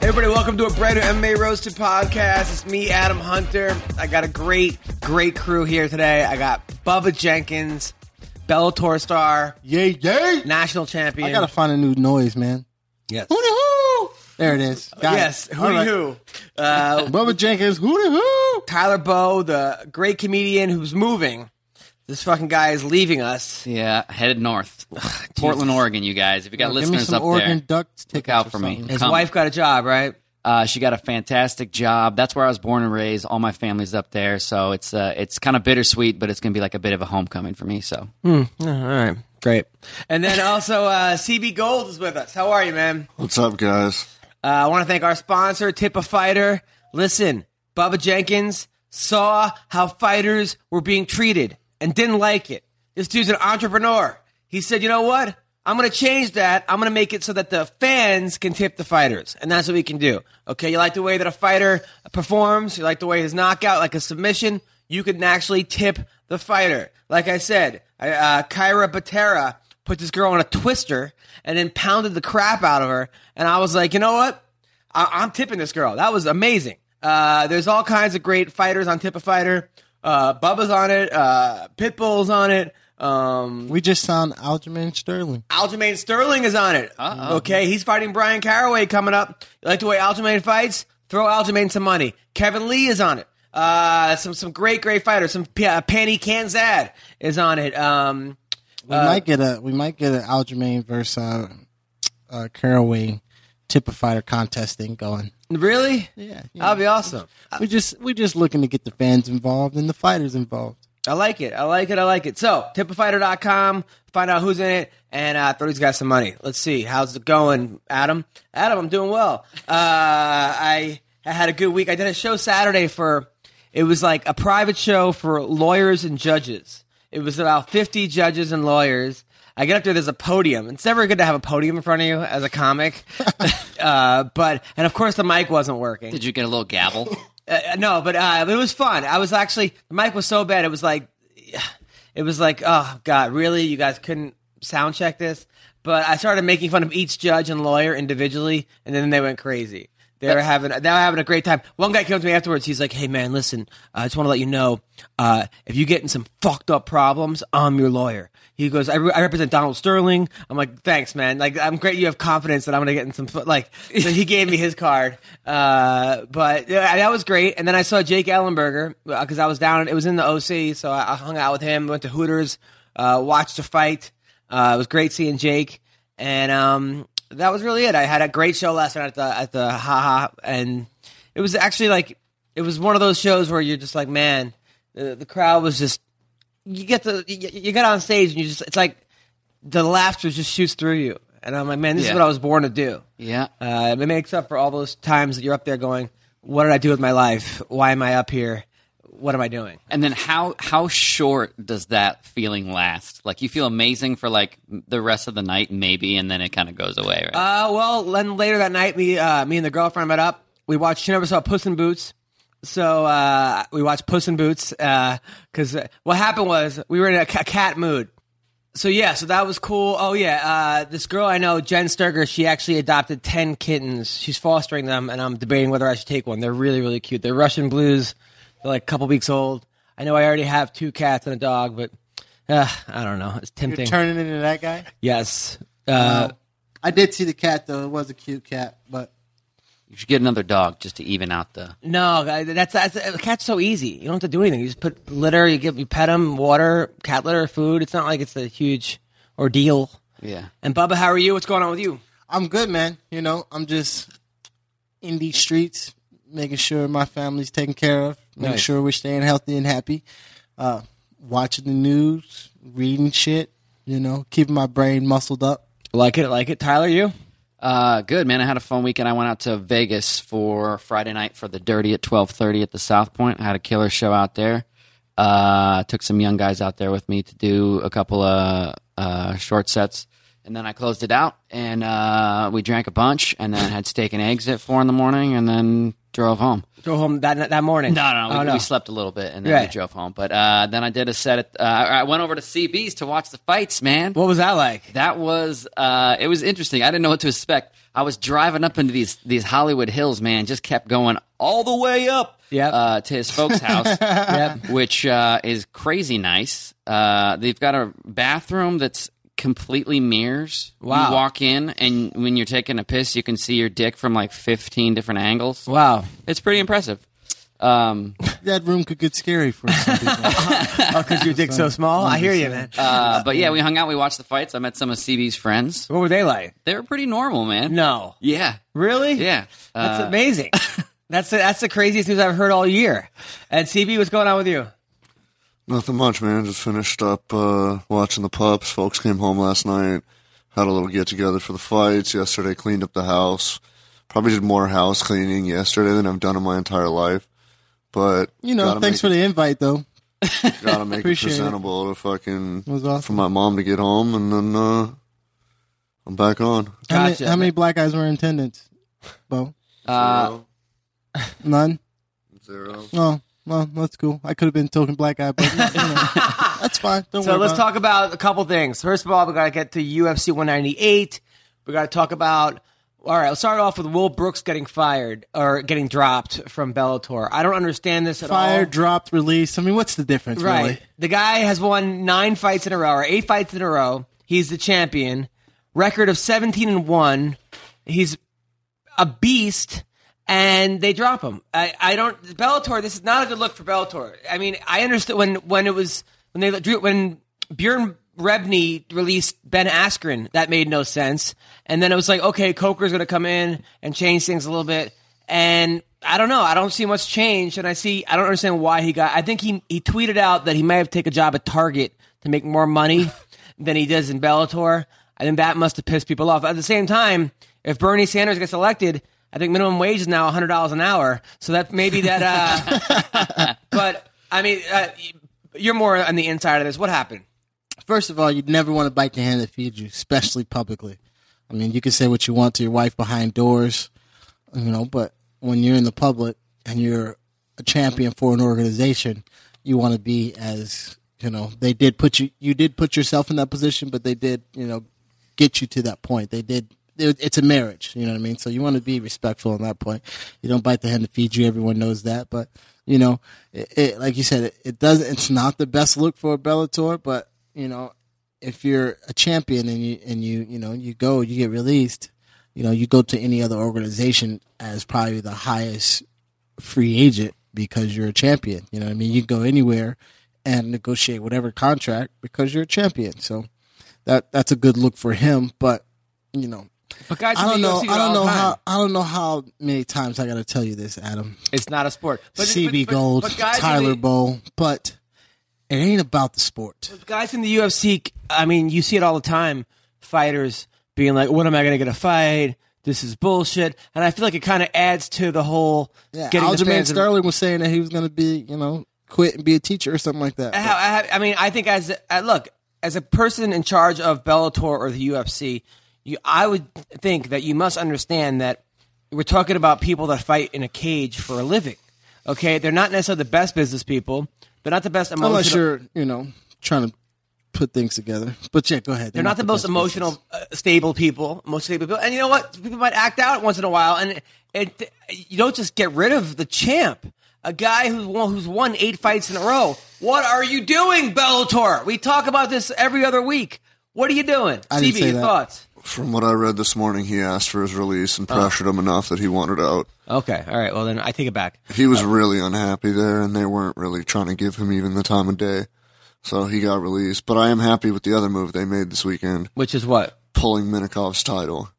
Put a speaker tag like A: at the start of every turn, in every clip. A: Everybody, welcome to a brand new MMA Roasted podcast. It's me, Adam Hunter. I got a great, great crew here today. I got Bubba Jenkins, Bellator star,
B: Yay, yay!
A: national champion.
B: I gotta find a new noise, man.
A: yes.
B: Hooty hoo! There it is. Got it.
A: Yes, who
B: All right.
A: who? Uh,
B: Bubba Jenkins, hooty hoo!
A: Tyler Bow, the great comedian who's moving. This fucking guy is leaving us.
C: Yeah, headed north, Portland, Oregon. You guys, if you got
B: Give me
C: listeners
B: some
C: up
B: Oregon
C: there,
B: Ducks tickets
C: out
B: or
C: for me.
B: something.
A: His
C: Come.
A: wife got a job, right?
C: uh, she got a fantastic job. That's where I was born and raised. All my family's up there, so it's uh, it's kind of bittersweet, but it's gonna be like a bit of a homecoming for me. So
B: Oh,
A: Yeah, all right, great. And then also uh, CB Gold is with us. How are you, man?
D: What's up, guys?
A: Uh, I want to thank our sponsor, Tip a Fighter. Listen, Bubba Jenkins saw how fighters were being treated and didn't like it. This dude's an entrepreneur. He said, you know what? I'm going to change that. I'm going to make it so that the fans can tip the fighters. And that's what we can do. Okay. You like the way that a fighter performs. You like the way his knockout, like a submission. You can actually tip the fighter. Like I said, I, uh, Kyra Patera put this girl on a twister and then pounded the crap out of her. And I was like, you know what? I- I'm tipping this girl. That was amazing. Uh, there's all kinds of great fighters on Tip a Fighter. Uh, Bubba's on it. Uh, Pitbull's on it. Um,
B: We just sound Aljamain Sterling.
A: Aljamain Sterling is on it. Okay, he's fighting Brian Caraway coming up. You like the way Aljamain fights? Throw Aljamain some money. Kevin Lee is on it. Uh, some some great great fighters. Some P- uh, Panny Kanzad is on it. Um,
B: We might get a we might get an Aljamain versus uh, uh, Caraway tip a fighter contest thing going.
A: really?
B: Yeah, you
A: that'll
B: know.
A: be awesome.
B: We just we just looking to get the fans involved and the fighters involved.
A: I like it. I like it. I like it. So, tipafighter.com, find out who's in it, and uh, throw these guys some money. Let's see. How's it going, Adam? Adam, I'm doing well. Uh, I, I had a good week. I did a show Saturday for, it was like a private show for lawyers and judges. It was about 50 judges and lawyers. I get up there, there's a podium. It's never good to have a podium in front of you as a comic. uh, but, and of course, the mic wasn't working.
C: did you get a little gavel?
A: Uh, no, but uh, it was fun. I was actually the mic was so bad. It was like, it was like, oh god, really? You guys couldn't sound check this? But I started making fun of each judge and lawyer individually, and then they went crazy. They were having they were having a great time. One guy came up to me afterwards. He's like, "Hey man, listen, I just want to let you know, uh, if you get in some fucked up problems, I'm your lawyer." He goes, I, re- "I represent Donald Sterling." I'm like, "Thanks, man. Like, I'm great. You have confidence that I'm gonna get in some fu-" like." So he gave me his card, uh, but yeah, that was great. And then I saw Jake Ellenberger because I was down. It was in the OC, so I, I hung out with him. Went to Hooters, uh, watched a fight. Uh, it was great seeing Jake, and um, that was really it. I had a great show last night at the at the haha, and it was actually like it was one of those shows where you're just like, man, the, the crowd was just you get the you, you get on stage and you just it's like the laughter just shoots through you, and I'm like, man, this is
C: Yeah.
A: what I was born to do.
C: yeah,
A: Uh, it makes up for all those times that you're up there going, what did I do with my life? Why am I up here? What am I doing?
C: and then how how short does that feeling last? Like you feel amazing for like the rest of the night, maybe, and then it kind of goes away. Right?
A: Uh, well, then later that night, we, uh, me and the girlfriend met up. We watched. She never saw Puss in Boots, so uh, we watched Puss in Boots. Because uh, what happened was we were in a, ca- cat mood. So yeah, so that was cool. Oh yeah, uh, this girl I know, Jen Sturger, she actually adopted ten kittens. She's fostering them, and I'm debating whether I should take one. They're really really cute. They're Russian blues. They're like a couple weeks old. I know I already have two cats and a dog, but uh, I don't know. It's
B: You're
A: tempting.
B: turning into that guy.
A: yes. Uh,
B: I did see the cat though. It was a cute cat, but
C: you should get another dog just to even out the.
A: No, I- that's, that's a cat's so easy. You don't have to do anything. You just put litter. You give you pet them, water, cat litter, food. It's not like it's a huge ordeal.
C: Yeah,
A: And Bubba, how are you? What's going on with you?
B: I'm good, man. You know, I'm just in these streets making sure my family's taken care of, making
A: Nice.
B: sure we're staying healthy and happy, uh, watching the news, reading shit, you know, keeping my brain muscled up.
A: Like it, like it. Tyler, you?
C: Uh, good man. I had a fun weekend. I went out to Vegas for Friday night for the Dirty at twelve thirty at the South Point. I had a killer show out there. Uh, took some young guys out there with me to do a couple of uh, short sets, and then I closed it out. And uh, we drank a bunch, and then had steak and eggs at four in the morning, and then drove home.
A: Go home that that morning.
C: No, no, we,
A: Oh,
C: we slept a little bit, and then we
A: Right.
C: drove home. But uh, then I did a set. At, uh, I went over to CB's to watch the fights, man.
A: What was that like?
C: That was uh, it was interesting. I didn't know what to expect. I was driving up into these these Hollywood hills, man. Just kept going all the way up,
A: Yep.
C: uh, to his folks' house,
A: Uh-uh.
C: which uh, is crazy nice. Uh, they've got a bathroom that's completely mirrors.
A: Wow.
C: You walk in, and when you're taking a piss, you can see your dick from like 15 different angles.
A: Wow.
C: It's pretty impressive. Um,
B: That room could get scary for some people.
A: Oh, because your dick's so small? I hear you, man.
C: uh, but yeah, we hung out. We watched the fights. I met some of CB's friends.
A: What were they like?
C: They were pretty normal, man.
A: No.
C: Yeah.
A: Really?
C: Yeah.
A: That's
C: Uh,
A: amazing. that's the, that's the craziest news I've heard all year. And CB, what's going on with you?
D: Nothing much, man. Just finished up uh, watching the pups. Folks came home last night, had a little get together for the fights. Yesterday, cleaned up the house. Probably did more house cleaning yesterday than I've done in my entire life. But
B: you know,
D: gotta
B: thanks for
D: make,
B: the invite, though.
D: for gotta make it
B: Appreciate it.
D: presentable to fucking
B: was awesome.
D: for my mom to get home, and then uh, I'm back on.
B: How many-
A: Gotcha.
B: How, many, black guys were in attendance? Bo,
C: Uh,
B: none.
D: Zero.
B: Oh, well, that's cool. I could have been token black guy, but you know, that's fine. Don't
A: So
B: worry
A: let's
B: about
A: talk about a couple things. First of all, we got to get to UFC 198. We got to talk about. All right, let's start off with Will Brooks getting fired or getting dropped from Bellator. I don't understand this at
B: it. Fire,
A: all.
B: dropped, released. I mean, what's the difference,
A: Right.
B: really?
A: The guy has won nine fights in a row or eight fights in a row. He's the champion. Record of 17 and 1. He's a beast. And they drop him. I, I don't Bellator. This is not a good look for Bellator. I mean, I understood when when it was when they drew when Bjorn Rebney released Ben Askren. That made no sense. And then it was like, okay, Coker's going to come in and change things a little bit. And I don't know. I don't see much change, and I see I don't understand why he got. I think he he tweeted out that he may have taken a job at Target to make more money than he does in Bellator. I think that must have pissed people off. At the same time, if Bernie Sanders gets elected, I think minimum wage is now hundred dollars an hour. So that maybe that. Uh, but I mean, uh, you're more on the inside of this. What happened?
B: First of all, you'd never want to bite the hand that feeds you, especially publicly. I mean, you can say what you want to your wife behind doors, you know, but when you're in the public and you're a champion for an organization, you want to be as you know. They did put you. You did put yourself in that position, but they did, you know, get you to that point. They did. it- It's a marriage, you know what I mean. So you want to be respectful on that point. You don't bite the hand that feeds you. Everyone knows that, but you know, it, it, like you said, it, it does. It's not the best look for a Bellator, but you know, if you're a champion and you and you you know you go you get released you know you go to any other organization as probably the highest free agent because you're a champion you know what i mean you can go anywhere and negotiate whatever contract because you're a champion so that that's a good look for him but you know
A: But guys,
B: i don't
A: in the
B: know
A: UFC do it
B: i don't
A: all
B: know
A: the
B: how
A: time.
B: i don't know how many times i gotta tell you this adam
A: it's not a sport. But,
B: cb
A: but- but-
B: gold
A: but guys in
B: tyler
A: the-
B: bowl but it ain't about the sport
A: guys in the UFC, I mean, you see it all the time. Fighters being like, "When am I going to get a fight? This is bullshit." And I feel like it kind of adds to the whole
B: Yeah,
A: getting the
B: Aljamain
A: fans. in-
B: Sterling was saying that he was going to be, you know, quit and be a teacher or something like that.
A: I, have- I, have- I mean, I think as uh, look as a person in charge of Bellator or the UFC, you, I would think that you must understand that we're talking about people that fight in a cage for a living. Okay, they're not necessarily the best business people. They're not the best emotional.
B: Unless you're, you know, trying to put things together. But yeah, go ahead.
A: They're not the most
B: best
A: emotional,
B: business.
A: uh, stable people. Most stable people, and you know what? People might act out once in a while, and it, it- you don't just get rid of the champ, a guy who's won, who's won eight fights in a row. What are you doing, Bellator? We talk about this every other week. What are you doing,
B: I didn't
A: CB?
B: say
A: Your
B: that.
A: thoughts?
D: From what I read this morning, he asked for his release
B: Ah.
D: and pressured him enough that he wanted out.
A: Okay, all right. Well, then I take it back.
D: He was really unhappy there, and they weren't really trying to give him even the time of day. So he got released. But I am happy with the other move they made this weekend,
A: Which is what?
D: pulling Minikov's title.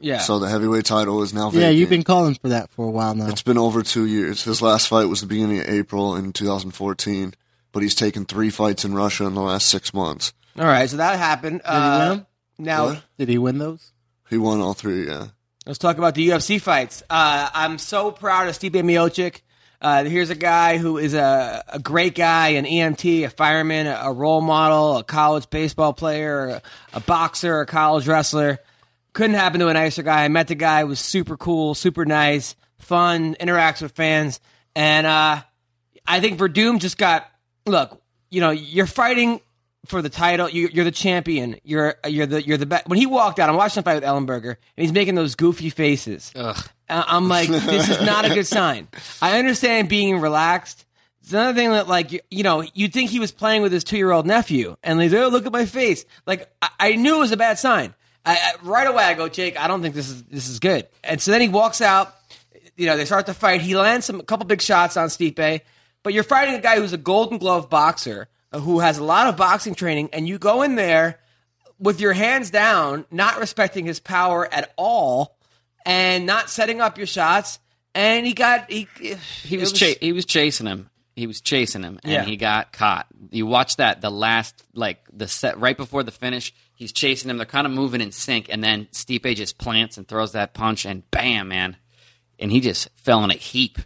A: Yeah.
D: So the heavyweight title is now vacant.
B: Yeah, you've been calling for that for a while now.
D: It's been over two years. His last fight was the beginning of April in 2014, but he's taken three fights in Russia in the last six months.
A: All right, so that happened.
B: Did he win
A: Uh,
B: 'em?
A: now
D: What?
B: Did he win those?
D: He won all three, yeah.
A: let's talk about the UFC fights. Uh, I'm so proud of Steve Miocic. Uh, here's a guy who is a, a great guy, an EMT, a fireman, a, a role model, a college baseball player, a, a boxer, a college wrestler. Couldn't happen to a nicer guy. I met the guy, was super cool, super nice, fun, interacts with fans, and uh, I think Verdum just got look. You know, you're fighting for the title. You, you're the champion. You're you're the you're the best. When he walked out, I'm watching the fight with Ellenberger, and he's making those goofy faces. I- I'm like, this is not a good sign. I understand being relaxed. It's another thing that, like, you, you know, you'd think he was playing with his two year old nephew, and he's, oh, look at my face. Like, I, I knew it was a bad sign. I, I, right away, I go, Jake, I don't think this is this is good. And so then he walks out you know, they start the fight. He lands some a couple big shots on Stipe, but you're fighting a guy who's a Golden Glove boxer uh, who has a lot of boxing training, and you go in there with your hands down, not respecting his power at all, and not setting up your shots. And he got he
C: He was, cha- he was chasing him. He was chasing him, and
A: Yeah.
C: he got caught. You watch that the last like the set right before the finish. He's chasing him. They're kind of moving in sync, and then Stipe just plants and throws that punch, and bam, man! And he just fell in a heap.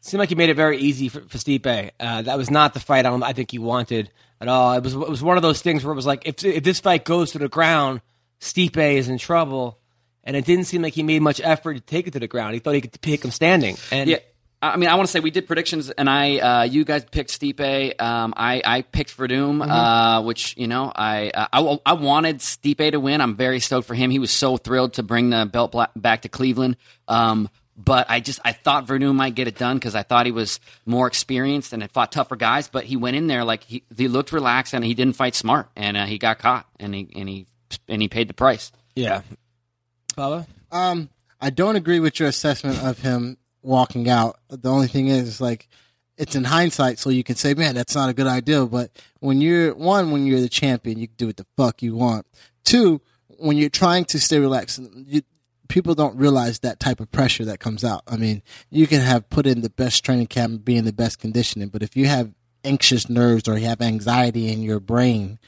A: seemed like he made it very easy for, for Stipe. Uh, that was not the fight I, don't- I think he wanted at all. It was it was one of those things where it was like if if this fight goes to the ground, Stipe is in trouble. And it didn't seem like he made much effort to take it to the ground. He thought he could pick him standing. And
C: Yeah. I I mean, I want to say we did predictions, and I, uh, you guys picked Stipe. Um, I, I picked Verdum, uh, which you know, I, uh, I, I wanted Stipe to win. I'm very stoked for him. He was so thrilled to bring the belt bla- back to Cleveland. Um, but I just, I thought Verdum might get it done because I thought he was more experienced and had fought tougher guys. But he went in there like he, he looked relaxed and he didn't fight smart, and uh, he got caught, and he, and he, and he paid the price.
A: Yeah. Bubba?
B: Um, I don't agree with your assessment of him walking out. The only thing is, like, it's in hindsight, so you can say, "Man, that's not a good idea." But when you're one, when you're the champion, you can do what the fuck you want. Two, when you're trying to stay relaxed, you, people don't realize that type of pressure that comes out. I mean, you can have put in the best training camp and be in the best conditioning, but if you have anxious nerves or you have anxiety in your brain,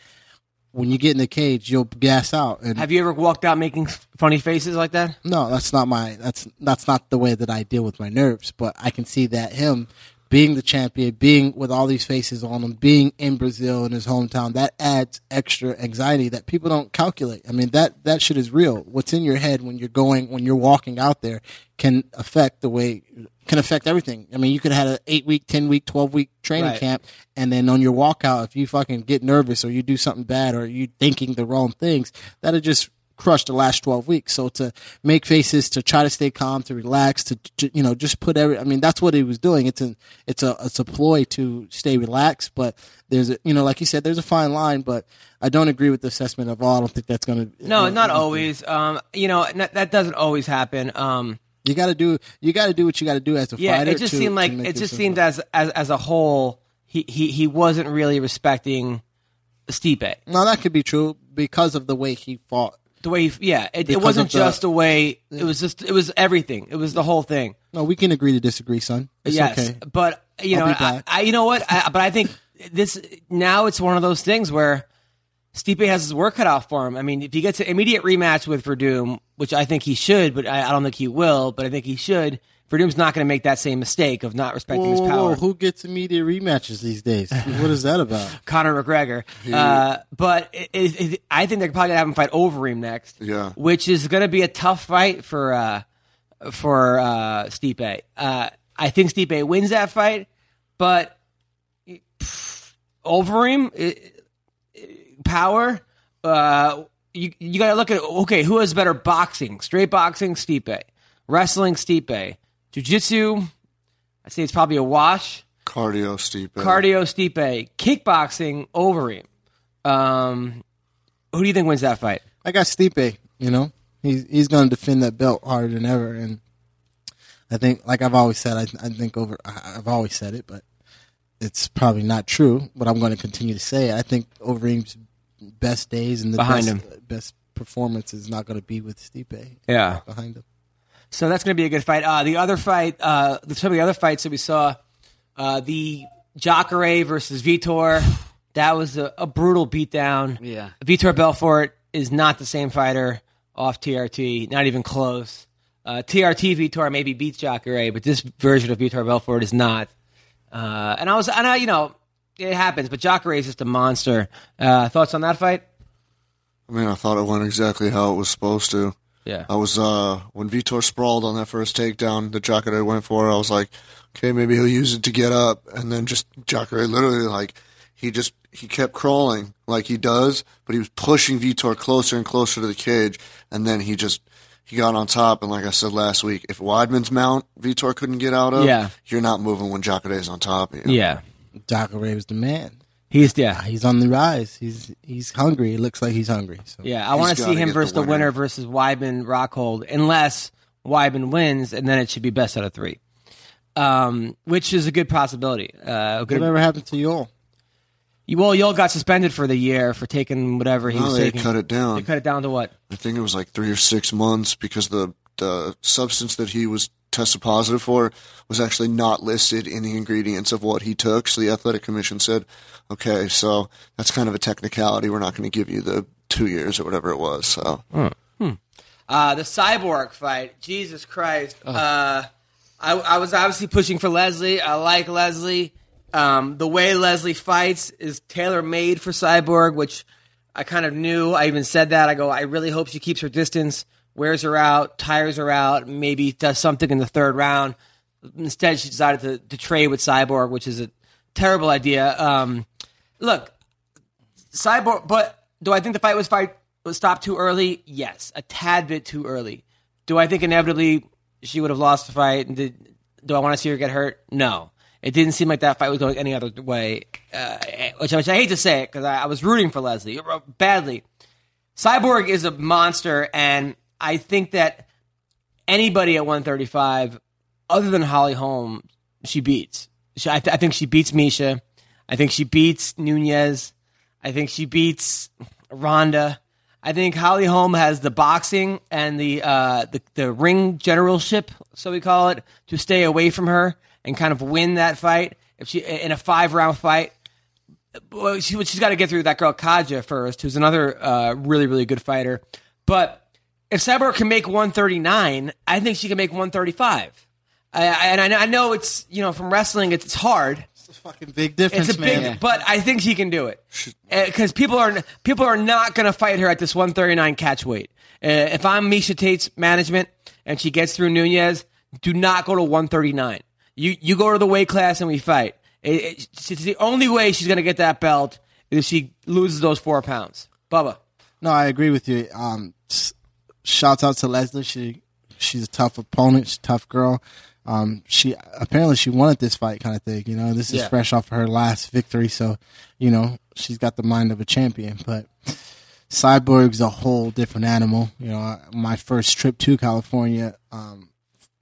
B: when you get in the cage, you'll gas out. And
A: Have you ever walked out making f- funny faces like that?
B: no, that's not my that's that's not the way that I deal with my nerves, but I can see that him being the champion, being with all these faces on him, being in Brazil in his hometown, that adds extra anxiety that people don't calculate. I mean that that shit is real. What's in your head when you're going when you're walking out there can affect the way can affect everything. I mean you could have had an eight week, ten week, twelve week training
A: Right.
B: camp and then on your walkout if you fucking get nervous or you do something bad or you thinking the wrong things, that'll just crushed the last 12 weeks. So to make faces, to try to stay calm, to relax, to, to you know, just put every, I mean, that's what he was doing. It's an, it's a, it's a ploy to stay relaxed, but there's a, you know, like you said, there's a fine line, but I don't agree with the assessment of all. I don't think that's going to,
A: No, not always. Um, you know, n- that doesn't always happen. Um,
B: you got to do, you got to do what you got to do as a
A: yeah,
B: fighter.
A: it just
B: to-
A: seemed
B: to
A: like
B: make
A: it just
B: yourself-
A: seemed as, as as a whole, he, he he wasn't really respecting Stipe.
B: no, that could be true because of the way he fought.
A: The way, he, yeah, it, it
B: Because
A: wasn't
B: of the-
A: just the way. It was just it was everything. It was the whole thing.
B: No, we can agree to disagree, son. It's
A: yes,
B: okay.
A: but you
B: I'll
A: know,
B: be
A: I,
B: back.
A: I you know what? I, but I think this now it's one of those things where Stipe has his work cut out for him. I mean, if he gets an immediate rematch with Verdum, which I think he should, but I, I don't think he will, but I think he should. Verdum's not going to make that same mistake of not respecting
B: Whoa,
A: his
B: whoa,
A: power.
B: whoa, who gets immediate rematches these days? what is that about?
A: Conor McGregor. Uh, but it, it, it- I think they're probably gonna have him fight Overeem next.
D: Yeah.
A: which is gonna be a tough fight for uh, for uh, Stipe. Uh, I think Stipe wins that fight, but pff, Overeem it, it- power. Uh, you you gotta look at okay, who has better boxing? Straight boxing, Stipe. Wrestling, Stipe. Jiu-Jitsu, I'd say it's probably a wash
D: Cardio Stipe.
A: cardio Stipe, kickboxing Overeem. Um, who do you think wins that fight?
B: I got Stipe. You know, he's he's going to defend that belt harder than ever, and I think, like I've always said, I, I think over. I- I've always said it, but it's probably not true. But I'm going to continue to say it. I think Overeem's best days and the
A: Behind
B: best, best performance is not going to be with Stipe
A: Yeah.
B: behind him.
A: So that's going to be a good fight. Uh, the other fight, uh, the- some of the other fights that we saw, uh, the Jacare versus Vitor, that was a, a brutal beatdown.
C: Yeah.
A: Vitor Belfort is not the same fighter off TRT, not even close. Uh, TRT Vitor maybe beats Jacare, but this version of Vitor Belfort is not. Uh, and I was, and I, you know, it happens, but Jacare is just a monster. Uh, thoughts on that fight?
D: I mean, I thought it went exactly how it was supposed to.
A: Yeah.
D: I was uh when Vitor sprawled on that first takedown, the Jacare went for. it, I was like, okay, maybe he'll use it to get up, and then just Jacare literally like he just he kept crawling like he does, but he was pushing Vitor closer and closer to the cage, and then he just he got on top. And like I said last week, if Weidman's mount Vitor couldn't get out of,
A: Yeah.
D: you're not moving when Jacare's on top. You know?
A: Yeah.
B: Jacare is the man.
A: He's, yeah.
B: He's on the rise. He's he's hungry. It looks like he's hungry. So
A: Yeah, I want to see
D: gotta
A: him
D: get
A: versus the
D: the
A: winner.
D: winner.
A: versus Wyman Rockhold, unless Wyman wins, and then it should be best out of three, um, which is a good possibility. Uh, a good,
B: whatever happened to Yol?
A: well, Yol got suspended for the year for taking whatever he
D: No,
A: was
D: they
A: taking.
D: cut it down.
A: They cut it down to what?
D: I think it was like three or six months because the the substance that he was tested positive for was actually not listed in the ingredients of what he took. So the athletic commission said, "Okay, so that's kind of a technicality. We're not going to give you the two years or whatever it was." So
A: Uh, the cyborg fight. Jesus Christ. Uh, I, I was obviously pushing for Leslie. I like Leslie. Um, the way Leslie fights is tailor made for cyborg, which I kind of knew. I even said that. I go, I really hope she keeps her distance, wears her out, tires her out, maybe does something in the third round. Instead, she decided to, to trade with cyborg, which is a terrible idea. Um, look, Cyborg, but do I think the fight was fight was stopped too early? Yes, a tad bit too early. Do I think inevitably she would have lost the fight? And did, do I want to see her get hurt? No. It didn't seem like that fight was going any other way, uh, which, which I hate to say it because I, I was rooting for Leslie uh, badly. Cyborg is a monster, and I think that anybody at 135, other than Holly Holm, she beats. She, I, th- I think she beats Misha. I think she beats Nunez. I think she beats Ronda. I think Holly Holm has the boxing and the, uh, the the ring generalship, so we call it, to stay away from her and kind of win that fight. If she in a five round fight, well, she, she's got to get through that girl Kaja first, who's another uh, really really good fighter. But if Cyborg can make 139, I think she can make 135. I, I, and I know, I know it's you know from wrestling it's, it's hard.
B: It's a fucking big difference,
A: It's a big,
B: man.
A: but I think she can do it because people are people are not going to fight her at this 139 catch weight. Uh, if I'm Misha Tate's management and she gets through Nunez, do not go to 139. You you go to the weight class and we fight. It- it- it's the only way she's going to get that belt is if she loses those four pounds. Bubba,
B: No, I agree with you. Um, s- shouts out to Leslie. She she's a tough opponent. She's a tough girl. Um, she apparently she wanted this fight kind of thing. You know, this is
A: Yeah.
B: fresh off her last victory, so you know she's got the mind of a champion. But Cyborg's a whole different animal. You know, I- my first trip to California um,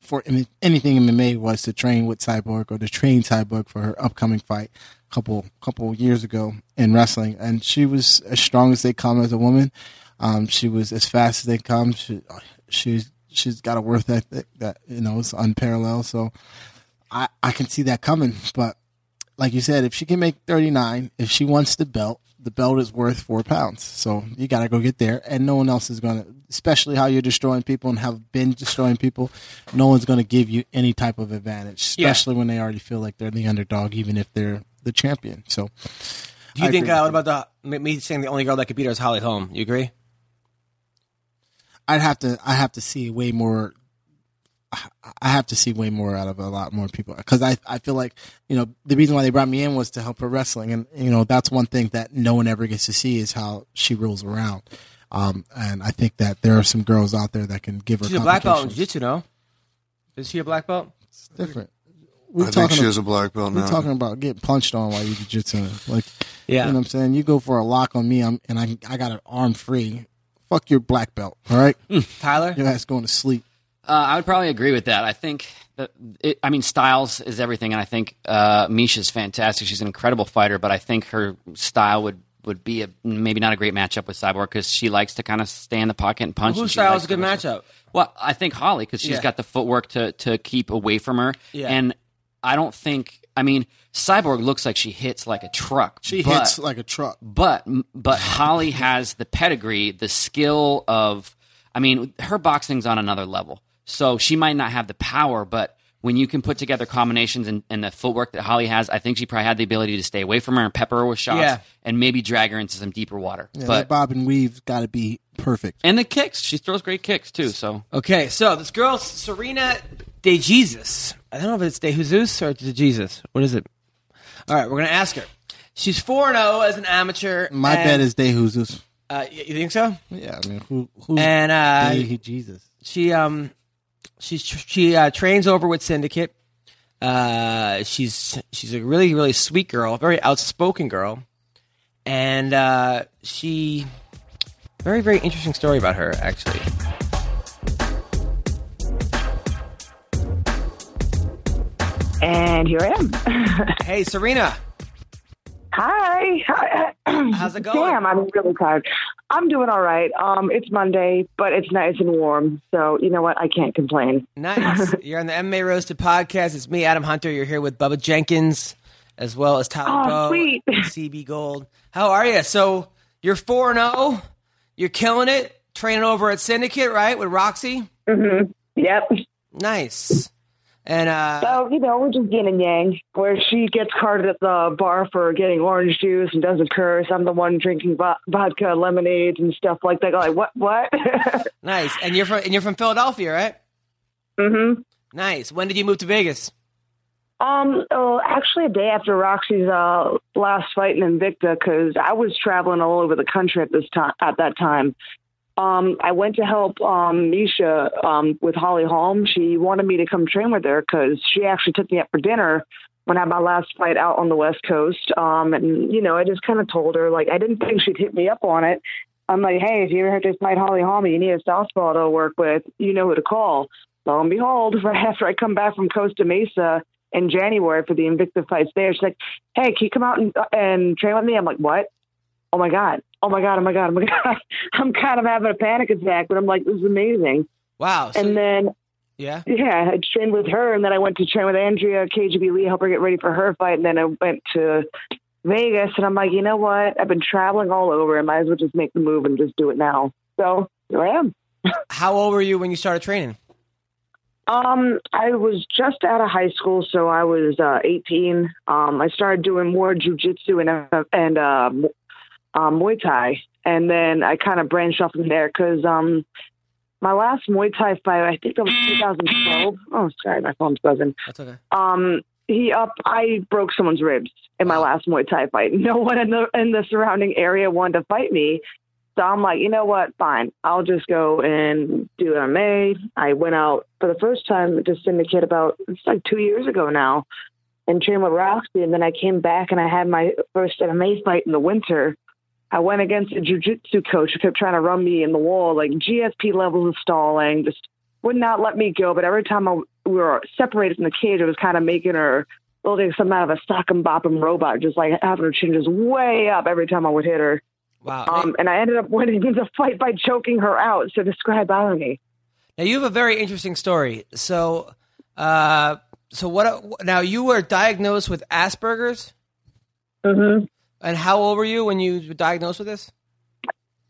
B: for any- anything MMA was to train with Cyborg or to train Cyborg for her upcoming fight a couple couple years ago in wrestling, and she was as strong as they come as a woman. Um, she was as fast as they come. She, she's she's got a worth ethic that you know is unparalleled. So I I can see that coming, but like you said, if she can make 39, if she wants the belt, the belt is worth four pounds. So you got to go get there. And no one else is going to, especially how you're destroying people and have been destroying people, no one's going to give you any type of advantage,
A: Yeah.
B: especially when they already feel like they're the underdog, even if they're the champion. So
A: do you
B: I
A: think
B: agree
A: uh,
B: with
A: what about the me- me saying the only girl that could beat her is Holly Holm? You agree?
B: I'd have to, I have to see way more. I- I have to see way more out of a lot more people because I, I feel like you know the reason why they brought me in was to help her wrestling and you know that's one thing that no one ever gets to see is how she rolls around, um, and I think that there are some girls out there that can give her.
A: She's a black belt in
B: complications.
A: jiu-jitsu, no? Is she a black belt?
B: It's different. We're
D: I think
B: talking.
D: she
B: about-
D: has a black belt
B: we're
D: now.
B: talking about getting punched on while you jiu-jitsu. Like,
A: Yeah.
B: you know what I'm saying. You go for a lock on me, I'm, and I I got an arm free. Fuck your black belt. All right,
A: Tyler?
B: your ass going to sleep.
C: Uh, I would probably agree with that. I think that it, I mean styles is everything, and I think uh, Misha's fantastic. She's an incredible fighter, but I think her style would would be a, maybe not a great matchup with Cyborg because she likes to kind of stay in the pocket and punch.
A: Who
C: and she
A: style
C: likes
A: is a good
C: to-
A: matchup?
C: Well, I think Holly because she's
A: Yeah.
C: got the footwork to to keep away from her.
A: Yeah.
C: And I don't think I mean Cyborg looks like she hits like a truck.
B: She
C: but,
B: hits like a truck.
C: but but Holly has the pedigree, the skill of I mean, her boxing's on another level. So she might not have the power, but when you can put together combinations and, and the footwork that Holly has, I think she probably had the ability to stay away from her and pepper her with shots
A: Yeah.
C: and maybe drag her into some deeper water.
B: Yeah,
C: but
B: that bob and weave's got to be perfect.
C: and the kicks, she throws great kicks too. So
A: Okay, so this girl Serena De Jesus. I don't know if it's De Jesus or De Jesus. What is it? All right, we're gonna ask her. She's four and zero as an amateur.
B: My
A: and,
B: bet is De Jesus.
A: Uh, y- you think so?
B: Yeah, I mean, who? Who's
A: And uh,
B: De Jesus?
A: she um she's she uh, trains over with syndicate uh she's she's a really really sweet girl very outspoken girl and uh she very very interesting story about her actually
E: And here I am.
A: hey serena
E: Hi. Hi.
A: How's it going?
E: Damn, I'm really tired. I'm doing all right. Um, it's Monday, but it's nice and warm, so you know what? I can't complain.
A: nice you're on the mma roasted podcast it's me adam hunter you're here with bubba jenkins as well as tyler
E: Oh,
A: Bowe,
E: sweet.
A: cb gold how are you so you're 4-0 you're killing it training over at syndicate right with roxy
E: Yep.
A: nice and uh
E: So you know, we're just yin and yang. Where she gets carded at the bar for getting orange juice and doesn't curse. I'm the one drinking vo- vodka, lemonades, and stuff like that. Like what? What?
A: Nice. And you're from and you're from Philadelphia, right?
E: hmm
A: Nice. When did you move to Vegas?
E: Um, oh, actually, a day after Roxy's uh, last fight in Invicta, because I was traveling all over the country at this time. At that time, um, I went to help um, Misha um, with Holly Holm. She wanted me to come train with her because she actually took me out for dinner when I had my last fight out on the West Coast. Um, and you know, I just kind of told her like I didn't think she'd hit me up on it. I'm like, hey, if you ever have to fight Holly Holm, you need a southpaw to work with. You know who to call. Lo and behold, right after I come back from Costa Mesa in January for the Invicta fights there. She's like, "Hey, can you come out and, and train with me?" I'm like, "What? Oh my god! Oh my god! Oh my god! Oh my god!" I'm kind of having a panic attack, but I'm like, "This is amazing."
A: Wow. So,
E: and then
A: yeah.
E: yeah, I trained with her, and then I went to train with Andrea KGB Lee, help her get ready for her fight, and then I went to Vegas, and I'm like, you know what? I've been traveling all over, I might as well just make the move and just do it now. So here I am.
A: How old were you when you started training?
E: Um, I was just out of high school, so I was uh, 18. Um, I started doing more jujitsu and uh, and uh, mu- uh, Muay Thai, and then I kind of branched off from there because um, my last Muay Thai fight, I think that was 2012. Oh, sorry, my phone's buzzing.
A: That's okay.
E: Um, he up, I broke someone's ribs in my last Muay Thai fight. No one in the in the surrounding area wanted to fight me, so I'm like, you know what? Fine, I'll just go and do MMA. I went out for the first time to syndicate about it's like two years ago now, and trained with Roxy, and then I came back and I had my first MMA fight in the winter. I went against a jujitsu coach who kept trying to run me in the wall, like GSP levels of stalling, just would not let me go. But every time I, we were separated from the cage, it was kind of making her building some out of a sock and bop and robot, just like having her chin just way up every time I would hit her.
A: Wow.
E: Um, and I ended up winning the fight by choking her out. So describe irony.
A: now you have a very interesting story. So, uh, so what? Now you were diagnosed with Asperger's,
E: Mm-hmm.
A: and how old were you when you were diagnosed with this?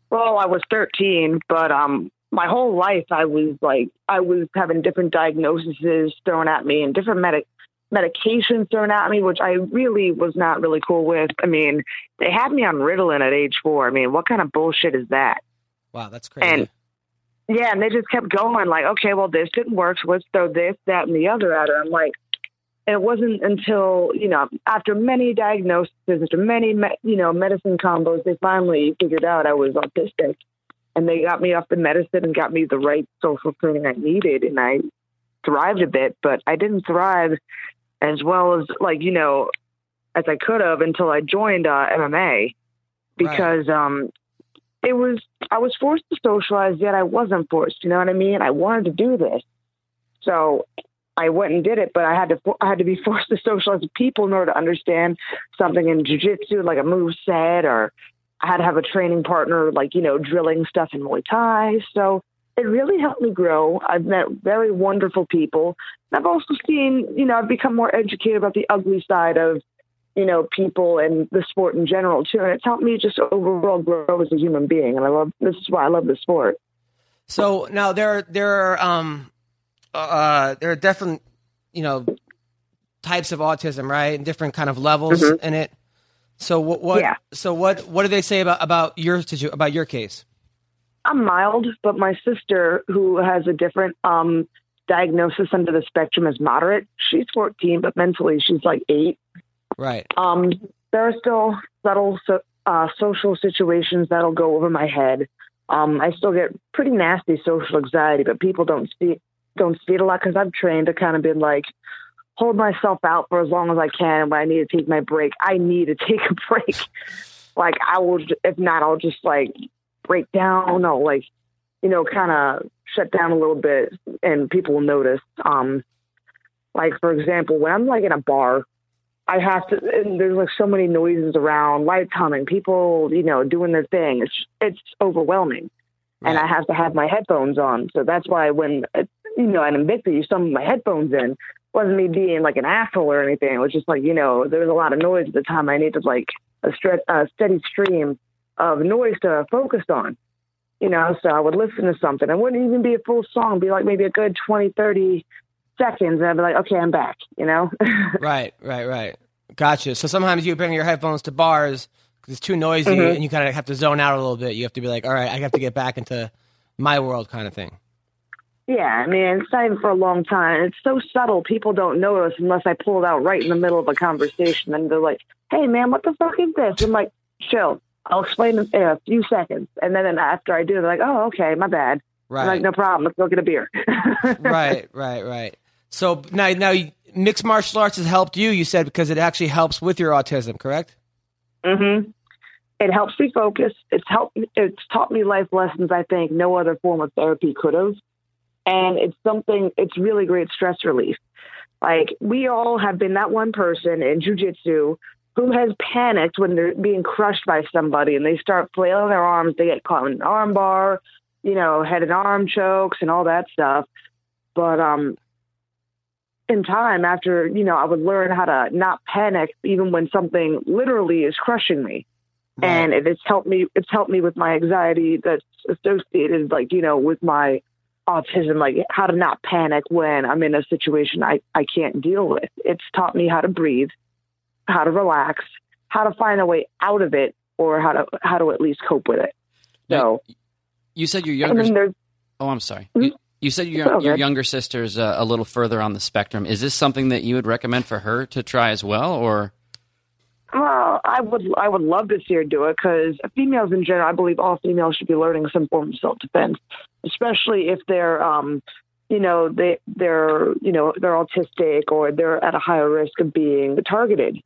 E: Well, I was 13, but um, my whole life I was like I was having different diagnoses thrown at me and different medic medications thrown at me, which I really was not really cool with. I mean, they had me on Ritalin at age four. I mean, what kind of bullshit is that?
A: Wow, that's crazy.
E: And- Yeah, and they just kept going like, okay, well, this didn't work, so let's throw this, that, and the other at her. I'm like, and it wasn't until you know after many diagnoses, after many me- you know medicine combos, they finally figured out I was autistic, and they got me off the medicine and got me the right social training I needed, and I thrived a bit, but I didn't thrive as well as like you know as I could have until I joined uh, MMA because um it was I was forced to socialize, yet I wasn't forced. You know what I mean? I wanted to do this, so I went and did it. But I had to I had to be forced to socialize with people in order to understand something in jujitsu, like a move set or I had to have a training partner, like, you know, drilling stuff in Muay Thai. So it really helped me grow. I've met very wonderful people. And I've also seen, you know, I've become more educated about the ugly side of, you know, people and the sport in general, too. And it's helped me just overall grow as a human being. And I love, this is why I love the sport.
A: So now there are, there are um uh there are different you know types of autism, right? And different kind of levels in it. So what what
E: Mm-hmm. Yeah.
A: so what what do they say about about your situ- about your case?
E: I'm mild, but my sister, who has a different um, diagnosis under the spectrum, is moderate. She's 14, but mentally she's like eight.
A: Right.
E: Um, there are still subtle so, uh, social situations that'll go over my head. Um, I still get pretty nasty social anxiety, but people don't see don't see it a lot because I've trained to kind of been like hold myself out for as long as I can. And when I need to take my break, I need to take a break. like I will, j- if not, I'll just like break down. I'll like you know kind of shut down a little bit, and people will notice. Um, like for example, when I'm like in a bar I have to. And there's like so many noises around, lights humming, people, you know, doing their thing. It's it's overwhelming, and I have to have my headphones on. So that's why when uh, you know at Invicta, you summoned my headphones in. Wasn't me being like an asshole or anything. It was just like you know there was a lot of noise at the time. I needed like a, stre- a steady stream of noise to focus on. You know, so I would listen to something. It wouldn't even be a full song. It'd be like maybe a good 20, 30 seconds, and I'd be like, okay, I'm back. You know.
A: Right, right, right. Gotcha. So sometimes you bring your headphones to bars because it's too noisy
E: Mm-hmm.
A: and you kind of have to zone out a little bit. You have to be like, all right, I have to get back into my world kind of thing.
E: Yeah, I mean, it's not even for a long time. It's so subtle, people don't notice unless I pull it out right in the middle of a conversation. And they're like, hey, man, what the fuck is this? I'm like, chill. I'll explain in a few seconds. And then after I do, they're like, oh, okay, my bad.
A: Right.
E: I'm like, no problem. Let's go get a beer.
A: right, right, right. So now, now you- mixed martial arts has helped you. You said because it actually helps with your autism, correct?
E: hmm It helps me focus. It's helped. It's taught me life lessons. I think no other form of therapy could have. And it's something. It's really great stress relief. Like we all have been that one person in jujitsu who has panicked when they're being crushed by somebody and they start flailing their arms. They get caught in an arm bar, you know, head and arm chokes and all that stuff. But um, in time after you know i would learn how to not panic even when something literally is crushing me and it has helped me it's helped me with my anxiety that's associated like you know with my autism like how to not panic when i'm in a situation i, I can't deal with it's taught me how to breathe how to relax how to find a way out of it or how to how to at least cope with it so
C: You said your
E: and
C: younger.
E: then there's
C: Oh, I'm sorry. You, you said your,
E: all
C: your
E: good.
C: younger sister's uh, a little further on the spectrum. Is this something that you would recommend for her to try as well, or
E: Well, I would I would love to see her do it because females in general, I believe all females should be learning some form of self defense, especially if they're, um, you know, they they're you know they're autistic or they're at a higher risk of being targeted.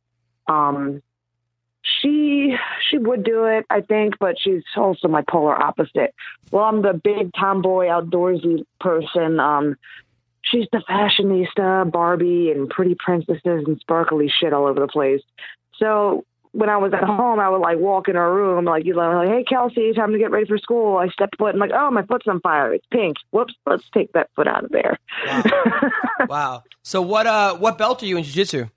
E: Um, she she would do it, I think, but she's also my polar opposite. Well, I'm the big tomboy, outdoorsy person. Um, she's the fashionista, Barbie, and pretty princesses and sparkly shit all over the place. So when I was at home, I would like walk in her room, like you know, like, hey Kelsey, time to get ready for school. I step foot, and like, oh, my foot's on fire. It's pink. Whoops, let's take that foot out of there.
A: Wow. So what? Uh, what belt are you in jiu-jitsu?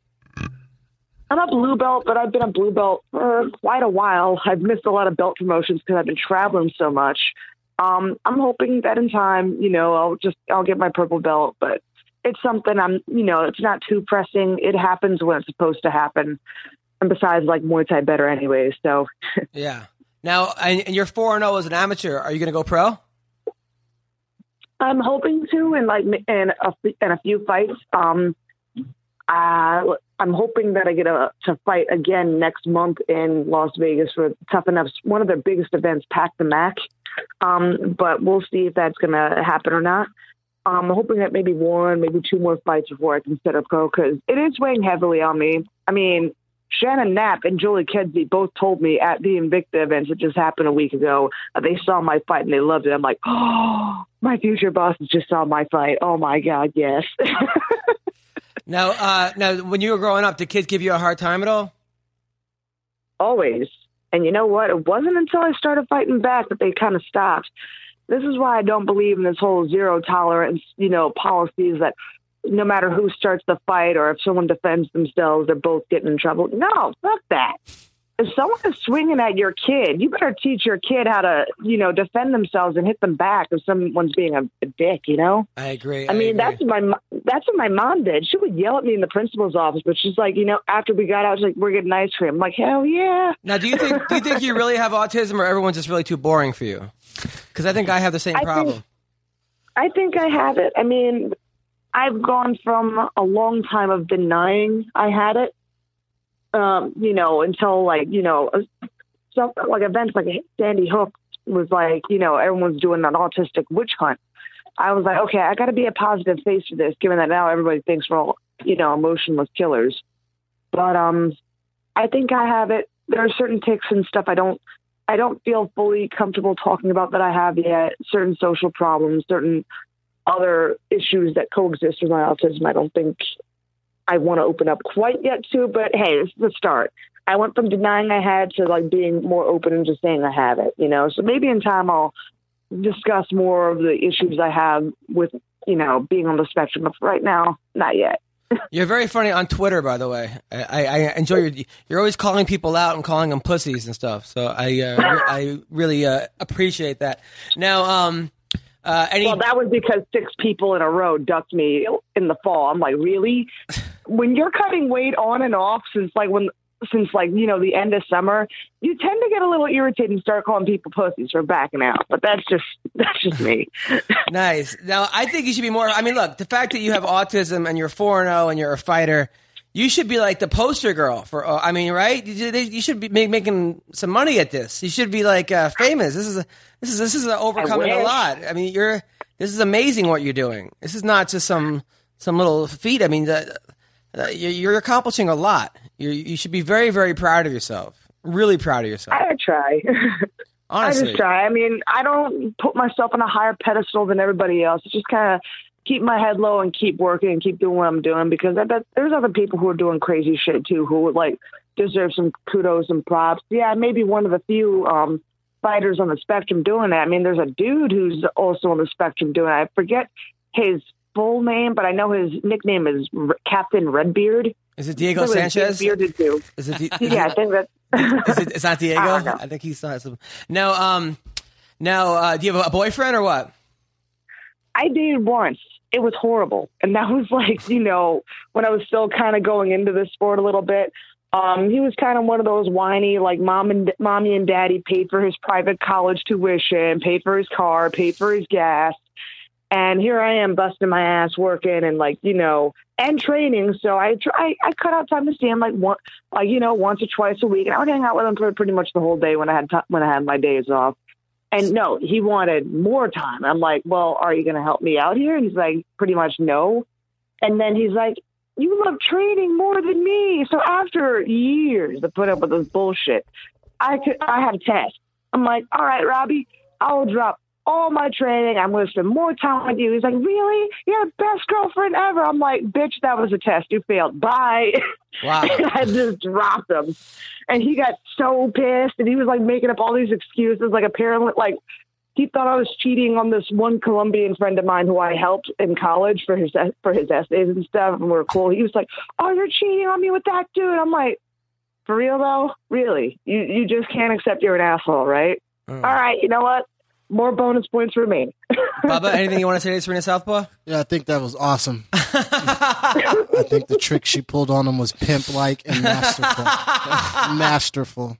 E: I'm a blue belt, but I've been a blue belt for quite a while. I've missed a lot of belt promotions because I've been traveling so much. Um, I'm hoping that in time, you know, I'll just I'll get my purple belt, but it's something I'm, you know, it's not too pressing. It happens when it's supposed to happen. And besides, like Muay Thai better anyway. So
A: Yeah. Now, and, and you're four and zero as an amateur. Are you going to go pro?
E: I'm hoping to, and like in a in a few fights. Um, I, I'm hoping that I get a, to fight again next month in Las Vegas for Tough Enough's one of their biggest events, Pack the Mac. Um, but we'll see if that's going to happen or not. Um, I'm hoping that maybe one, maybe two more fights before I consider pro because it is weighing heavily on me. I mean, Shannon Knapp and Julie Kedzie both told me at the Invicta events that just happened a week ago that they saw my fight and they loved it. I'm like, oh, my future boss just saw my fight. Oh my god, yes.
A: Now, uh, now, when you were growing up, did kids give you a hard time at all?
E: Always. And you know what? It wasn't until I started fighting back that they kind of stopped. This is why I don't believe in this whole zero tolerance, you know, policies that no matter who starts the fight or if someone defends themselves, they're both getting in trouble. No, fuck that. If someone is swinging at your kid, you better teach your kid how to, you know, defend themselves and hit them back if someone's being a, a dick, you know?
A: I agree.
E: I mean,
A: agree.
E: that's what my mo- that's what my mom did. She would yell at me in the principal's office, but she's like, you know, after we got out, she's like, we're getting ice cream. I'm like, hell yeah.
A: Now, do you think do you think you really have autism, or everyone's just really too boring for you? Because I think I have the same
E: I think-
A: problem.
E: I think I have it. I mean, I've gone from a long time of denying I had it, um, you know, until like, you know, some, like events like Sandy Hook was like, you know, everyone's doing an autistic witch hunt. I was like, okay, I got to be a positive face for this, given that now everybody thinks we're all, you know, emotionless killers. But um, I think I have it. There are certain ticks and stuff I don't I don't feel fully comfortable talking about that I have yet. Certain social problems, certain other issues that coexist with my autism, I don't think I want to open up quite yet to. But hey, this is the start. I went from denying I had to like being more open and just saying I have it, you know. So maybe in time I'll discuss more of the issues I have with you know being on the spectrum. But right now, not yet.
A: You're very funny on Twitter, by the way. I, I, I enjoy your. You're always calling people out and calling them pussies and stuff. So I uh, re- I really uh, appreciate that. Now, um, uh, any
E: Well, that was because six people in a row ducked me in the fall. I'm like, really? when you're cutting weight on and off since like when since like you know the end of summer, you tend to get a little irritated and start calling people pussies for backing out. But that's just that's just me.
A: nice. Now, I think you should be more. I mean, look, the fact that you have autism and you're four and zero and you're a fighter, you should be like the poster girl for. uh, I mean, right? You, should- you should be make, making some money at this. You should be like uh, famous. This is a, this is this is a overcoming a
E: wish.
A: lot. I mean, you're this is amazing what you're doing. This is not just some some little feat. I mean, the, the, you're you're accomplishing a lot. You you should be very very proud of yourself. Really proud of yourself.
E: I try. I
A: Honestly,
E: just try. I mean, I don't put myself on a higher pedestal than everybody else. It's just kind of keep my head low and keep working and keep doing what I'm doing because I bet there's other people who are doing crazy shit too who would like deserve some kudos and props. Yeah, I may be one of the few um, fighters on the spectrum doing that. I mean, there's a dude who's also on the spectrum doing it. I forget his full name, but I know his nickname is R- Captain Redbeard.
A: is it Diego
E: Really big
A: Sanchez? Is
E: Bearded dude.
A: it, Di- is it
E: Yeah, I think that's.
A: Is it, it's not Diego.
E: I
A: I,
E: don't know.
A: think he's not. Some, now, um, now, uh, do you have a boyfriend or what?
E: I dated once. It was horrible. And that was like, you know, when I was still kind of going into this sport a little bit. Um, he was kind of one of those whiny, like mom and mommy and daddy paid for his private college tuition, paid for his car, paid for his gas. And here I am busting my ass working and like, you know, and training. So I try, I cut out time to see him like one, like, you know, once or twice a week. And I would hang out with him for pretty much the whole day when I had, t- when I had my days off. And no, he wanted more time. I'm like, well, are you going to help me out here? And he's like, pretty much no. And then he's like, you love training more than me. So after years of putting up with this bullshit, I could, I had a test. I'm like, all right, Robbie, I'll drop all my training. I'm going to spend more time with you. He's like, really? You're the best girlfriend ever. I'm like, bitch, that was a test. You failed. Bye.
A: Wow.
E: And I just dropped him. And he got so pissed and he was like making up all these excuses. Like apparently like he thought I was cheating on this one Colombian friend of mine who I helped in college for his for his essays and stuff and we we're cool. He was like, Oh, you're cheating on me with that dude. I'm like, For real though? Really? You you just can't accept you're an asshole, right? All right, you know what? More bonus points for me.
A: Bubba, anything you want to say to Serena Southpaw?
B: Yeah, I think that was awesome. I think the trick she pulled on him was pimp like and masterful. masterful.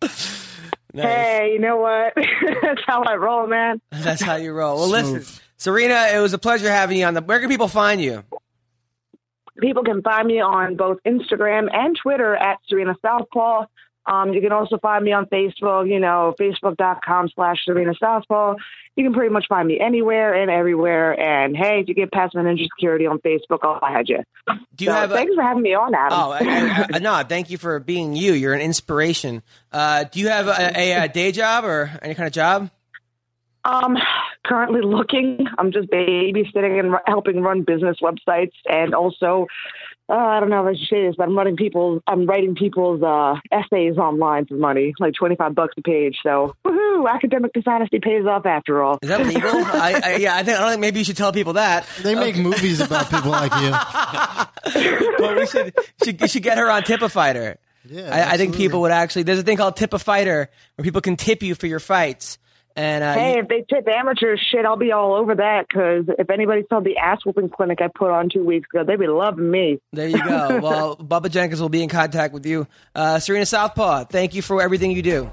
E: Hey, you know what? That's how I roll, man.
A: That's how you roll. Well, listen,
B: Smooth.
A: Serena, it was a pleasure having you on the. Where can people find you?
E: people can find me on both Instagram and Twitter at Serena Southpaw. Um, you can also find me on Facebook, you know, facebook.com slash Serena Southpaw. You can pretty much find me anywhere and everywhere. And hey, if you get past my ninja security on Facebook, I'll hide you.
A: Do you
E: So
A: have?
E: thanks
A: a,
E: for having me on, Adam.
A: oh, I, I, I, no. Thank you for being you. You're an inspiration. Uh, do you have a, a, uh day job or any kind of job?
E: Um, currently looking. I'm just babysitting and r- helping run business websites, and also uh, I don't know if I should say this, but I'm running people's, I'm writing people's uh, essays online for money, like 25 bucks a page. So, woohoo, academic dishonesty pays off after all.
A: Is that legal? I, I, yeah, I think I don't think maybe you should tell people that.
B: They make movies about people like you.
A: But we should should, you should get her on Tip a Fighter.
B: Yeah,
A: I, I think
B: absolutely.
A: people would actually. There's a thing called Tip a Fighter where people can tip you for your fights. And uh,
E: Hey,
A: you-
E: if they tip amateurs, shit, I'll be all over that. Because if anybody saw the ass whooping clinic I put on two weeks ago, they'd be loving me.
A: there you go. Well, Bubba Jenkins will be in contact with you. Uh, Serena Southpaw, thank you for everything you do.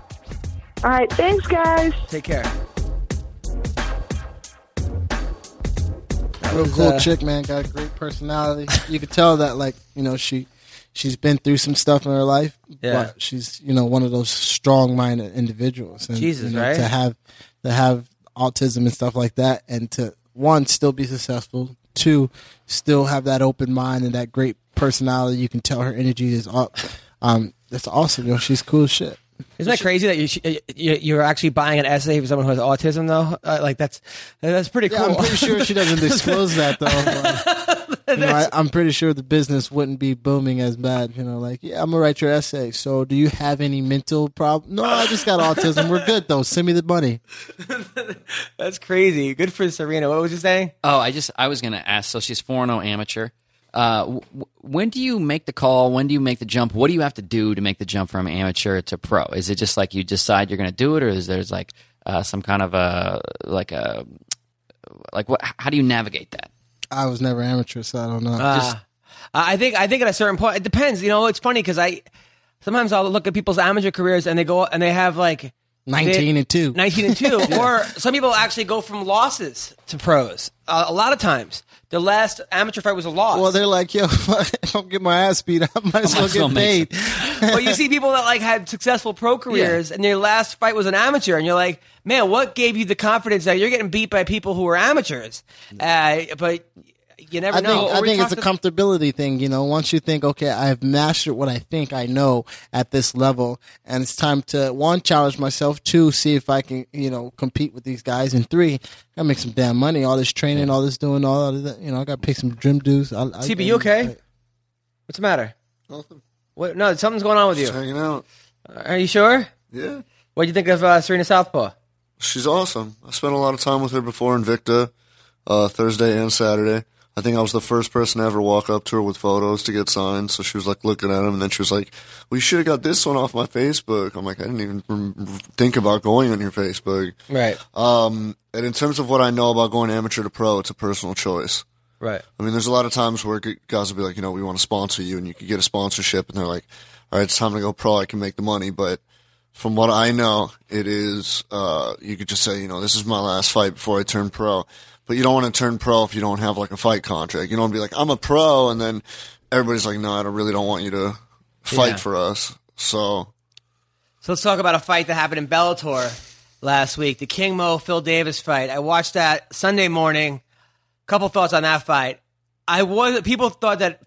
E: All right, thanks, guys.
A: Take care.
B: Real
A: was,
B: cool
A: uh,
B: chick, man. Got a great personality. You could tell that, like, you know, she she's been through some stuff in her life,
A: Yeah.
B: but she's you know one of those strong-minded individuals. And,
A: Jesus,
B: you know,
A: right?
B: To have to have autism and stuff like that, and to one still be successful, two still have that open mind and that great personality. You can tell her energy is up. Um, that's awesome, yo. She's cool as shit.
A: Isn't that crazy that you, sh- you you're actually buying an essay for someone who has autism though? Uh, like that's that's pretty
B: Yeah,
A: cool.
B: I'm pretty sure she doesn't disclose that though. but, you know, I, I'm pretty sure the business wouldn't be booming as bad. You know, like yeah, I'm gonna write your essay. So, do you have any mental problem? No, I just got autism. We're good though. Send me the money.
A: that's crazy. Good for Serena. What was you saying?
C: Oh, I just I was gonna ask. So she's four zero amateur. Uh, w- w- when do you make the call? When do you make the jump? What do you have to do to make the jump from amateur to pro? Is it just like you decide you're gonna do it, or is there's like uh, some kind of a like a like what? How do you navigate that?
B: I was never amateur, so I don't know.
A: I I think I think at a certain point it depends. You know, it's funny because I sometimes I'll look at people's amateur careers and they go and they have like
B: 19 and two.
A: 19 and 2 or some people actually go from losses to pros. Uh, a lot of times the last amateur fight was a loss.
B: well, they're like, yo, if I don't get my ass beat, I might as well
C: as well
B: get
C: make
B: paid.
A: but you see people that like had successful pro careers and their last fight was an amateur and you're like man what gave you the confidence that you're getting beat by people who are amateurs uh, but you never
B: Mm. I think,
A: know Or
B: I
A: we
B: think it's a
A: talked to-
B: comfortability thing. You know, once you think, okay, I've mastered what I think I know at this level, and it's time to one challenge myself, two see if I can, you know, compete with these guys, and three, I make some damn money. All this training, all this doing, all of that. You know, I got to pay some gym dues. I, I,
A: TB, you okay? what's the matter
D: Nothing.
A: what, no something's going on with you
D: Just hanging out.
A: are you sure
D: Yeah.
A: what do you think of uh, serena southpaw
D: She's awesome. I spent a lot of time with her before Invicta, uh, Thursday and Saturday. I think I was the first person to ever walk up to her with photos to get signed. So she was like looking at them, and then she was like, "We should have got this one off my Facebook." I'm like, "I didn't even rem- think about going on your Facebook."
A: right
D: Um, and in terms of what I know about going amateur to pro, it's a personal choice.
A: right
D: I mean, there's a lot of times where g- guys will be like, you know, we want to sponsor you, and you could get a sponsorship, and they're like, all right, it's time to go pro. I can make the money. But from what I know, it is, uh, you could just say, you know, this is my last fight before I turn pro. But you don't want to turn pro if you don't have like a fight contract. You don't wanna be like, I'm a pro, and then everybody's like, no, I don't, really don't want you to fight
A: Yeah.
D: for us. So
A: So let's talk about a fight that happened in Bellator last week, the King Mo Phil Davis fight. I watched that Sunday morning. Couple thoughts on that fight. I was people thought that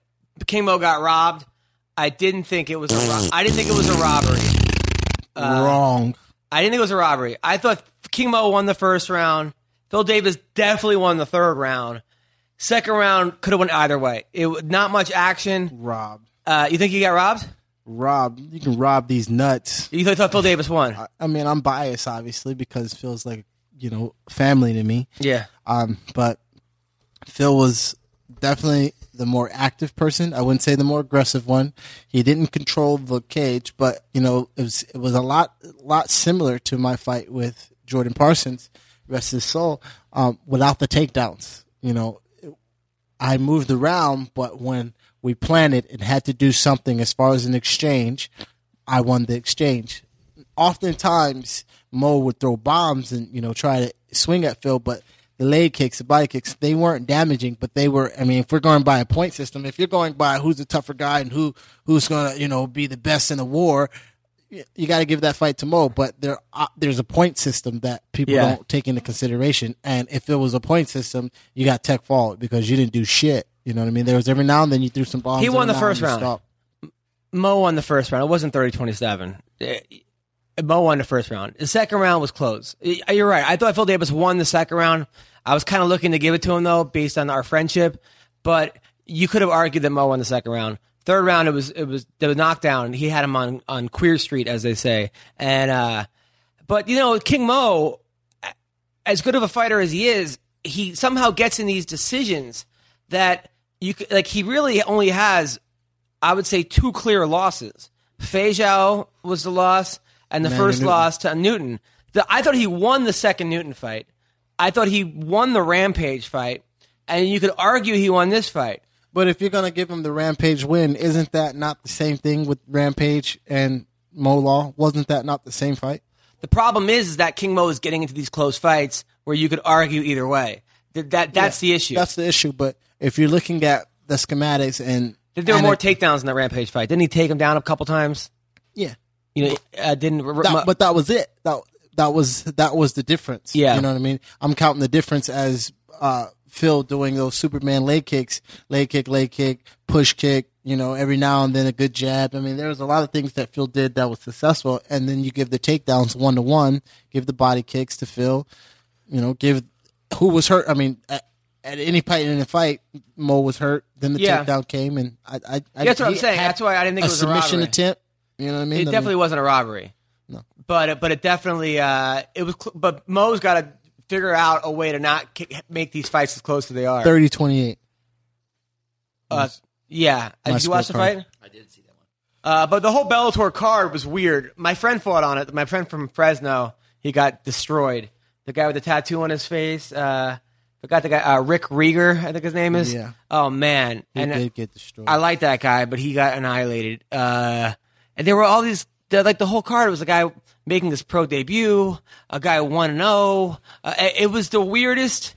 A: King Mo got robbed. I didn't think it was. A ro- I didn't think it was a robbery.
B: Wrong.
A: I didn't think it was a robbery. I thought King Mo won the first round. Phil Davis definitely won the third round. Second round could have went either way. It w- not much action.
B: Rob.
A: Uh, you think he got robbed?
B: Rob. You can rob these nuts.
A: You thought Phil Davis won?
B: I mean, I'm biased, obviously, because Phil's like, you know, family to me.
A: yeah.
B: Um, but Phil was definitely the more active person. I wouldn't say the more aggressive one. He didn't control the cage, but you know, it was it was a lot lot similar to my fight with Jordan Parsons, rest his soul, um, without the takedowns. You know, I moved around, but when we planted and had to do something as far as an exchange, I won the exchange. Oftentimes, Mo would throw bombs and you know try to swing at Phil, but the leg kicks, the body kicks, they weren't damaging, but they were. I mean, if we're going by a point system, if you're going by who's the tougher guy and who who's gonna you know be the best in the war, y- you got to give that fight to Mo. But there uh, there's a point system that people
A: Yeah.
B: don't take into consideration. And if it was a point system, you got tech fault because you didn't do shit. You know what I mean? There was every now and then you threw some bombs.
A: He won
B: every
A: the
B: now and
A: first
B: you
A: round.
B: stopped.
A: Mo won the first round. It wasn't 30 27. Mo won the first round. The second round was close. Y- You're right. I thought Phil Davis won the second round. I was kind of looking to give it to him, though, based on our friendship. But you could have argued that Mo won the second round. Third round, it was it was the knockdown. He had him on on Queer Street, as they say. And uh, but you know, King Mo, as good of a fighter as he is, he somehow gets in these decisions that you c- like. He really only has, I would say, two clear losses. Feijiao was the loss, and the first
B: Newton.
A: loss to Newton. The, I thought he won the second Newton fight. I thought he won the Rampage fight, and you could argue he won this fight.
B: But if you're gonna give him the Rampage win, isn't that not the same thing with Rampage and Mo Law? Wasn't that not the same fight?
A: The problem is, is that King Mo is getting into these close fights where you could argue either way. That, that that's the issue.
B: That's the issue. But if you're looking at the schematics and
A: there were
B: and
A: more
B: it-
A: takedowns in that Rampage fight. Didn't he take him down a couple times?
B: yeah,
A: You know, uh, didn't. r-
B: that,
A: Mo-
B: but that was it. That that was that was the difference.
A: Yeah.
B: you know what I mean. I'm counting the difference as uh, Phil doing those Superman leg kicks, leg kick, leg kick, push kick. You know, every now and then a good jab. I mean, there was a lot of things that Phil did that was successful. And then you give the takedowns one to one, give the body kicks to Phil. You know, give who was hurt. I mean. At, at any point in the fight, Mo was hurt. Then the
A: Yeah.
B: takedown came, and I, I, I
A: That's what I'm
B: he
A: saying.
B: had
A: That's why I didn't think
B: a
A: it was a
B: submission
A: robbery.
B: attempt. You know what I mean?
A: it
B: I mean-
A: definitely wasn't a robbery. No, but it- but it definitely uh, it was. Cl- but Mo's got to figure out a way to not kick, make these fights as close as they are.
B: 30 28.
A: Uh, yeah. Uh,
B: my
A: did you watch the
B: scorecard.
A: fight? I did see that one. Uh, but the whole Bellator card was weird. My friend fought on it. My friend from Fresno, he got destroyed. The guy with the tattoo on his face. Uh, forgot the guy. Uh, Rick Rieger, I think his name is.
B: Yeah.
A: Oh man,
B: He
A: and
B: did get destroyed.
A: I like that guy, but he got annihilated. Uh, and there were all these, the, like the whole card was a guy making this pro debut, a guy one and zero. It was the weirdest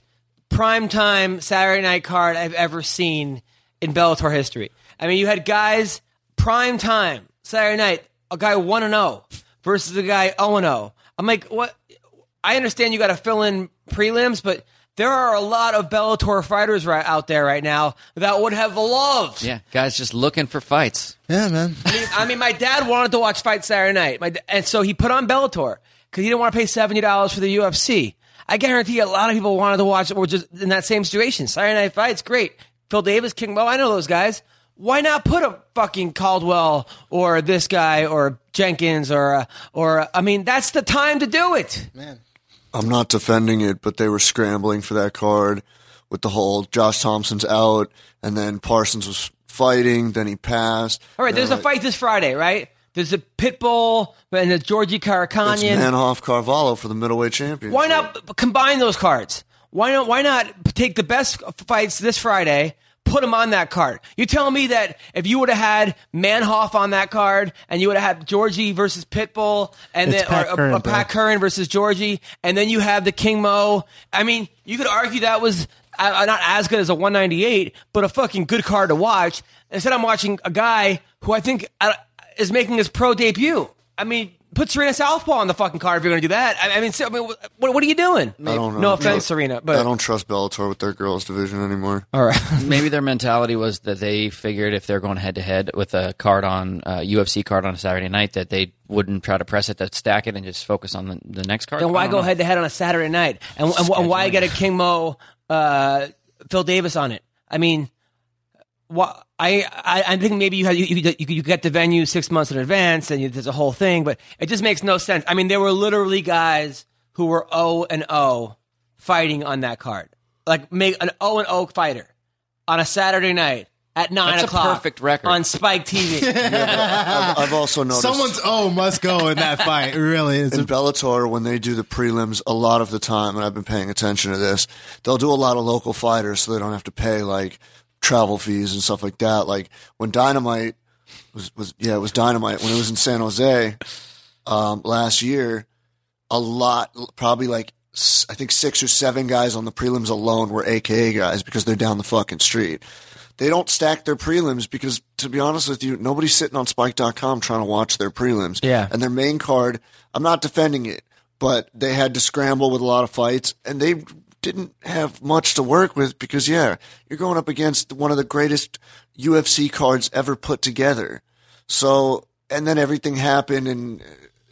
A: primetime Saturday night card I've ever seen in Bellator history. I mean, you had guys prime time Saturday night, a guy one and zero versus a guy zero and zero. I'm like, what? I understand you got to fill in prelims, but there are a lot of Bellator fighters right out there right now that would have loved.
C: Yeah, guys, just looking for fights.
B: yeah, man.
A: I mean, my dad wanted to watch Fight Saturday Night, my, da- and so he put on Bellator because he didn't want to pay seventy dollars for the UFC. I guarantee a lot of people wanted to watch it. Were just in that same situation. Saturday Night Fights, great. Phil Davis, King Mo, I know those guys. Why not put a fucking Caldwell or this guy or Jenkins or uh, or uh, I mean, that's the time to do it.
D: I'm not defending it, but they were scrambling for that card with the whole Josh Thompson's out, and then Parsons was fighting, then he passed.
A: All right, there's a fight this Friday, right? There's a Pitbull and the Georgie
D: It's
A: Karakanyan.
D: Manhoff Carvalho for the middleweight championship.
A: Why not b- combine those cards? Why not? Why not take the best fights this Friday? Put them on that card. You telling me that if you would have had Manhoff on that card, and you would have had Georgie versus Pitbull, and
B: It's
A: then
B: Pat
A: or,
B: Curran,
A: or,
B: bro.
A: Pat Curran versus Georgie, and then you have the King Mo. I mean, you could argue that was uh, not as good as a 198, but a fucking good card to watch. Instead, I'm watching a guy who I think uh, is making his pro debut. I mean, put Serena Southpaw on the fucking card if you're going to do that. I, I mean, so, I mean wh- what, what are you doing?
D: I don't know.
A: No offense, Serena, but
D: I don't trust Bellator with their girls division anymore.
A: all right.
C: Maybe their mentality was that they figured if they're going head to head with a card on uh, UFC card on a Saturday night that they wouldn't try to press it, to stack it, and just focus on the, the next card.
A: Then
C: I
A: why
C: don't
A: go
C: know.
A: head to head on a Saturday night? And, and, and why get a King Mo, uh, Phil Davis on it? I mean, why, I, I I think maybe you had you, you you get the venue six months in advance and you, there's a whole thing, but it just makes no sense. I mean, there were literally guys who were O and O fighting on that card, like make an O and O fighter on a Saturday night at nine
C: That's a
A: o'clock.
C: perfect record.
A: on Spike TV. Ah.
D: I've, I've also noticed
B: Someone's O must go in that fight. Really, it's
D: in Bellator when they do the prelims a lot of the time, and I've been paying attention to this. They'll do a lot of local fighters, so they don't have to pay like travel fees and stuff like that. Like when Dynamite was, was yeah, it was Dynamite when it was in San Jose um, last year. A lot, probably like s- I think six or seven guys on the prelims alone were AKA guys because they're down the fucking street. They don't stack their prelims because, to be honest with you, nobody's sitting on Spike.com trying to watch their prelims.
A: Yeah.
D: And their main card, I'm not defending it, but they had to scramble with a lot of fights and they didn't have much to work with because, yeah, you're going up against one of the greatest UFC cards ever put together. So, and then everything happened and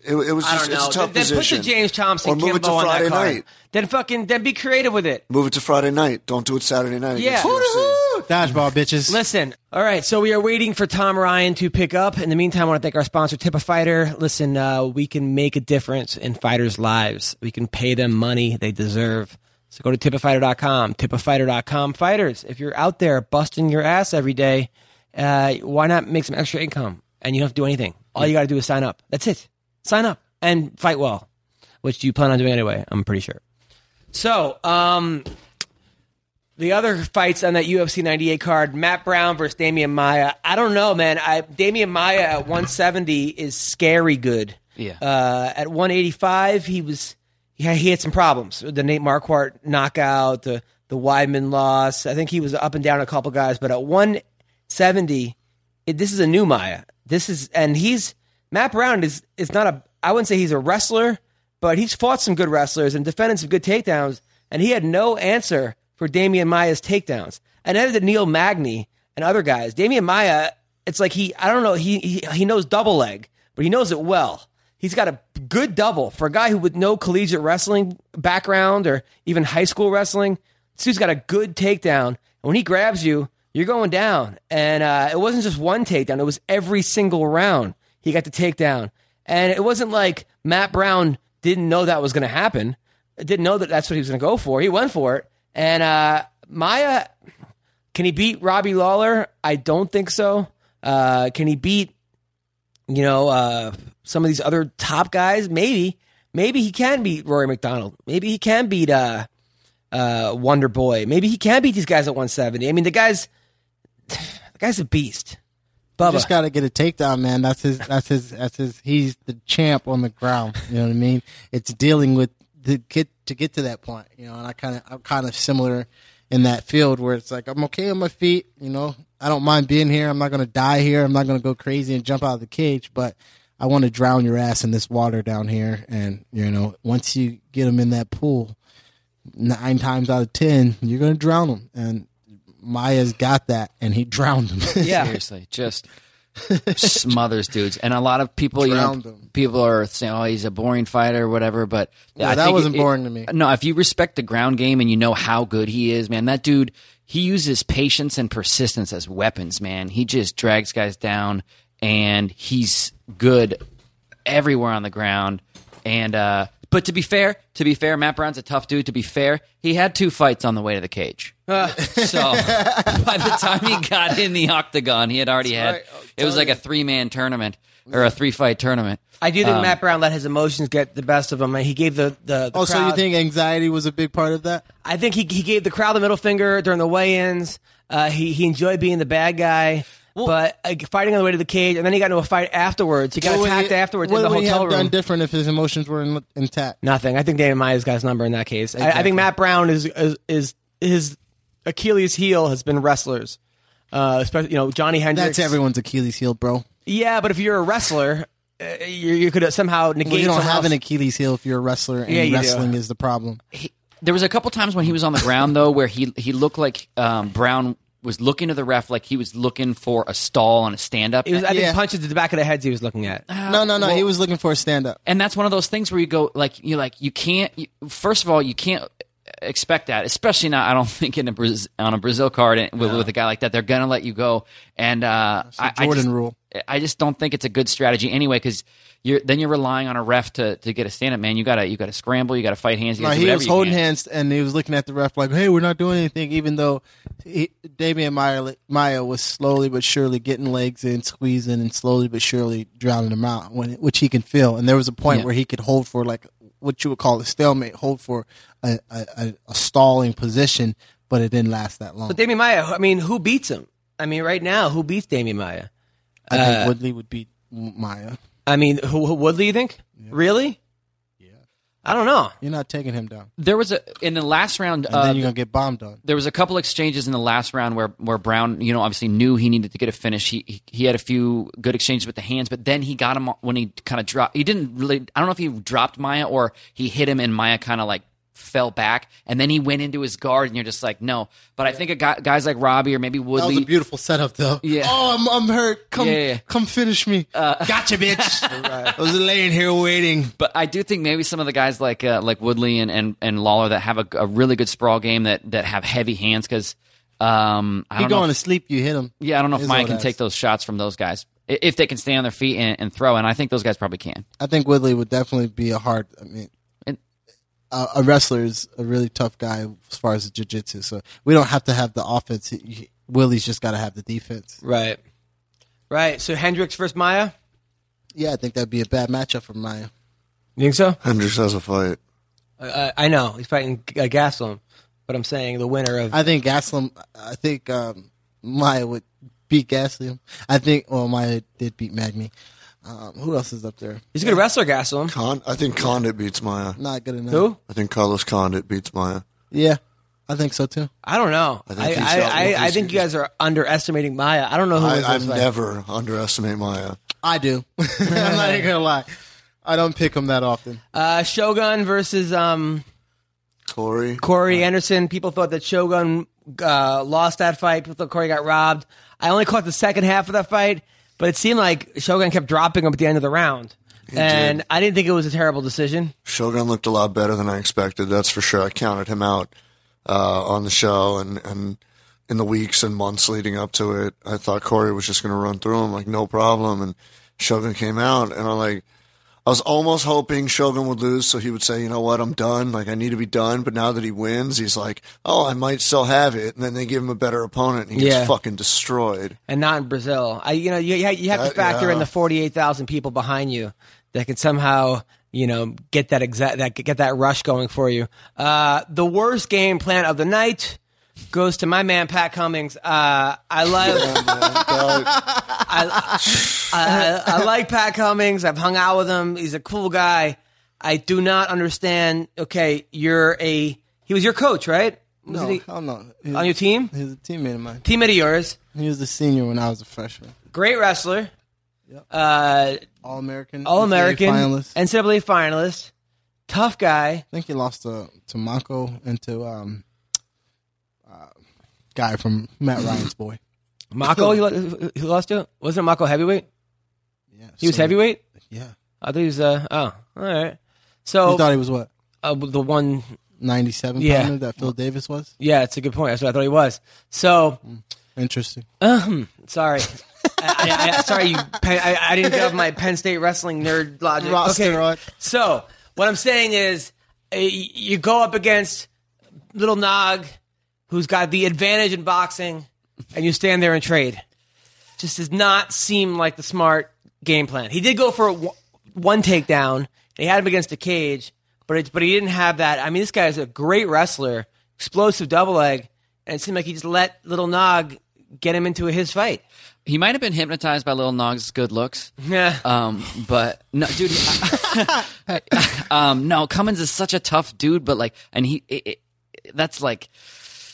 D: it, it was
A: I
D: just,
A: don't know.
D: it's a tough
A: then, then put
D: position.
A: the James Thompson
D: Or move it to
A: Kimbo on
D: Friday
A: that card.
D: night.
A: Then fucking then be creative with it.
D: Move it to Friday night. Don't do it Saturday night.
A: Yeah.
D: against UFC.
B: Dodgeball, bitches.
A: Listen, all right, so we are waiting for Tom Ryan to pick up. In the meantime, I want to thank our sponsor, Tip a Fighter. Listen, uh, we can make a difference in fighters' lives. We can pay them money they deserve. So go to tipafighter.com, tipafighter.com. Fighters, if you're out there busting your ass every day, uh, why not make some extra income? And you don't have to do anything. All you got to do is sign up. That's it. Sign up and fight well, which you plan on doing anyway, I'm pretty sure. So, um, the other fights on that UFC 98 card, Matt Brown versus Damian Maya. I don't know, man. I, Damian Maya at 170 is scary good.
C: Yeah.
A: Uh, at 185, he was yeah he had some problems. The Nate Marquardt knockout, the the Weidman loss. I think he was up and down a couple guys, but at 170, it, this is a new Maya. This is and he's Matt Brown is is not a I wouldn't say he's a wrestler, but he's fought some good wrestlers and defended some good takedowns, and he had no answer for Damian Maya's takedowns. And then did Neil Magny and other guys. Damian Maya, it's like he I don't know he he, he knows double leg, but he knows it well. He's got a good double for a guy who with no collegiate wrestling background or even high school wrestling. This dude's got a good takedown. And when he grabs you, you're going down. And uh, it wasn't just one takedown, it was every single round he got the takedown. And it wasn't like Matt Brown didn't know that was going to happen, didn't know that that's what he was going to go for. He went for it. And uh, Maya, can he beat Robbie Lawler? I don't think so. Uh, can he beat you know, uh, some of these other top guys. Maybe, maybe he can beat Rory McDonald. Maybe he can beat uh, uh, Wonder Boy. Maybe he can beat these guys at 170. I mean, the guy's the guy's a beast. Bubba,
B: just got to get a takedown, man. That's his. That's his. That's his. He's the champ on the ground. You know what I mean? It's dealing with the get to get to that point. You know, and I kind of I'm kind of similar in that field where it's like I'm okay on my feet. You know, I don't mind being here. I'm not gonna die here. I'm not gonna go crazy and jump out of the cage, but. I want to drown your ass in this water down here, and you know, once you get him in that pool, nine times out of ten, you're gonna drown him. And Maya's got that, and he drowned him.
A: yeah,
C: Seriously, just smothers dudes. And a lot of people,
B: Drowned
C: you know,
B: them.
C: people are saying, "Oh, he's a boring fighter, or whatever." But
B: Yeah, that wasn't boring to me.
C: No, if you respect the ground game and you know how good he is, man, that dude he uses patience and persistence as weapons. Man, he just drags guys down, and he's good everywhere on the ground. And uh, but to be fair, to be fair, Matt Brown's a tough dude. To be fair, he had two fights on the way to the cage. So by the time he got in the octagon, he had already had it was like a three man tournament or a three fight tournament.
A: I do think
B: Um,
A: Matt Brown let his emotions get the best of him, and he gave the the, the
B: Oh, so you
A: crowd-
B: think anxiety was a big part of that?
A: I think he he gave the crowd the middle finger during the weigh-ins. Uh, he he enjoyed being the bad guy. but uh, fighting on the way to the cage, and then he got into a fight afterwards. He got
B: What would
A: attacked
B: he-
A: afterwards
B: what
A: in the
B: would he
A: hotel
B: have done
A: room.
B: different if his emotions were in, intact?
A: Nothing. I think David Maya's got his number in that case. I, I think Matt Brown is, is is his Achilles heel has been wrestlers, uh, especially you know Johnny Hendricks.
B: That's everyone's Achilles heel, bro.
A: Yeah, but if you're a wrestler, uh, you, you could somehow negate.
B: Well, you don't
A: someone
B: have an
A: else.
B: Achilles heel if you're a wrestler, and
A: Yeah, you do.
B: wrestling is the problem.
C: There was a couple times when he was on the ground though, where he he looked like um, Brown was looking to the ref like he was looking for a stall on a stand up.
A: It was, I think
B: Yeah. Uh,
A: punches to the back of the heads he was looking at.
B: no, no, no. he was looking for a stand up.
C: and that's one of those things where you go like you like you can't you, first of all you can't expect that especially not i don't think in a Braz- on a brazil card and with, with a guy like that they're gonna let you go and uh I, I
B: Jordan
C: just,
B: rule.
C: i just don't think it's a good strategy anyway because you're then you're relying on a ref to, to get a stand-up man you gotta you gotta scramble you gotta fight hands you
B: No,
C: gotta
B: he
C: do whatever
B: was
C: you
B: holding
C: can.
B: hands and he was looking at the ref like, "Hey, we're not doing anything," even though he, Damian Maya, Maya was slowly but surely getting legs in, squeezing, and slowly but surely drowning him out, when, which he can feel. And there was a point
C: Yeah.
B: where he could hold for like what you would call a stalemate, hold for a, a, a, a stalling position, but it didn't last that long.
A: But Damian Maya, I mean, who beats him? I mean, right now, who beats Damian Maya?
B: I
C: uh,
B: think Woodley would beat Maya.
A: I mean, who, who Woodley? You think really? Yeah. I don't know.
B: You're not taking him down,
C: there was a in the last round
B: and
C: uh,
B: then you're gonna get bombed on.
C: there was a couple exchanges in the last round where where Brown, you know, obviously knew he needed to get a finish. He he, he had a few good exchanges with the hands, but then he got him when he kind of dropped. He didn't really. I don't know if he dropped Maya or he hit him and Maya kind of like fell back, and then he went into his guard, and you're just like, no. But I think a guy, guys like Robbie or maybe
B: That was a
C: Woodley.
B: beautiful setup, though.
C: Yeah.
B: Oh, I'm, I'm hurt. Come,
C: Yeah, yeah, Uh, yeah.
B: come finish me. gotcha, bitch. I was laying here waiting.
C: But I do think maybe some of the guys like uh, like Woodley and, and, and Lawler that have a, a really good sprawl game that that have heavy hands because Um, I
B: He
C: don't know.
B: going
C: if-
B: to sleep. You hit him.
C: yeah, I don't know if
B: His
C: Mike
B: old
C: can
B: ass.
C: take those shots from those guys I- if they can stay on their feet and, and throw. And I think those guys probably can.
B: I think Woodley would definitely be a hard. I mean,
C: And-
B: a, a wrestler is a really tough guy as far as jiu-jitsu. So we don't have to have the offense. He- he- Willie's just got to have the defense.
A: Right. Right. So Hendricks versus Maya?
B: Yeah, I think that'd be a bad matchup for Maya.
A: You think so?
D: Hendricks has a fight.
A: Uh, I know. He's fighting uh, Gaslam. But I'm saying the winner of.
B: I think Gaslam. I think um, Maya would beat Gaslam. I think. Well, Maya did beat Magni. Um, who else is up there?
A: he's a good wrestler, Gaslam.
D: Con- I think Condit beats Maya.
B: Not good enough.
A: Who?
D: I think Carlos Condit beats Maya.
B: Yeah, I think so too.
A: I don't know. I
D: think
A: I,
D: he's
A: I,
D: got-
A: I,
D: he's-
A: think you guys are underestimating Maya. I don't know who
D: I,
A: wins
D: I
A: this fight.
D: never underestimate Maya.
B: I do. I'm not even gonna lie. I don't pick him that often.
A: Uh, Shogun versus um,
D: Corey.
A: Corey Anderson. People thought that Shogun uh, lost that fight. People thought Corey got robbed. I only caught the second half of that fight, but it seemed like Shogun kept dropping him at the end of the round. and I didn't think it was a terrible decision.
D: Shogun looked a lot better than I expected. That's for sure. I counted him out uh, on the show and, and in the weeks and months leading up to it. I thought Corey was just going to run through him like no problem. And Shogun came out, and I like I was almost hoping Shogun would lose so he would say, you know what, I'm done. Like I need to be done. But now that he wins, he's like, oh, I might still have it. And then they give him a better opponent, and he
A: Yeah.
D: gets fucking destroyed.
A: and not in Brazil. I, you know, you, you ha- you have to
D: That-
A: factor in
D: yeah.
A: the forty-eight thousand people behind you that can somehow, you know, get that exact that get that rush going for you. Uh, the worst game plan of the night goes to my man Pat Cummings. Uh, I love.
D: uh,
A: I,
B: Uh-huh.
A: I like Pat Cummings. I've hung out with him. He's a cool guy. I do not understand. Okay, you're a he was your coach, right? Was
B: No,
A: he
B: hell no. He's,
A: on your team?
B: he's a teammate of mine.
A: Teammate of yours,
B: He was a senior when I was a freshman.
A: great wrestler. Uh,
B: All American.
A: All American,
B: finalist.
A: NCAA finalist, tough guy.
B: I think he lost to to Monko and to um, uh, guy from Matt Ryan's boy.
A: Mako, he, lo- he lost to? Wasn't Mako heavyweight?
B: Yeah,
A: He was
B: so-
A: heavyweight?
B: Yeah.
A: I thought he was, uh, oh, all right.
B: You
A: So,
B: thought he was what?
A: uh, the one,
B: 97
A: Oh. Yeah.
B: pounder that Phil Davis was?
A: yeah, it's a good point. That's what I thought he was. So,
B: Interesting.
A: sorry. I, I, I, sorry, you, Penn, I, I didn't get my Penn State wrestling nerd logic.
B: Roster, right?
A: So, what I'm saying is, uh, y- you go up against Little Nog, who's got the advantage in boxing, and you stand there and trade. Just does not seem like the smart game plan. He did go for a w- one takedown, and he had him against the cage, but it, but he didn't have that. I mean, this guy is a great wrestler, explosive double leg, and it seemed like he just let Little Nog get him into his fight.
C: He might have been hypnotized by Lil Nog's good looks.
A: Yeah.
C: Um, but no, dude. I- um, no, Cummins is such a tough dude, but like, and he, it, it, that's like,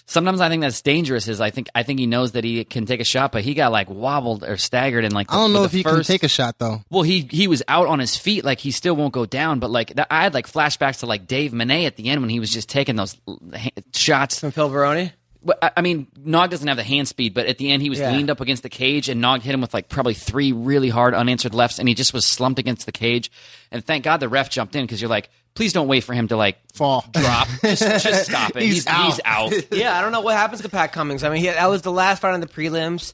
C: sometimes I think that's dangerous. Is I think I think he knows that he can take a shot, but he got like wobbled or staggered and like.
B: I don't know if he
C: first,
B: can take a shot, though.
C: Well, he he was out on his feet, like he still won't go down. But like that, I had like flashbacks to like Dave Monet at the end when he was just taking those l- ha- shots
A: From Phil Baroni?
C: but, I I mean, Nog doesn't have the hand speed, but at the end he was
A: Yeah.
C: leaned up against the cage, and Nog hit him with like probably three really hard unanswered lefts, and he just was slumped against the cage. And thank God the ref jumped in because you're like, please don't wait for him to like
B: Fall.
C: drop, just, just stop it.
B: He's
C: he's, he's out.
A: yeah, I don't know what happens to Pat Cummings. I mean, he, that was the last fight on the prelims,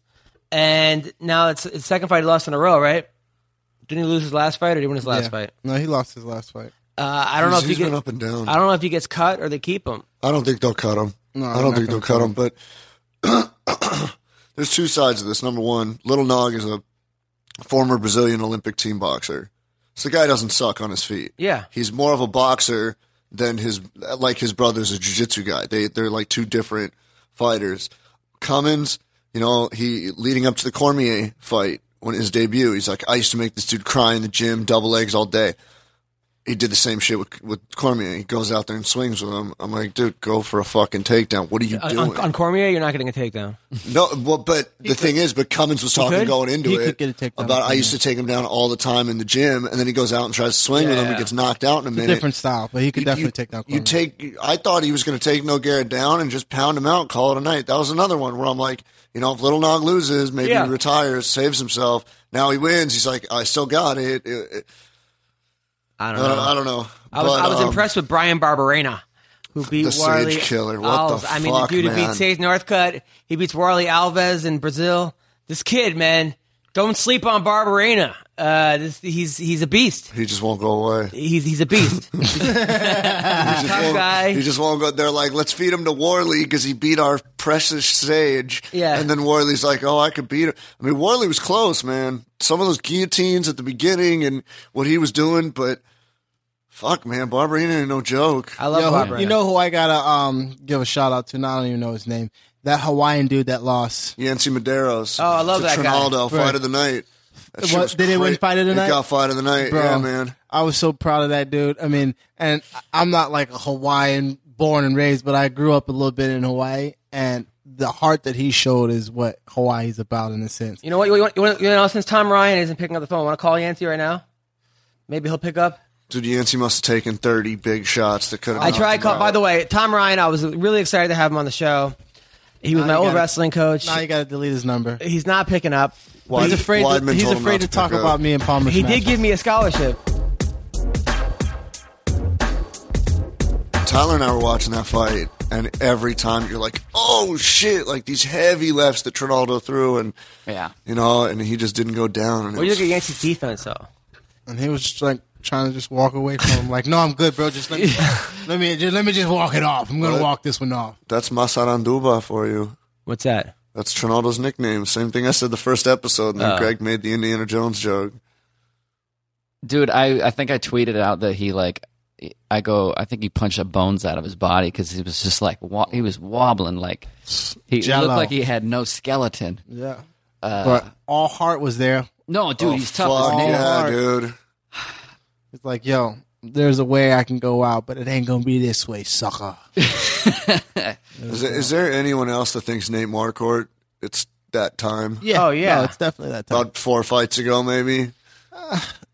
A: and now it's his second fight he lost in a row, right? Didn't he lose his last fight, or did he win his last
B: Yeah.
A: fight?
B: No, he lost his last fight.
A: Uh, I don't know
D: He's-
A: if he
D: he's
A: get,
D: been up and down.
A: I don't know if he gets cut or they keep him.
D: I don't think they'll cut him. I
B: they're
D: don't
B: not gonna
D: think they'll cut him. But there's two sides of this. Number one, Little Nog is a former Brazilian Olympic team boxer, so the guy doesn't suck on his feet.
A: Yeah.
D: he's more of a boxer than his like his brother's a jiu-jitsu guy. They they're like two different fighters. Cummins, you know, he leading up to the Cormier fight when his debut, he's like, I used to make this dude cry in the gym, double legs all day he did the same shit with with Cormier. He goes out there and swings with him. I'm like, dude, go for a fucking takedown. What are
B: Uh,
D: you
A: Uh, On,
D: doing?
A: on, on Cormier, you're not getting a takedown.
D: no, well, but the thing is, but Cummins was talking
A: could?
D: going into
B: He
D: it
B: could get a takedown
D: about I
B: from
D: used to take him down all the time in the gym, and then he goes out and tries to swing with him and gets knocked out in a minute.
B: Different style, but he could
D: You-
B: definitely
D: you-
B: take down
D: You
B: Cormier.
D: take. I thought he was going to take No Garrett down and just pound him out, call it a night. That was another one where I'm like, you know, if Little Nog loses, maybe
A: Yeah.
D: he retires, saves himself. Now he wins. He's like, I still got it. It- it-
A: I don't
D: I,
A: know. Uh,
D: don't, I don't know.
A: I was,
D: But,
A: I was
D: um,
A: impressed with Brian Barberena. who beat
D: The Sage
A: Warley
D: Killer. What
A: Alves.
D: the
A: I mean, the
D: fuck,
A: dude who
D: man?
A: beat Sage Northcutt, he beats Warley Alves in Brazil. This kid, man, don't sleep on Barbarina. Uh, this, he's he's a beast.
D: He just won't go away.
A: He's he's a beast.
D: He just, won't,
A: guy.
D: he just won't go. They're like, let's feed him to Warley because he beat our precious Sage.
A: Yeah.
D: And then Warley's like, oh, I could beat him. I mean, Warley was close, man. Some of those guillotines at the beginning and what he was doing, but fuck, man, Barbarina ain't no joke.
A: I love
B: Yo, who-
A: Barbarina.
B: you know who I gotta um give a shout out to? And I don't even know his name. That Hawaiian dude that lost.
D: Yancy Medeiros.
A: Oh, I love
D: the
A: that guy.
D: Trinaldo,
B: Right.
D: Fight of the Night. That shit
B: What,
D: was
B: they didn't win
D: great.
B: Fight of the
D: It
B: Night?
D: got Fight of the Night.
B: Bro,
D: Yeah, man.
B: I was so proud of that dude. I mean, and I'm not like a Hawaiian born and raised, but I grew up a little bit in Hawaii, and the heart that he showed is what Hawaii's about in a sense.
A: You know what? You, want, you, want, you know, since Tom Ryan isn't picking up the phone, want to call Yancey right now? Maybe he'll pick up.
D: Dude, Yancy must have taken 30 big shots that could have
A: I tried. Call, by the way, Tom Ryan. I was really excited to have him on the show. He was
B: Now
A: my
B: you
A: old
B: gotta-
A: wrestling coach.
B: Now you gotta delete his number.
A: He's not picking up.
B: He's afraid. To,
D: Weidman
B: he's
D: told him
B: afraid
D: not
B: to
D: to
B: talk
D: pick up.
B: about me and Palmer.
A: He
B: Smash.
A: did give me a scholarship.
D: Tyler and I were watching that fight, and every time you're like, "Oh shit!" Like these heavy lefts that Trinaldo threw, and
C: Yeah.
D: you know, and he just didn't go down. And it
A: Well, you
D: was-
A: look at Yancey's defense, though.
B: and he was just like trying to just walk away from him. Like, no, I'm good, bro. Just let me, let me, just, let me just walk it off. I'm gonna walk this one off.
D: that's Masaranduba for you.
A: What's that?
D: That's Trinaldo's nickname. Same thing I said the first episode,
C: Uh.
D: and then Greg made the Indiana Jones joke.
C: Dude, I, I think I tweeted out that he like I go I think he punched the bones out of his body because he was just like wa- he was wobbling like he
B: Jello.
C: looked like he had no skeleton.
B: Yeah, but all heart was there.
C: No, dude,
D: Oh,
C: he's tough as
D: fuck
C: nails.
D: yeah,
B: Hard.
D: dude.
B: It's like, yo, there's a way I can go out, but it ain't gonna be this way, sucker.
D: Is, there- is there anyone else that thinks Nate Marquardt? It's that time.
B: Yeah.
A: Oh, yeah.
B: No, it's definitely that time.
D: About four fights ago, maybe.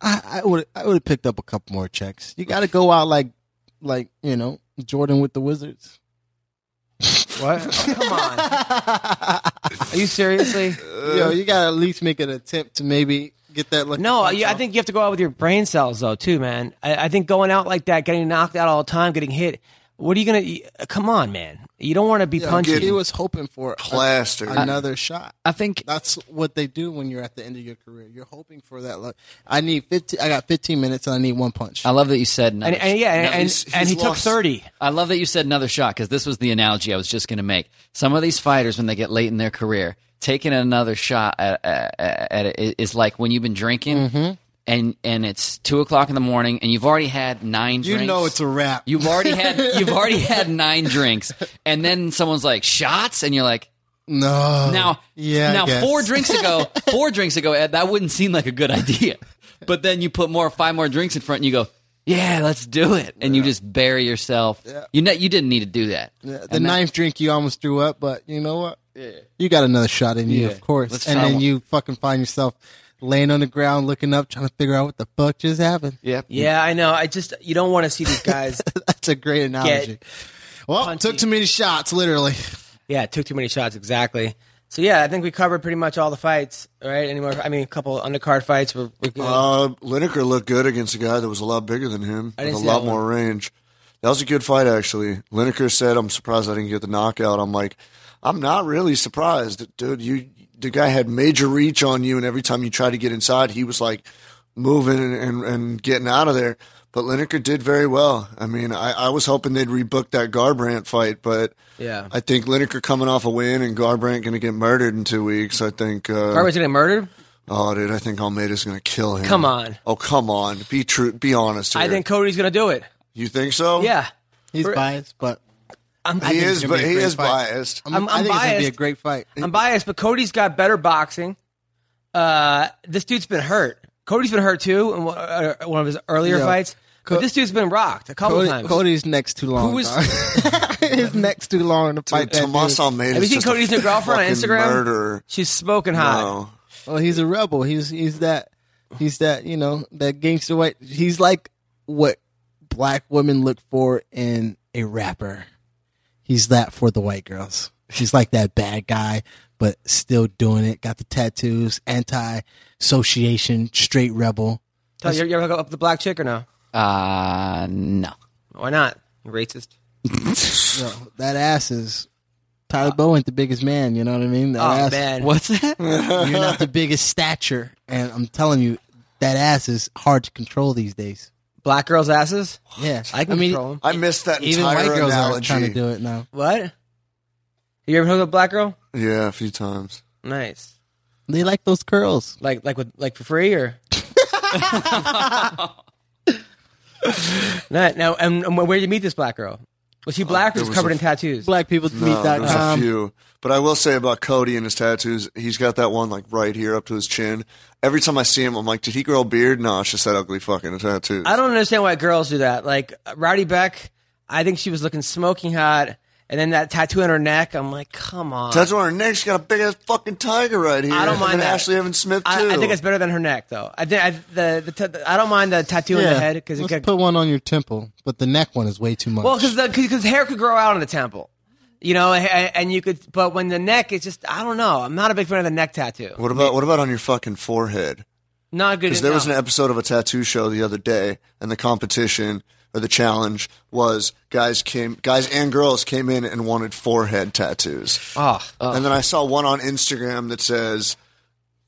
B: I would I would have picked up a couple more checks. You got to go out like like you know Jordan with the Wizards.
A: What? Oh, come on. Are you seriously?
B: yo, you got to at least make an attempt to maybe get that. Like,
A: No, yeah, I think you have to go out with your brain cells, though, too, man. I, I think going out like that, getting knocked out all the time, getting hit. What are you gonna? you- Come on, man. You don't want to be punched.
D: get-
B: he was hoping for a-
D: Plastered.
B: another shot.
C: I think
B: That's what they do when you're at the end of your career. You're hoping for that. Like, I need fifteen. I got fifteen minutes, and I need one punch.
C: I love that you said another.
A: And, and yeah, and,
C: no,
A: and,
C: he's-
A: and he
D: he's lost.
A: took thirty.
C: I love that you said another shot because this was the analogy I was just going to make. Some of these fighters, when they get late in their career, taking another shot at, at, at it is like when you've been drinking
B: Mm-hmm.
C: and and it's two o'clock in the morning and you've already had nine.
B: you
C: drinks.
B: know it's a wrap.
C: You've already had you've already had nine drinks, and then someone's like shots, and you're like,
B: no.
C: now
B: Oh, yeah. I
C: now
B: guess.
C: four drinks ago, four drinks ago, Ed, that wouldn't seem like a good idea. But then you put more five more drinks in front, and you go, yeah, let's do it, and you just bury yourself. You know you didn't need to do that.
B: Yeah, the ninth drink you almost threw up, but you know what? You got another shot in you,
C: Yeah.
B: of course.
C: Let's
B: and
C: try
B: then
C: one.
B: you fucking find yourself laying on the ground looking up trying to figure out what the fuck just happened.
C: Yep.
A: Yeah, I know. I just you don't want to see these guys.
B: That's a great analogy. Well,
A: punchy.
B: took too many shots, literally.
A: yeah, it took too many shots exactly. So yeah, I think we covered pretty much all the fights, right? Any more? I mean, a couple undercard fights. We're, we're good.
D: Uh, Lineker looked good against a guy that was a lot bigger than him, with
A: didn't
D: a
A: see
D: lot
A: that one.
D: more range. That was a good fight, actually. Lineker said, "I'm surprised I didn't get the knockout." I'm like, "I'm not really surprised, dude. You, the guy had major reach on you, and every time you tried to get inside, he was like moving and and, and getting out of there." But Lineker did very well. I mean, I, I was hoping they'd rebook that Garbrandt fight, but
A: yeah,
D: I think Lineker coming off a win and Garbrandt going to get murdered in two weeks. I think. Uh,
A: Carver's getting murdered.
D: Oh, dude, I think Almeida's going to kill him.
A: Come on.
D: Oh, come on. Be true. Be honest. Here.
A: I think Cody's gonna do it.
D: you think so.
A: Yeah,
B: He's
A: We're-
B: biased, but
A: I'm,
D: he
B: think
D: is,
B: it's gonna
D: but
B: be a
D: he
B: great
D: is
B: fight.
D: biased.
B: I'm,
A: I'm-
B: i think it's going to be a
A: biased.
B: great fight.
A: I'm biased, but Cody's got better boxing. Uh, this dude's been hurt. Cody's been hurt too in one- uh, one of his earlier
B: Yeah.
A: fights.
B: Co-
A: but this dude's been rocked a couple
B: Cody-
A: times.
B: Cody's neck's too long.
C: Who is-
B: dog. His neck's too long to
D: Dude,
B: fight that
D: Tomas
B: dude.
D: Almeida.
A: Have you seen Cody's new girlfriend on Instagram?
D: Murderer.
A: She's smoking hot.
D: No.
B: Well, Oh, he's a rebel. He's he's that he's that you know that gangster white. He's like what black women look for in a rapper. He's that for the white girls. He's like that bad guy, but still doing it. Got the tattoos, anti association, straight rebel.
A: Tell you, you ever hook up with the black chick or no?
C: Uh no.
A: Why not? You racist.
B: Yo, that ass is Tyler Bowen, the biggest man. You know what I mean? That
A: Uh, Oh
B: ass,
A: man,
C: What's that?
B: You're not the biggest stature, and I'm telling you, that ass is hard to control these days.
A: black girls' asses.
B: Yeah,
A: I can
B: mean,
A: control 'em.
D: I missed that
B: even
D: entire
B: white girls are
D: analogy.
B: trying to do it now.
A: What? You ever hooked up a black girl?
D: Yeah, a few times.
A: Nice.
B: They like those curls.
A: Like like with like for free or. now, now and, and where did you meet this black girl? Was she black or
D: Uh, there
A: was
D: was
A: covered
D: a-
A: in tattoos?
D: No, Um, there's a
B: Blackpeoplemeet.com.
D: few. But I will say about Cody and his tattoos, he's got that one like right here up to his chin. Every time I see him, I'm like, did he grow a beard? No, it's just that ugly fucking tattoo.
A: I don't understand why girls do that. Like Rowdy Beck, I think she was looking smoking hot, and then that tattoo on her neck. I'm like, come on.
D: That's why our neck's got a big ass fucking tiger right here.
A: I don't mind
D: and
A: that.
D: Ashley Evan Smith too.
A: I, I think it's better than her neck, though. I think I, the, the, t- the I don't mind the tattoo in the head because it
B: let's
A: could,
B: put one on your temple, but the neck one is way too much.
A: well, because because hair could grow out on the temple, you know, and, and you could. But when the neck is just, I don't know. I'm not a big fan of the neck tattoo.
D: What about what about on your fucking forehead?
A: Not good.
D: Because there
A: no.
D: was an episode of a tattoo show the other day, and the competition or the challenge was guys came guys and girls came in and wanted forehead tattoos,
A: oh,
D: and then I saw one on Instagram that says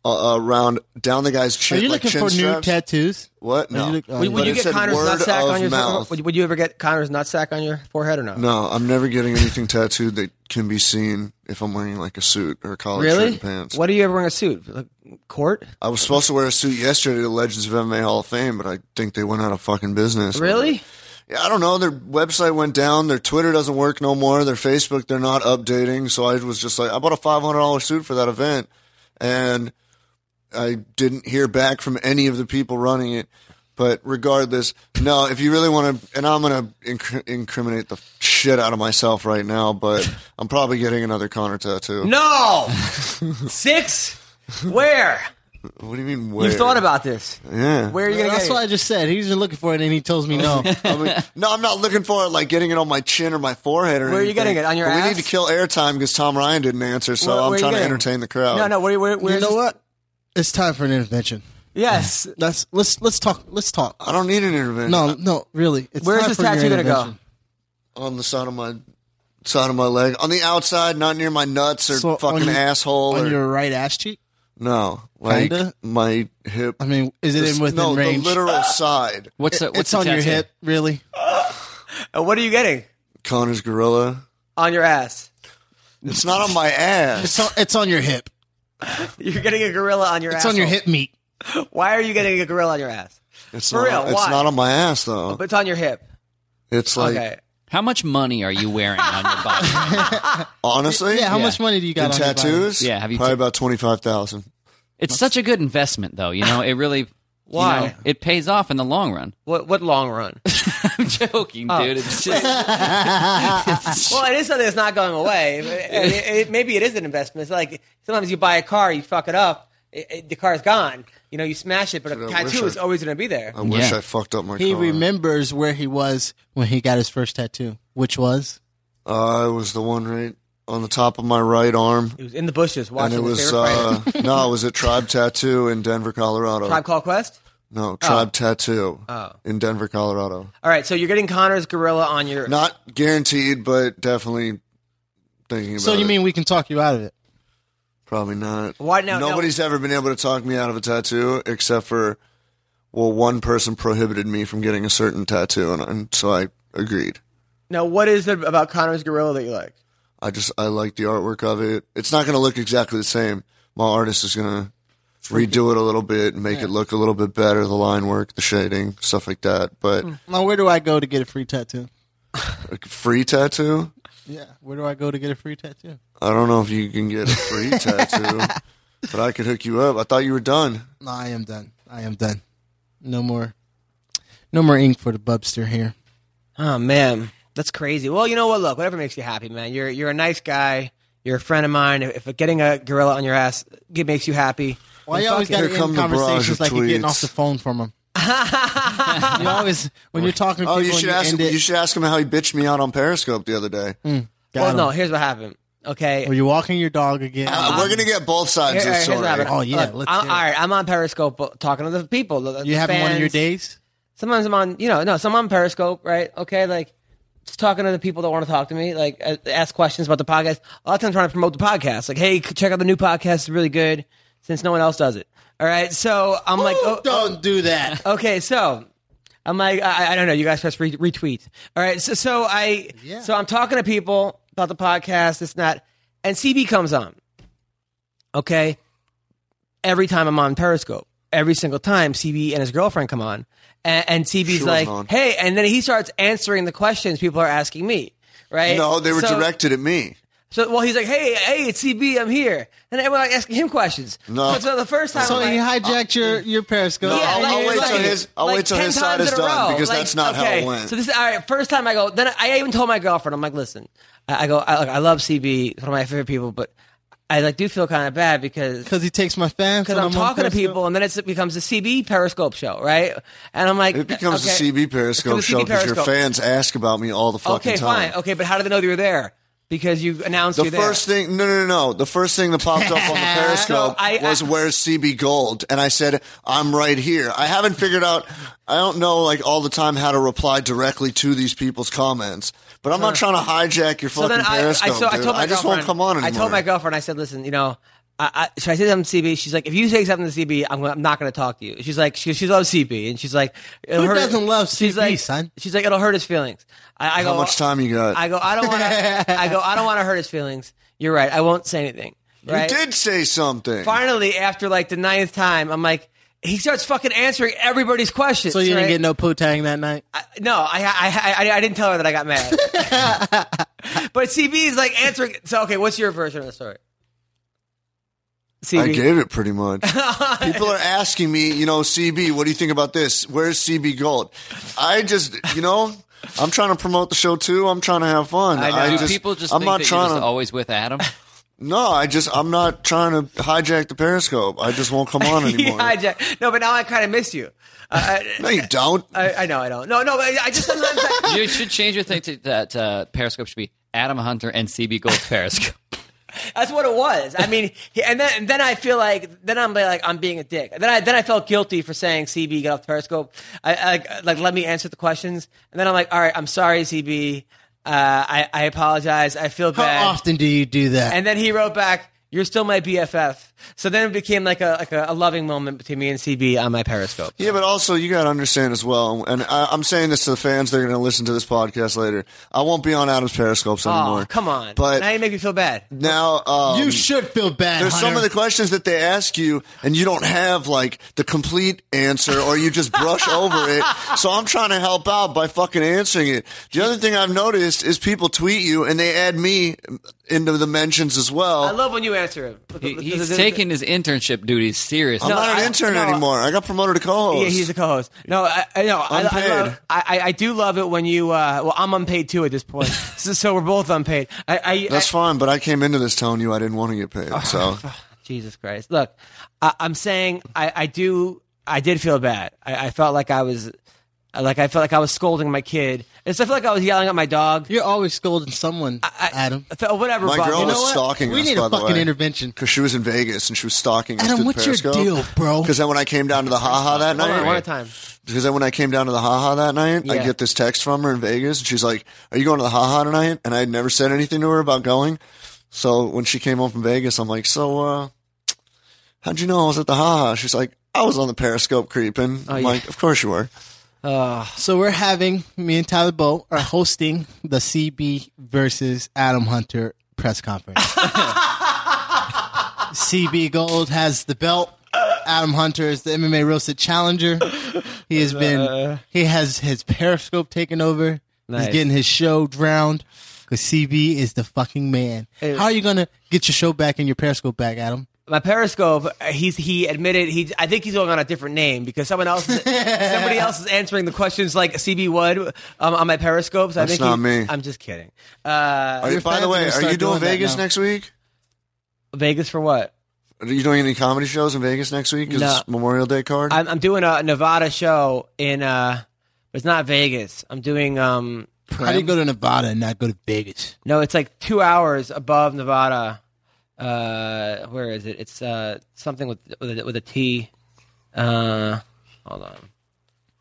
D: uh, around down the guy's
B: are
D: chin.
B: you
D: like
B: looking
D: chin
B: for new
D: straps.
B: tattoos?
D: What?
B: Are
D: No.
B: you look- oh,
A: would,
B: yeah.
A: would
D: But
A: you
D: it
A: get
D: said
A: Connor's
D: word
A: nutsack
D: of
A: on your
D: mouth.
A: Would, would "Oh, you ever get Connor's nutsack on your forehead or no?
D: No, I'm never getting anything tattooed that can be seen if I'm wearing like a suit or a collared shirt
A: really?
D: and pants.
A: What are you ever wearing a suit? Like, court?
D: I was supposed to wear a suit yesterday to Legends of MMA Hall of Fame, but I think they went out of fucking business.
A: Really?
D: Yeah, I don't know. Their website went down. Their Twitter doesn't work no more. Their Facebook, they're not updating. So I was just like, I bought a $500 suit for that event, and I didn't hear back from any of the people running it. But regardless, no, if you really want to, and I'm going to inc- incriminate the shit out of myself right now, but I'm probably getting another Connor tattoo.
A: No. Six? Where?
D: What do you mean, where?
A: You've thought about this.
D: Yeah.
A: Where are you going to
B: That's
A: get
B: what I
A: it?
B: just said. He's been looking for it, and he tells me no.
D: I mean, no, I'm not looking for it like getting it on my chin or my forehead or
A: Where are you
D: anything.
A: getting it? On your
D: but We
A: ass?
D: need to kill airtime because Tom Ryan didn't answer, so
A: Where- where are
D: I'm
A: you
D: trying to
A: getting it?
D: entertain the crowd.
A: No, no. Where? Where? where
B: you know what? It's time for an intervention.
A: Yes.
B: Let's let's let's talk. Let's talk.
D: I don't need an intervention.
B: No, no, really. It's
A: Where's
B: time
A: this
B: for your
A: tattoo gonna go?
B: intervention.
D: on the side of my side of my leg, on the outside, not near my nuts or
B: So on
D: fucking
B: your-
D: asshole
B: On
D: or
B: your right ass cheek.
D: no, like
B: Kinda?
D: my hip.
B: I mean, is it in within
D: no,
B: range?
D: the
A: Ah!
D: literal side.
C: What's the, what's
B: it's
C: the
B: on your
C: tattoo?
B: hip, really.
A: And Uh, what are you getting
D: Connor's gorilla.
A: on your ass?
D: It's not on my ass.
B: It's on, it's on your hip.
A: You're getting a gorilla on your.
B: It's on your
A: asshole.
B: hip meat.
A: Why are you getting a gorilla on your ass?
D: It's
A: For
D: not,
A: real,
D: It's
A: why?
D: not on my ass though.
A: But it's on your hip.
D: It's like
A: okay.
C: How much money are you wearing on your body?
D: honestly,
B: Yeah, how
C: Yeah.
B: much money do you got
D: in
B: on your body?
D: tattoos.
C: Yeah, have you
D: probably
C: t-
D: about twenty five thousand?
C: it's such a good investment, though. You know, it really.
A: Why?
C: You know, it pays off in the long run.
A: What? What long run?
C: I'm joking,
D: Oh.
C: dude. It's just
A: well, it is something that's not going away. It- it- it- maybe it is an investment. It's like sometimes you buy a car, you fuck it up, it, it- the car's gone. You know, you smash it, but a
D: I wish
A: tattoo
D: I-
A: is always going to be there.
D: I wish
C: Yeah.
D: I fucked up my
B: He
D: car.
B: remembers where he was when he got his first tattoo, which was
D: uh, it was the one right on the top of my right arm,
A: It was in the bushes
D: and
A: watching
D: it
A: his
D: was
A: favorite fighter.
D: uh, no, it was at Tribe Tattoo in Denver, Colorado.
A: Tribe Called Quest.
D: no, Tribe Tattoo in Denver, Colorado.
A: All right, so you're getting Connor's gorilla on your.
D: Not guaranteed, but definitely thinking about.
B: So you
D: it.
B: mean we can talk you out of it?
D: probably not?
A: Why- now- now-
D: Nobody's ever been able to talk me out of a tattoo except for well, one person prohibited me from getting a certain tattoo, and, and so I agreed.
A: now, what is it about Connor's gorilla that you like?
D: I just I like the artwork of it. It's not going to look exactly the same. My artist is going to redo it a little bit and make it look a little bit better. The line work, the shading, stuff like that. But
A: Hmm.
B: Now where do I go to get a free tattoo?
D: a free tattoo?
B: Yeah, where do I go to get a free tattoo?
D: I don't know if you can get a free tattoo, but I could hook you up. I thought you were done.
B: No, I am done. I am done. No more, no more ink for the bubster here.
A: Oh man, that's crazy. Well, you know what? Look, whatever makes you happy, man. You're you're a nice guy. You're a friend of mine. If if getting a gorilla on your ass it makes you happy,
B: Why
A: then
B: you always
A: fuck
B: got
A: it.
B: to
D: Here come
B: end
D: the barrage
B: conversations
D: of
B: like you're getting
D: tweets.
B: off the phone from them? you always when you're talking to people,
D: Oh, you should
B: and
D: ask.
B: you
D: Him,
B: end it.
D: you should ask him how he bitched me out on Periscope the other day.
A: Mm-hmm.
B: got
A: Well,
B: 'em.
A: no. Here's what happened. Okay,
B: Were you walking your dog again?
D: Uh, we're gonna get both
A: Here-
D: sides of the
A: here's what
D: story.
A: happened.
B: Oh, yeah,
A: Look,
B: let's
A: I'm,
B: hear it.
A: all right, I'm on Periscope uh, talking to the people. the- the
B: you having one of your
A: fans.
B: days?
A: Sometimes I'm on, you know, no, some on Periscope, right? Okay, like just talking to the people that want to talk to me, like uh, ask questions about the podcast. A lot of times, I'm trying to promote the podcast, like, hey, c- check out the new podcast; it's really good. Since no one else does it, all right. So I'm like, oh,
B: Don't do that.
A: okay, so I'm like, I, I don't know. You guys press re- retweet. All right, so so I so I'm talking to people about the podcast. It's not, and CB comes on. Okay, every time I'm on Periscope, every single time CB and his girlfriend come on, and, and CB's
D: She wasn't
A: like,
D: on.
A: hey, and then he starts answering the questions people are asking me. Right?
D: No, they were
A: So-
D: directed at me.
A: So, well, he's like, "Hey, hey, it's CB, I'm here," and everyone like asking him questions.
D: No.
A: So, so the first time,
B: So
A: I'm
B: Oh, he
A: like-
B: hijacked your, your Periscope.
D: No, I'll-
B: and
D: I'll
B: you-
A: it's
D: wait till his- I'll wait till
A: 10
D: his side
A: times
D: is
A: in a
D: done,
A: row.
D: because that's not how it went.
A: So this is all right. First time I go. Then I even told my girlfriend, I'm like, listen, I, I go, I, look, I love CB, he's one of my favorite people, but I like do feel kind of bad because
B: Because he takes my fans.
A: because
B: when
A: I'm
B: on
A: talking to
B: Periscope.
A: people, and then it's, it becomes a CB Periscope show, right? And I'm like,
D: It becomes
A: okay.
D: a CB Periscope
A: It becomes a
D: show
A: CB
D: because your
A: Periscope.
D: fans ask about me all the fucking
A: Okay,
D: time.
A: fine, okay, but how do they know you were there? Because you announced
D: The
A: you're there.
D: first thing, no, no, no, no. The first thing that popped up on the Periscope
A: So I-
D: was
A: I-
D: "Where's CB Gold?" and I said, "I'm right here." I haven't figured out. I don't know, like all the time, how to reply directly to these people's comments. But I'm not trying to hijack your fucking Periscope.
A: so
D: dude.
A: told my
D: just won't
A: girlfriend-
D: come on anymore.
A: I told my girlfriend, I said, listen, you know, I, I, should I say something to CB? She's like, if you say something to CB, I'm, gonna, I'm not going to talk to you. She's like, she, she loves CB, and she's like, it'll
B: Who
A: hurt-
B: doesn't love
A: she's
B: CB,
A: like,
B: son?
A: She's like, it'll hurt his feelings. I, I
D: How
A: go,
D: much time you got?
A: I go, I don't want to. I go, I don't want to hurt his feelings. You're right. I won't say anything.
D: you
A: Right?
D: did say something.
A: Finally, after like the ninth time, I'm like, he starts fucking answering everybody's questions.
B: So you
A: right?
B: didn't get no poo-tang that night?
A: No, I, I, I, I didn't tell her that I got mad. but CB is like answering. So, okay, what's your version of the story? CB.
D: I gave it pretty much. People are asking me, you know, CB, what do you think about this? Where's CB Gold? I just, you know, I'm trying to promote the show too. I'm trying to have fun. I,
A: know.
C: Do
D: just,
C: people just
D: I'm
C: think
D: not
C: that
D: trying
C: you're
D: to.
C: just always with Adam?
D: No, I just, I'm not trying to hijack the Periscope. I just won't come on
A: He
D: anymore.
A: hijacked- No, but now I kind of miss you. Uh,
D: no, you don't.
A: I, I know, I don't. No, no, but I just sometimes. I,
C: you should change your thing to that uh, Periscope should be Adam Hunter and CB Gold Periscope.
A: that's what it was. I mean, he- and then and then I feel like then I'm like I'm being a dick. Then I then I felt guilty for saying CB get off the Periscope. I, I like like let me answer the questions, and then I'm like, all right, I'm sorry, CB. Uh, I I apologize. I feel
B: How
A: bad.
B: often do you do that?
A: And then he wrote back, "You're still my BFF." So then it became like a like a, a loving moment between me and CB on my Periscope.
D: Yeah, but also you got to understand as well, and I, I'm saying this to the fans. They're going to listen to this podcast later. I won't be on Adam's Periscopes anymore.
A: Oh, come on!
D: But
A: now you make me feel bad.
D: now um,
B: you should feel bad.
D: There's some of the
B: Hunter.
D: questions that they ask you, and you don't have like the complete answer, or you just brush over it. So I'm trying to help out by fucking answering it. The other thing I've noticed is people tweet you, and they add me into the mentions as well.
A: I love when you answer him.
C: He- He's taking his internship duties seriously.
D: I'm not an
A: I-
D: intern
A: no,
D: anymore. I got promoted to co-host.
A: Yeah, he's a co-host. No, I, I no, I, I,
D: Unpaid.
A: love, I, I I do love it when you. Uh, well, I'm unpaid too at this point, so, so we're both unpaid. I, I,
D: That's
A: I-
D: fine, but I came into this telling you I didn't want to get
A: Oh,
D: paid. So
A: Jesus Christ! Look, I, I'm saying I, I do. I did feel bad. I, I felt like I was, like I felt like I was scolding my kid. It's I feel like I was yelling at my dog.
B: You're always scolding someone,
A: I-
B: Adam.
A: th- whatever.
D: My
A: Bob.
D: girl
A: You know
D: was
A: what?
D: stalking
B: We
D: us,
B: need
D: by
B: a
D: the
B: fucking
D: way.
B: intervention.
D: Because she was in Vegas and she was stalking us
B: Adam,
D: through
B: what's your
D: Periscope.
B: deal, bro?
D: Because then when I came down to the haha that
A: Hold
D: night,
A: on, one at a time.
D: Because then when I came down to the haha that night, I
A: Yeah.
D: get this text from her in Vegas, and she's like, "Are you going to the haha tonight?" And I had never said anything to her about going. So when she came home from Vegas, I'm like, "So, uh, how'd you know I was at the haha?" She's like, "I was on the Periscope creeping." I'm
A: yeah.
D: like, "Of course you were."
B: So we're having me and Tyler Bow are hosting the CB versus Adam Hunter press conference. CB Gold has the belt. Adam Hunter is the MMA roasted challenger. He has been he has his Periscope taken over.
A: Nice.
B: He's getting his show drowned because CB is the fucking man. How are you gonna get your show back and your Periscope back, Adam?
A: My Periscope. uh, He's he admitted he. I think he's going on a different name because someone else, is- somebody else is answering the questions like CB Wood um, on my Periscopes. I
D: That's
A: think
D: not
A: he-
D: me.
A: I'm just kidding. Uh,
D: Are you,
B: your
D: by
B: fans
D: the
B: are
D: way,
B: gonna
D: are
B: start
D: you doing
B: doing that
D: Vegas
B: now.
D: next week?
A: Vegas for what?
D: Are you doing any comedy shows in Vegas next week? 'Cause
A: No.
D: it's Memorial Day card.
A: I'm, I'm doing a Nevada show in. uh It's not Vegas. I'm doing. um
B: How do you go to Nevada and not go to Vegas?
A: No, it's like two hours above Nevada. Uh, where is it? It's uh, something with with a, with a T. Uh, hold on.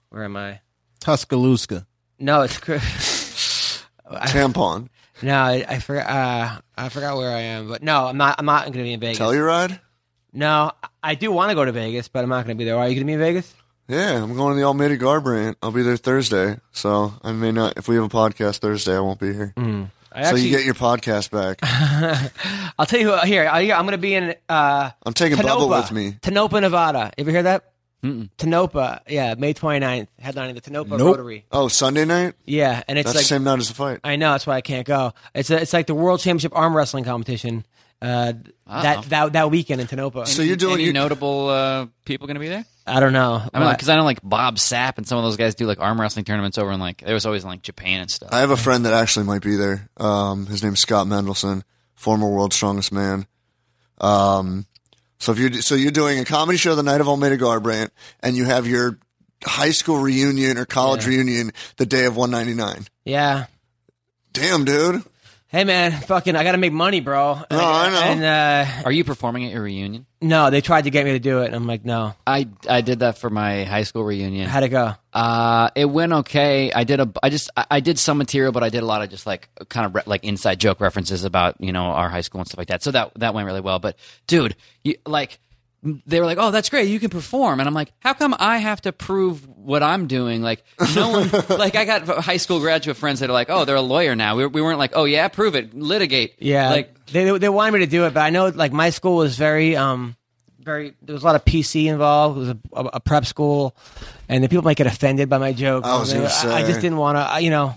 A: Where am I?
B: Tuscaloosa.
A: No, it's. cr-
D: Tampon.
A: No, I, I forgot. Uh, I forgot where I am. But no, I'm not. I'm not going to be in Vegas.
D: Telluride?
A: No, I- I do want to go to Vegas, but I'm not going to be there. Are you going to be in Vegas?
D: Yeah, I'm going to the Almeida Garbrandt. I'll be there Thursday. So I may not, if we have a podcast Thursday, I won't be here.
A: I
D: so
A: actually,
D: you get your podcast back.
A: I'll tell you what, here. I, I'm going to be in uh,
D: I'm taking Bubba
A: Tanopa,
D: with me.
A: Tanopa, Nevada. You ever hear that? Tanopa, yeah, May 29th, headlining the Tanopa Rotary.
D: Oh, Sunday night?
A: Yeah, and it's
D: That's
A: like
D: the same night as the fight.
A: I know that's why I can't go. It's a, it's like the World Championship Arm Wrestling Competition. Uh, that that that weekend in Tanopa.
D: So you're doing
C: Any
D: you-
C: notable uh, people going to be there?
A: I don't know.
C: I mean, because I know like Bob Sapp and some of those guys do like arm wrestling tournaments over in like there was always in like Japan and stuff.
D: I have a friend that actually might be there. Um, his name's Scott Mendelson, former World Strongest Man. Um, so if you so you're doing a comedy show the night of Almeida Garbrandt, and you have your high school reunion or college reunion the day of 199.
A: yeah.
D: Damn, dude.
A: Hey man, fucking, I gotta make money, bro. No,
D: I know.
A: And uh,
C: Are you performing at your reunion?
A: no, they tried to get me to do it, and I'm like, no.
C: I I did that for my high school reunion.
A: How'd it go?
C: Uh, it went okay. I did a, I just, I, I did some material, but I did a lot of just like kind of re- like inside joke references about you know our high school and stuff like that. So that that went really well. But dude, you like. They were like, "Oh, that's great! You can perform," and I'm like, "How come I have to prove what I'm doing?" Like, no one, like, I got high school graduate friends that are like, "Oh, they're a lawyer now." We, we weren't like, "Oh yeah, prove it, litigate."
A: Yeah,
C: like,
A: like they they wanted me to do it, but I know like my school was very um very there was a lot of PC involved. It was a, a, a prep school, and the people might get offended by my joke.
D: I was gonna
A: I, I
D: say.
A: just didn't want to. You know,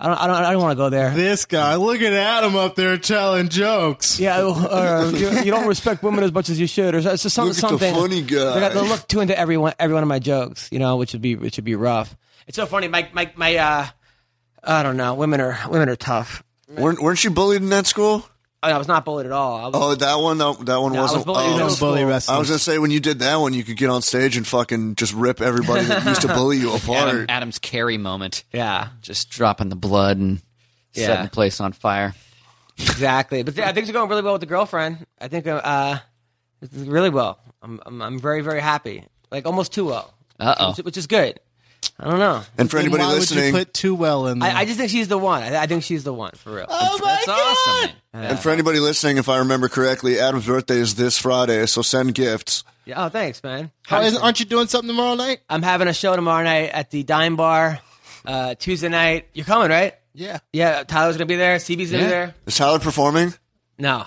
A: I don't I don't I don't want to go there.
B: This guy, look at Adam up there telling jokes.
A: Yeah, or, you, you don't respect women as much as you should, or so- so some,
D: Look at the
A: something.
D: funny guy.
A: They got to look too into every one, every one of my jokes, you know, which would be which would be rough. It's so funny. My my my. Uh, I don't know. Women are women are tough.
D: Weren't weren't you bullied in that school?
A: I was not bullied at all. I was,
D: Oh, that one. No, that one
A: I was
D: wasn't.
A: bullied in
D: oh.
A: middle
B: Don't bully
A: school.
B: wrestlers.
D: I was gonna say when you did that one, you could get on stage and fucking just rip everybody that used to bully you
C: Adam,
D: apart.
C: Adam's carry moment,
A: Yeah.
C: just dropping the blood and setting
A: Yeah.
C: the place on fire.
A: Exactly, but th- I think it's going really well with the girlfriend. I think uh, uh, it's really well. I'm, I'm I'm very very happy, like almost too well,
D: Oh.
C: Uh-oh.
A: which, which is good. I don't know.
D: And for
B: Then
D: anybody
B: why
D: listening,
B: would you put too well in there?
A: I, I just think she's the one. I, I think she's the one for real.
B: oh my
C: That's awesome. man.
D: And for anybody listening, if I remember correctly, Adam's birthday is this Friday, so send gifts.
A: Yeah, oh, thanks, man.
B: How is- aren't you doing something tomorrow night?
A: I'm having a show tomorrow night at the Dime Bar. Uh, Tuesday night, you're coming, right?
B: Yeah.
A: Yeah, Tyler's gonna be there. CB's gonna
C: Yeah.
A: be there.
D: Is Tyler performing?
A: No,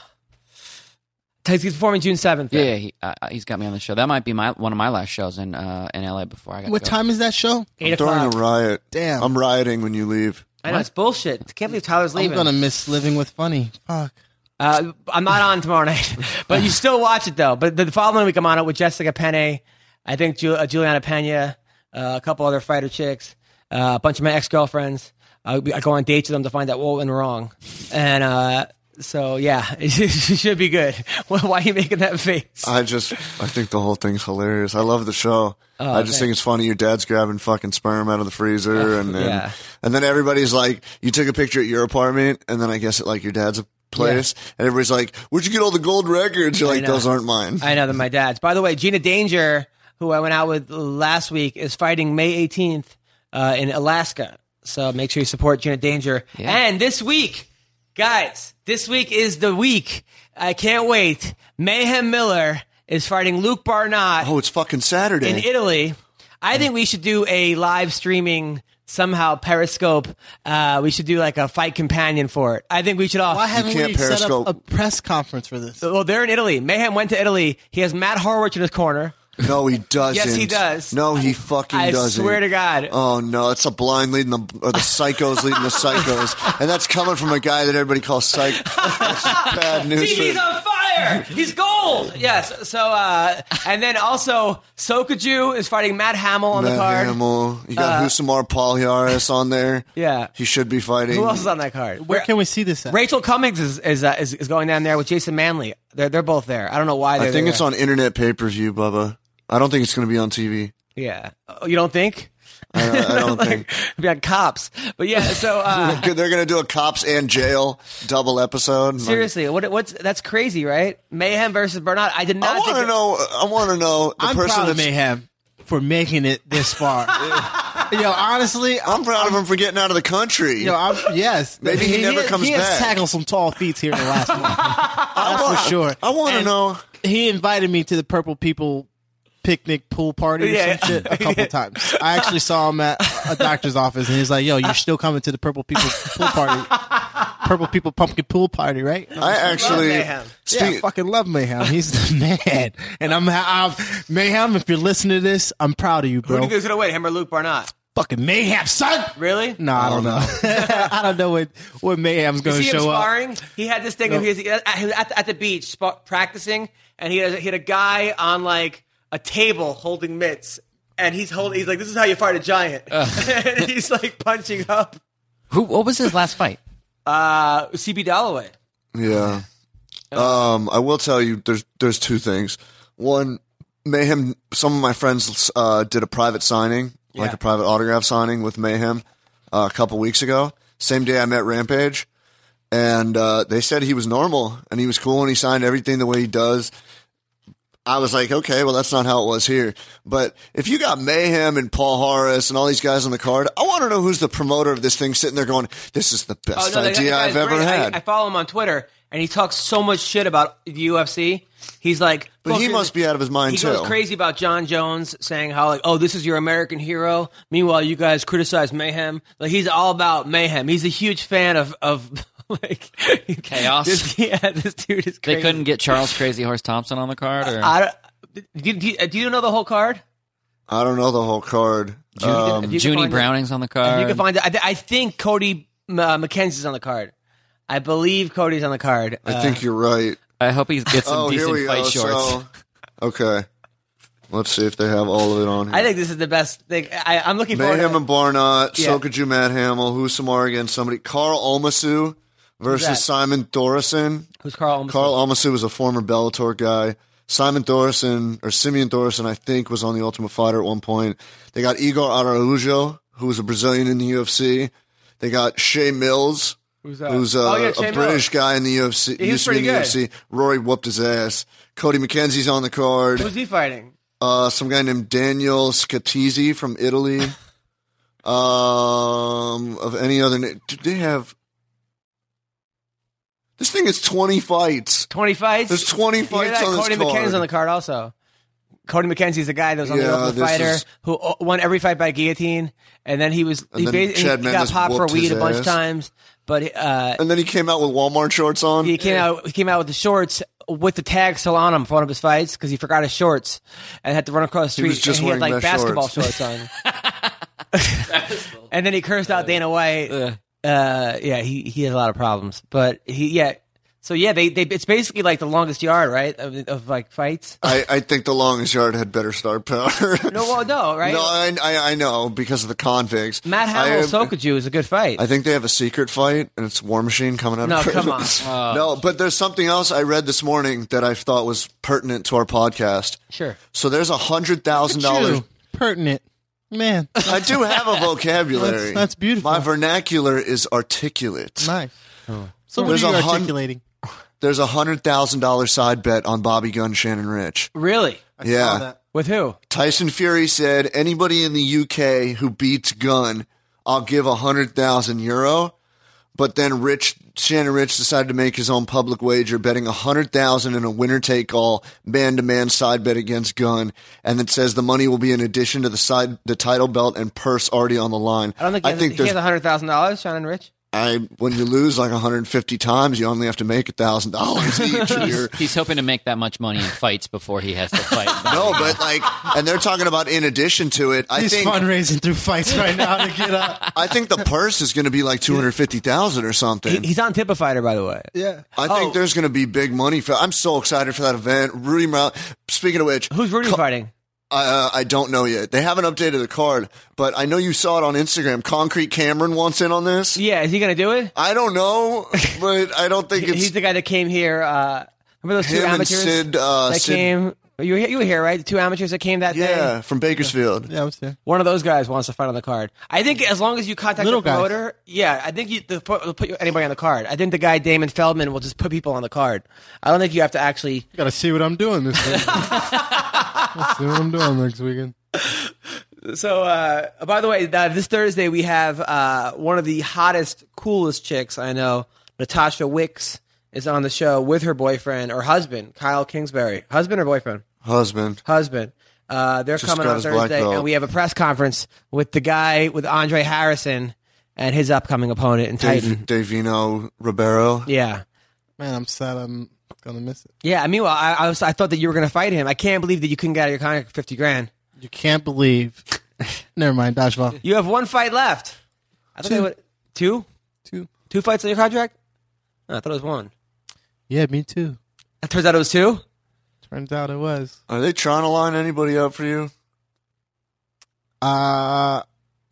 A: Tyler's he's performing June seventh.
C: Yeah, yeah he, uh, he's got me on the show. That might be my one of my last shows in uh, in LA before I got. to
B: What
C: go.
B: time is that show?
A: eight
D: During a
A: o'clock.
D: riot.
B: Damn.
D: I'm rioting when you leave.
A: I know it's bullshit. I can't believe Tyler's
B: I'm
A: leaving.
B: gonna miss living with funny. Fuck.
A: Uh, I'm not on tomorrow night, but you still watch it though. But the, the following week, I'm on it with Jessica Penne, I think Ju- uh, Juliana Pena, uh, a couple other fighter chicks, uh, a bunch of my ex girlfriends. I, I go on dates with them to find out what went wrong, and uh, so yeah, it should be good. Why why are you making that face?
D: I just, I think the whole thing's hilarious. I love the show.
A: Oh,
D: I just think it's funny. Your dad's grabbing fucking sperm out of the freezer, and then,
A: Oh, yeah.
D: and then everybody's like, "You took a picture at your apartment," and then I guess at like your dad's place, and everybody's like, "Where'd you get all the gold records?" You're like,
A: know.
D: "Those aren't mine."
A: I know that my dad's. By the way, Gina Danger, who I went out with last week, is fighting May 18th uh, in Alaska. So make sure you support Gina Danger. And this week, guys, this week is the week. I can't wait. Mayhem Miller is fighting Luke Barnott
D: oh, it's fucking Saturday.
A: in Italy. I think we should do a live streaming somehow Periscope. Uh, we should do like a fight companion for it. I think we should all.
B: Why haven't
D: can't
B: we set up
D: Periscope.
B: a press conference for this?
A: well, they're in Italy. Mayhem went to Italy. He has Matt Horwich in his corner.
D: No, he doesn't.
A: Yes, he does.
D: No, he fucking
A: I
D: doesn't.
A: swear to God.
D: Oh no, it's a blind leading the or the psychos leading the psychos, and that's coming from a guy that everybody calls psych. That's bad news. for-
A: TV's on fire. He's gold. Yes. So, uh, and then also Sokaju is fighting Matt Hamill on the
D: Matt
A: card. Uh,
D: Hamill. You got Husamar Palhares on there.
A: Yeah.
D: He should be fighting.
A: Who else is on that card?
B: Where can we see this at?
A: Rachel Cummings is is, uh, is is going down there with Jason Manley. They're they're both there. I don't know why. They're
D: I think
A: there.
D: it's on internet pay per view, Bubba. I don't think it's going to be on TV.
A: Yeah. Oh, you don't think?
D: I, I don't think.
A: We got cops. But yeah. So uh,
D: They're going to do a cops and jail double episode.
A: seriously, what what's that's crazy, right? Mayhem versus Bernard. I did not.
D: I want
A: think
D: to know. I want to know the
B: I'm
D: person
B: proud of
D: that's
B: Mayhem for making it this far. Yo, honestly,
D: I'm proud of him for getting out of the country.
B: yo, I'm, yes.
D: Maybe he never
B: has-
D: comes
B: he has
D: back.
B: tackled some tall feats here in the last month.
D: I
B: That's for sure.
D: I want to
B: And
D: know.
B: He invited me to the Purple People picnic pool party or
A: Yeah.
B: some shit a couple times. I actually saw him at a doctor's office, and he's like, "Yo, you're still coming to the Purple People pool party, Purple People pumpkin pool party, right?"
D: I actually.
A: mayhem.
D: Speak-
B: yeah, I fucking love Mayhem. He's the man, and I'm, I'm Mayhem. If you're listening to this, I'm proud of you,
A: Who do
B: bro.
A: you think's gonna win? Him or Luke Barnett?
B: fucking Mayhem, son.
A: Really?
B: No, I don't know.
A: Oh,
B: I don't know what what Mayhem's
A: You
B: going to
A: see him
B: show up.
A: sparring? He had this thing of his he was at, he was at the- at the beach spa- practicing, and he had, he had a guy on like a table holding mitts, and he's holding. He's like, "This is how you fight a giant," and he's like punching up
C: Who? What was his last fight?
A: uh, CB Dalloway.
D: Yeah.
A: Uh,
D: Um, I will tell you, there's there's two things. One, Mayhem. Some of my friends uh, did a private signing, like a private autograph signing with Mayhem, uh, a couple weeks ago. Same day I met Rampage, and uh, they said he was normal and he was cool and he signed everything the way he does. I was like, okay, well, that's not how it was here. But if you got Mayhem and Paul Horace and all these guys on the card, I want to know who's the promoter of this thing sitting there going, this is the best
A: that- that
D: idea
A: guy's
D: I've ever
A: great. I-
D: had.
A: I, follow him on Twitter, and he talks so much shit about the UFC. He's like,
D: But he
A: "Fuck
D: must
A: this."
D: be out of his mind,
A: He goes
D: too.
A: crazy about John Jones saying how like, oh, this is your American hero. Meanwhile, you guys criticize Mayhem. Like he's all about Mayhem. He's a huge fan of of like
C: Chaos.
A: This, yeah, this dude is
C: They
A: crazy.
C: couldn't get Charles Crazy Horse Thompson on the card, or
A: I don't, do, do, do you know the whole card?
D: I don't know the whole card. Um,
A: If you can
C: Junie
A: find it-
C: Browning's on the
A: if
C: card.
A: You can find it. I, thi- I think Cody uh, McKenzie's on the card. I believe Cody's on the card.
D: I think you're right.
C: I hope he gets some
D: Oh, here we
C: decent
D: go.
C: fight shorts.
D: So, okay, let's see if they have all of it on here.
A: I think this is the best thing. I, I'm looking forward.
D: Mayhem
A: to
D: and Barnott,
A: Yeah.
D: Sokaju Matt Hamill, Husamar against somebody, Carl Olmasu
A: that?
D: versus Simon Thorison.
A: Who's Carl? Olmstead?
D: Carl Olmasu was a former Bellator guy. Simon Thorison or Simeon Thorison, I think, was on the Ultimate Fighter at one point. They got Igor Araujo, who was a Brazilian in the UFC. They got Shea Mills,
A: Who's that?
D: who's a,
A: Oh, yeah,
D: a
A: Shea
D: British
A: Mills.
D: guy in the UFC.
A: He was
D: used to be
A: pretty
D: in the
A: good.
D: UFC. Rory whooped his ass. Cody McKenzie's on the card.
A: Who's he fighting?
D: Uh, some guy named Daniel Scatizzi from Italy. um, of any other name? Did they have? This thing is twenty fights.
A: Twenty fights.
D: There's 20
A: You hear
D: fights
A: that?
D: on this
A: Cody
D: card.
A: McKenzie's on the card also. Cody McKenzie's the guy that was on
D: Yeah,
A: the Ultimate
D: this
A: Fighter
D: is-
A: who o- won every fight by guillotine, and then he was he,
D: then
A: basi- he
D: Chad
A: got
D: Mendes
A: popped for
D: whooped
A: weed
D: his
A: a bunch of
D: ass.
A: times, but uh,
D: And then he came out with Walmart shorts on.
A: he came out he came out with the shorts with the tag still on him for one of his fights because he forgot his shorts and had to run across the street.
D: was just
A: and he had
D: wearing
A: like
D: mesh
A: basketball
D: shorts.
A: shorts, on. and then he cursed out Dana White. Uh, yeah, he he has a lot of problems, but he yeah. So yeah, they they it's basically like the longest yard, right? Of, of like fights.
D: I, I think the longest yard had better star power.
A: No, well, no, right?
D: No, I, I, I know because of the convicts.
A: Matt
D: I,
A: Hamill Sokaju is a good fight.
D: I think they have a secret fight, and it's War Machine coming out.
A: No,
D: of prison.
A: come on. Oh.
D: no, but there's something else I read this morning that I thought was pertinent to our podcast.
A: sure.
D: So there's a hundred thousand dollars.
B: True. pertinent, man.
D: I do have a vocabulary.
B: That's- that's beautiful.
D: My vernacular is articulate.
B: Nice.
A: Oh.
B: So what
D: There's
B: are you
D: a hun-
B: articulating?
D: There's a hundred thousand dollar side bet on Bobby Gunn, Shannon Rich.
A: Really?
D: yeah,
A: With who?
D: Tyson Fury said anybody in the UK who beats Gunn, I'll give a hundred thousand euro. But then Rich Shannon Rich decided to make his own public wager, betting a hundred thousand in a winner take all man to man side bet against Gunn, and then says the money will be in addition to the side the title belt and purse already on the line.
A: I don't think he has, he
D: there's
A: has hundred thousand dollars. Sean and Rich.
D: I when you lose like 150 times, you only have to make thousand dollars each year.
C: He's hoping to make that much money in fights before he has to fight.
D: No, but like, and they're talking about in addition to it. I
B: He's
D: think
B: fundraising through fights right now to get up.
D: I think the purse is going to be like 250,000 or
A: He,
D: something.
A: he's on Tip Fighter, by the way.
B: Yeah.
D: I think
A: oh.
D: there's going to be big money. For, I'm so excited for that event. Rudy Mount. Speaking of which,
A: Who's Rudy fighting?
D: I, uh, I don't know yet. They haven't updated the card, but I know you saw it on Instagram. Concrete Cameron wants in on this.
A: Yeah, is he gonna do it?
D: I don't know, but I don't think
A: He's
D: it's
A: the guy that came here. Uh, remember those two
D: him and
A: amateurs
D: Sid. Uh,
A: that
D: Sid
A: came? You were, you were here, right? The two amateurs that came that
D: yeah,
A: day.
D: from Bakersfield.
B: Yeah, I was there.
A: One of those guys wants to fight on the card. I think as long as you contact
B: Little
A: the
B: guys.
A: promoter, yeah, I think you the, pro- they'll put anybody on the card. I think the guy Damon Feldman will just put people on the card. I don't think you have to actually.
B: Gotta see what I'm doing this weekend. Let's see what I'm doing next weekend.
A: So, uh, by the way, uh, this Thursday we have uh, one of the hottest, coolest chicks I know, Natasha Wicks, is on the show with her boyfriend or husband, Kyle Kingsbury. Husband or boyfriend?
D: Husband.
A: Husband. Uh, they're
D: Just
A: coming
D: got
A: on
D: his black
A: Thursday,
D: belt.
A: and we have a press conference with the guy with Andre Harrison and his upcoming opponent in Titan.
D: Dave, Davino Ribeiro.
A: Yeah.
B: Man, I'm sad. I'm gonna miss it.
A: Yeah, meanwhile, I, I, was, I thought that you were going to fight him. I can't believe that you couldn't get out of your contract for 50 grand.
B: You can't believe. Never mind. Dodgeball.
A: You have one fight left. I thought
B: Two.
A: They would, two?
B: Two.
A: Two fights on your contract? No, I thought it was one.
B: Yeah, me too.
A: It turns out it was two?
B: Turns out it was.
D: Are they trying to line anybody up for you?
B: Uh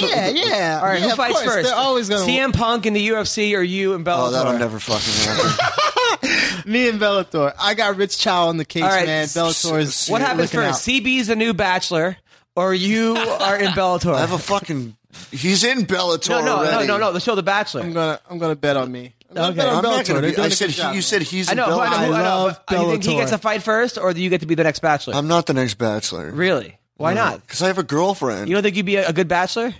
B: yeah, yeah.
A: All right, who
B: yeah, of
A: fights
B: course.
A: first?
B: They're always gonna.
A: CM Punk in the UFC or you and Bellator?
D: Oh, that'll never fucking happen.
B: me and Bellator. I got Rich Chow on the case,
A: All right,
B: man.
A: s-
B: Bellator's.
A: What happens
B: looking
A: first?
B: out.
A: CB's the new Bachelor or you are in Bellator?
D: I have a fucking. He's in Bellator
A: no, no, no,
D: already.
A: no, no. The show The Bachelor.
B: I'm gonna. I'm gonna bet on me. I'm gonna
A: Okay.
B: bet on
D: I'm not
B: Bellator.
D: gonna
B: They're
D: be,
B: doing
D: I
B: a
D: said
B: good
D: he,
B: job.
D: you said he's
A: I know,
D: in
A: who I know,
D: Bellator.
A: who I know.
B: love
A: but You think he
B: Bellator.
A: gets a fight first, or do you get to be the next Bachelor?
D: I'm not the next Bachelor.
A: really? Why not?
D: Because I have a girlfriend.
A: You don't think you'd be a, a good Bachelor?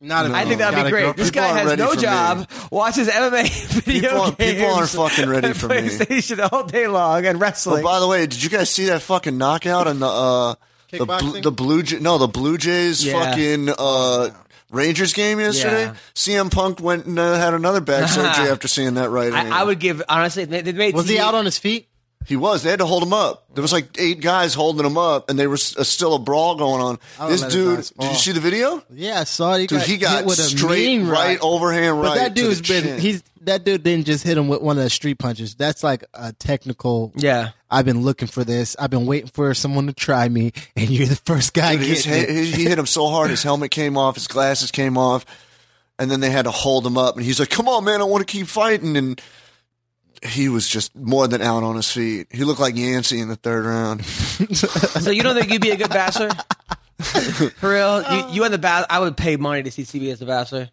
B: Not
D: No.
A: I think that'd
B: Gotta
A: be
B: go.
A: great. This
D: People
A: guy
D: aren't
A: has
D: ready
A: no
D: for me.
A: job, watches MMA video
D: People aren't-
A: games.
D: people aren't fucking ready
A: and
D: for me.
A: PlayStation all day long and
D: Oh,
A: wrestling.
D: by the way, did you guys see that fucking knockout on the uh the, bl-
B: Kickboxing?
D: the blue J- no the Blue Jays
A: Yeah.
D: fucking uh Rangers game yesterday?
A: Yeah.
D: CM Punk went and uh, had another back surgery after seeing that right. hand.
A: I, I would give honestly. They, they made
B: Was he
A: TV
B: out on his feet?
D: He was. They had to hold him up. There was like eight guys holding him up, and they were s- uh, still a brawl going on.
B: don't
D: This
B: let his
D: dude.
B: eyes
D: Did
B: fall.
D: you see the video?
B: Yeah, I saw it. He
D: Dude,
B: got
D: he got
B: hit with a
D: straight
B: mean
D: right overhand
B: But
D: right.
B: that
D: to the
B: dude's been
D: chin.
B: he's that dude didn't just hit him with one of the street punches. That's like a technical.
A: Yeah.
B: I've been looking for this. I've been waiting for someone to try me, and you're the first guy.
D: Dude, his
B: getting
D: he-
B: it.
D: he, he hit him so hard, his helmet came off, his glasses came off, and then they had to hold him up. And he's like, "Come on, man, I want to keep fighting." And he was just more than out on his feet. He looked like Yancey in the third round.
A: So you don't think you'd be a good bachelor? For real, you, you and the bachelor. I would pay money to see CB as the bachelor.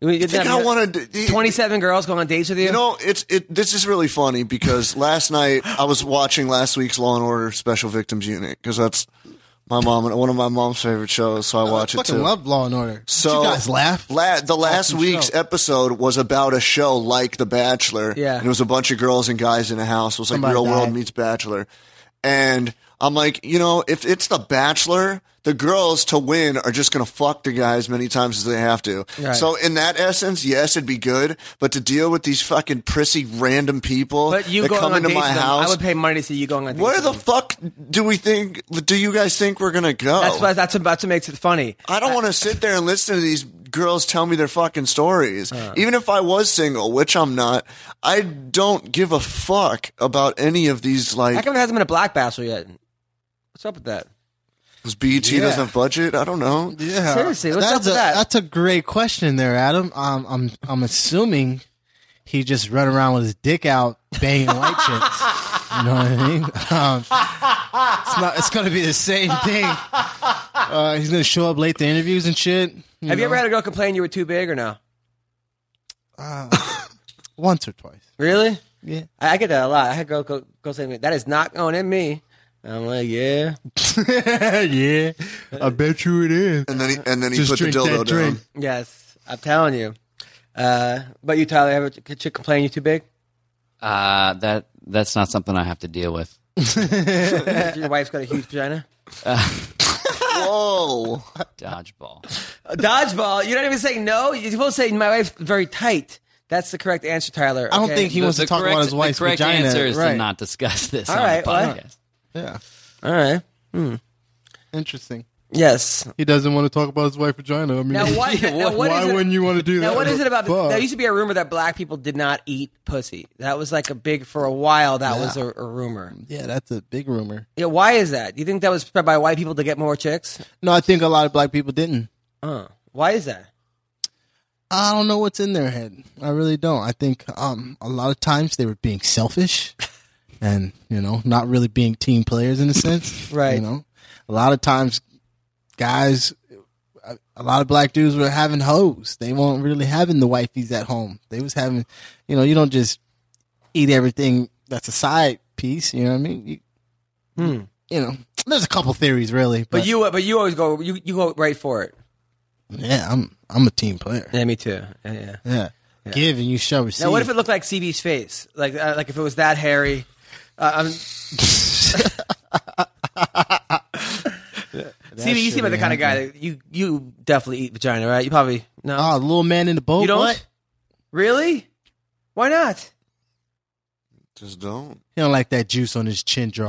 A: You would- you'd
D: Think
A: have
D: I want to
A: Twenty-seven girls going on dates with you.
D: You know, it's it. This is really funny because last night I was watching last week's Law and Order Special Victims Unit because that's my mom and one of my mom's favorite shows, so I watch
B: I
D: it
B: fucking
D: too.
B: love Law and Order. Did
D: So
B: you guys laugh.
D: La- the last
B: Awesome
D: week's
B: show.
D: episode was about a show like The Bachelor.
A: Yeah.
D: and it was a bunch of girls and guys in a house. It was like
B: Somebody
D: Real World
B: died.
D: meets Bachelor, and I'm like, you know, if it's The Bachelor, the girls to win are just gonna fuck the guys many times as they have to.
A: Right.
D: So in that essence, yes, it'd be good, but to deal with these fucking prissy random people
A: but you
D: that
A: going
D: come
A: on
D: into
A: dates
D: my
A: with them, I
D: house.
A: would pay money to see you going on dates.
D: where
A: with
D: the
A: them.
D: fuck do we think? Do you guys think we're gonna go?
A: That's why that's about to makes it funny.
D: I don't want to sit there and listen to these girls tell me their fucking stories. Even if I was single, which I'm not, I don't give a fuck about any of these.
A: How
D: Like,
A: come there hasn't been a black bachelor yet? What's up with that?
D: because BET
B: Yeah.
D: doesn't have budget. I don't know.
B: Yeah.
A: Seriously, what's up
B: that's
A: with
B: a,
A: that?
B: That's a great question there, Adam. Um, I'm I'm assuming he just run around with his dick out banging white chicks. You know what I mean? Um, it's not. It's gonna be the same thing. Uh, he's gonna show up late to interviews and shit.
A: Have you ever had a girl complain you were too big or no?
B: once or twice?
A: Really?
B: Yeah.
A: I, I get that a lot. I had a girl go, go say to me, "That is not going in me." And I'm like, "Yeah."
B: yeah, I bet you it is.
D: And then he, and then he
B: Just
D: put the
B: drink
D: dildo
B: that drink.
D: down.
A: Yes, I'm telling you. Uh, but you, Tyler, have a chick complain you're too big?
C: Uh, that that's not something I have to deal with.
A: Your wife's got a huge vagina.
D: Whoa!
C: Dodgeball.
A: A dodgeball. You're not even saying no. You're supposed to say my wife's very tight. That's the correct answer, Tyler.
B: I don't
A: okay?
B: think he wants to talk about his wife's
C: the correct
B: vagina.
C: answer is
B: right.
C: to not discuss this
A: All
C: on
A: right,
C: the
A: well-
C: podcast.
B: Yeah,
A: All right.
B: interesting.
A: Yes.
B: He doesn't want to talk about his wife's vagina. I mean,
A: Now what? now what
B: why
A: is it-
B: wouldn't you want to do
A: Now
B: that?
A: what is it about?
B: Fuck.
A: There used to be a rumor that black people did not eat pussy. That was like a big for a while. That was a, a rumor.
B: Yeah, that's a big rumor.
A: Yeah. Why is that? Do you think that was spread by white people to get more chicks?
B: No, I think a lot of black people didn't.
A: Uh, why is that?
B: I don't know what's in their head. I really don't. I think um, a lot of times they were being selfish and, you know, not really being team players in a sense.
A: Right.
B: You know, a lot of times guys, a- a lot of black dudes were having hoes. They weren't really having the wifeys at home. They was having, you know, you don't just eat everything that's a side piece. You know what I mean? You, you know, There's a couple theories, really,
A: Hmm.
B: but,
A: But you, uh, but you always go, you, you go right for it.
B: yeah, I'm I'm a team player.
A: Yeah, me too. Yeah, yeah.
B: Yeah, give and you shall receive.
A: Now, what if it looked like CB's face? Like, uh, like if it was that hairy? Uh, I'm, CB, you seem like the kind of guy that you you definitely eat vagina, right? You probably no,
B: Oh, the little man in the boat.
A: you don't
B: What?
A: really. Why not?
D: Just don't.
B: He don't like that juice on his chin jaw.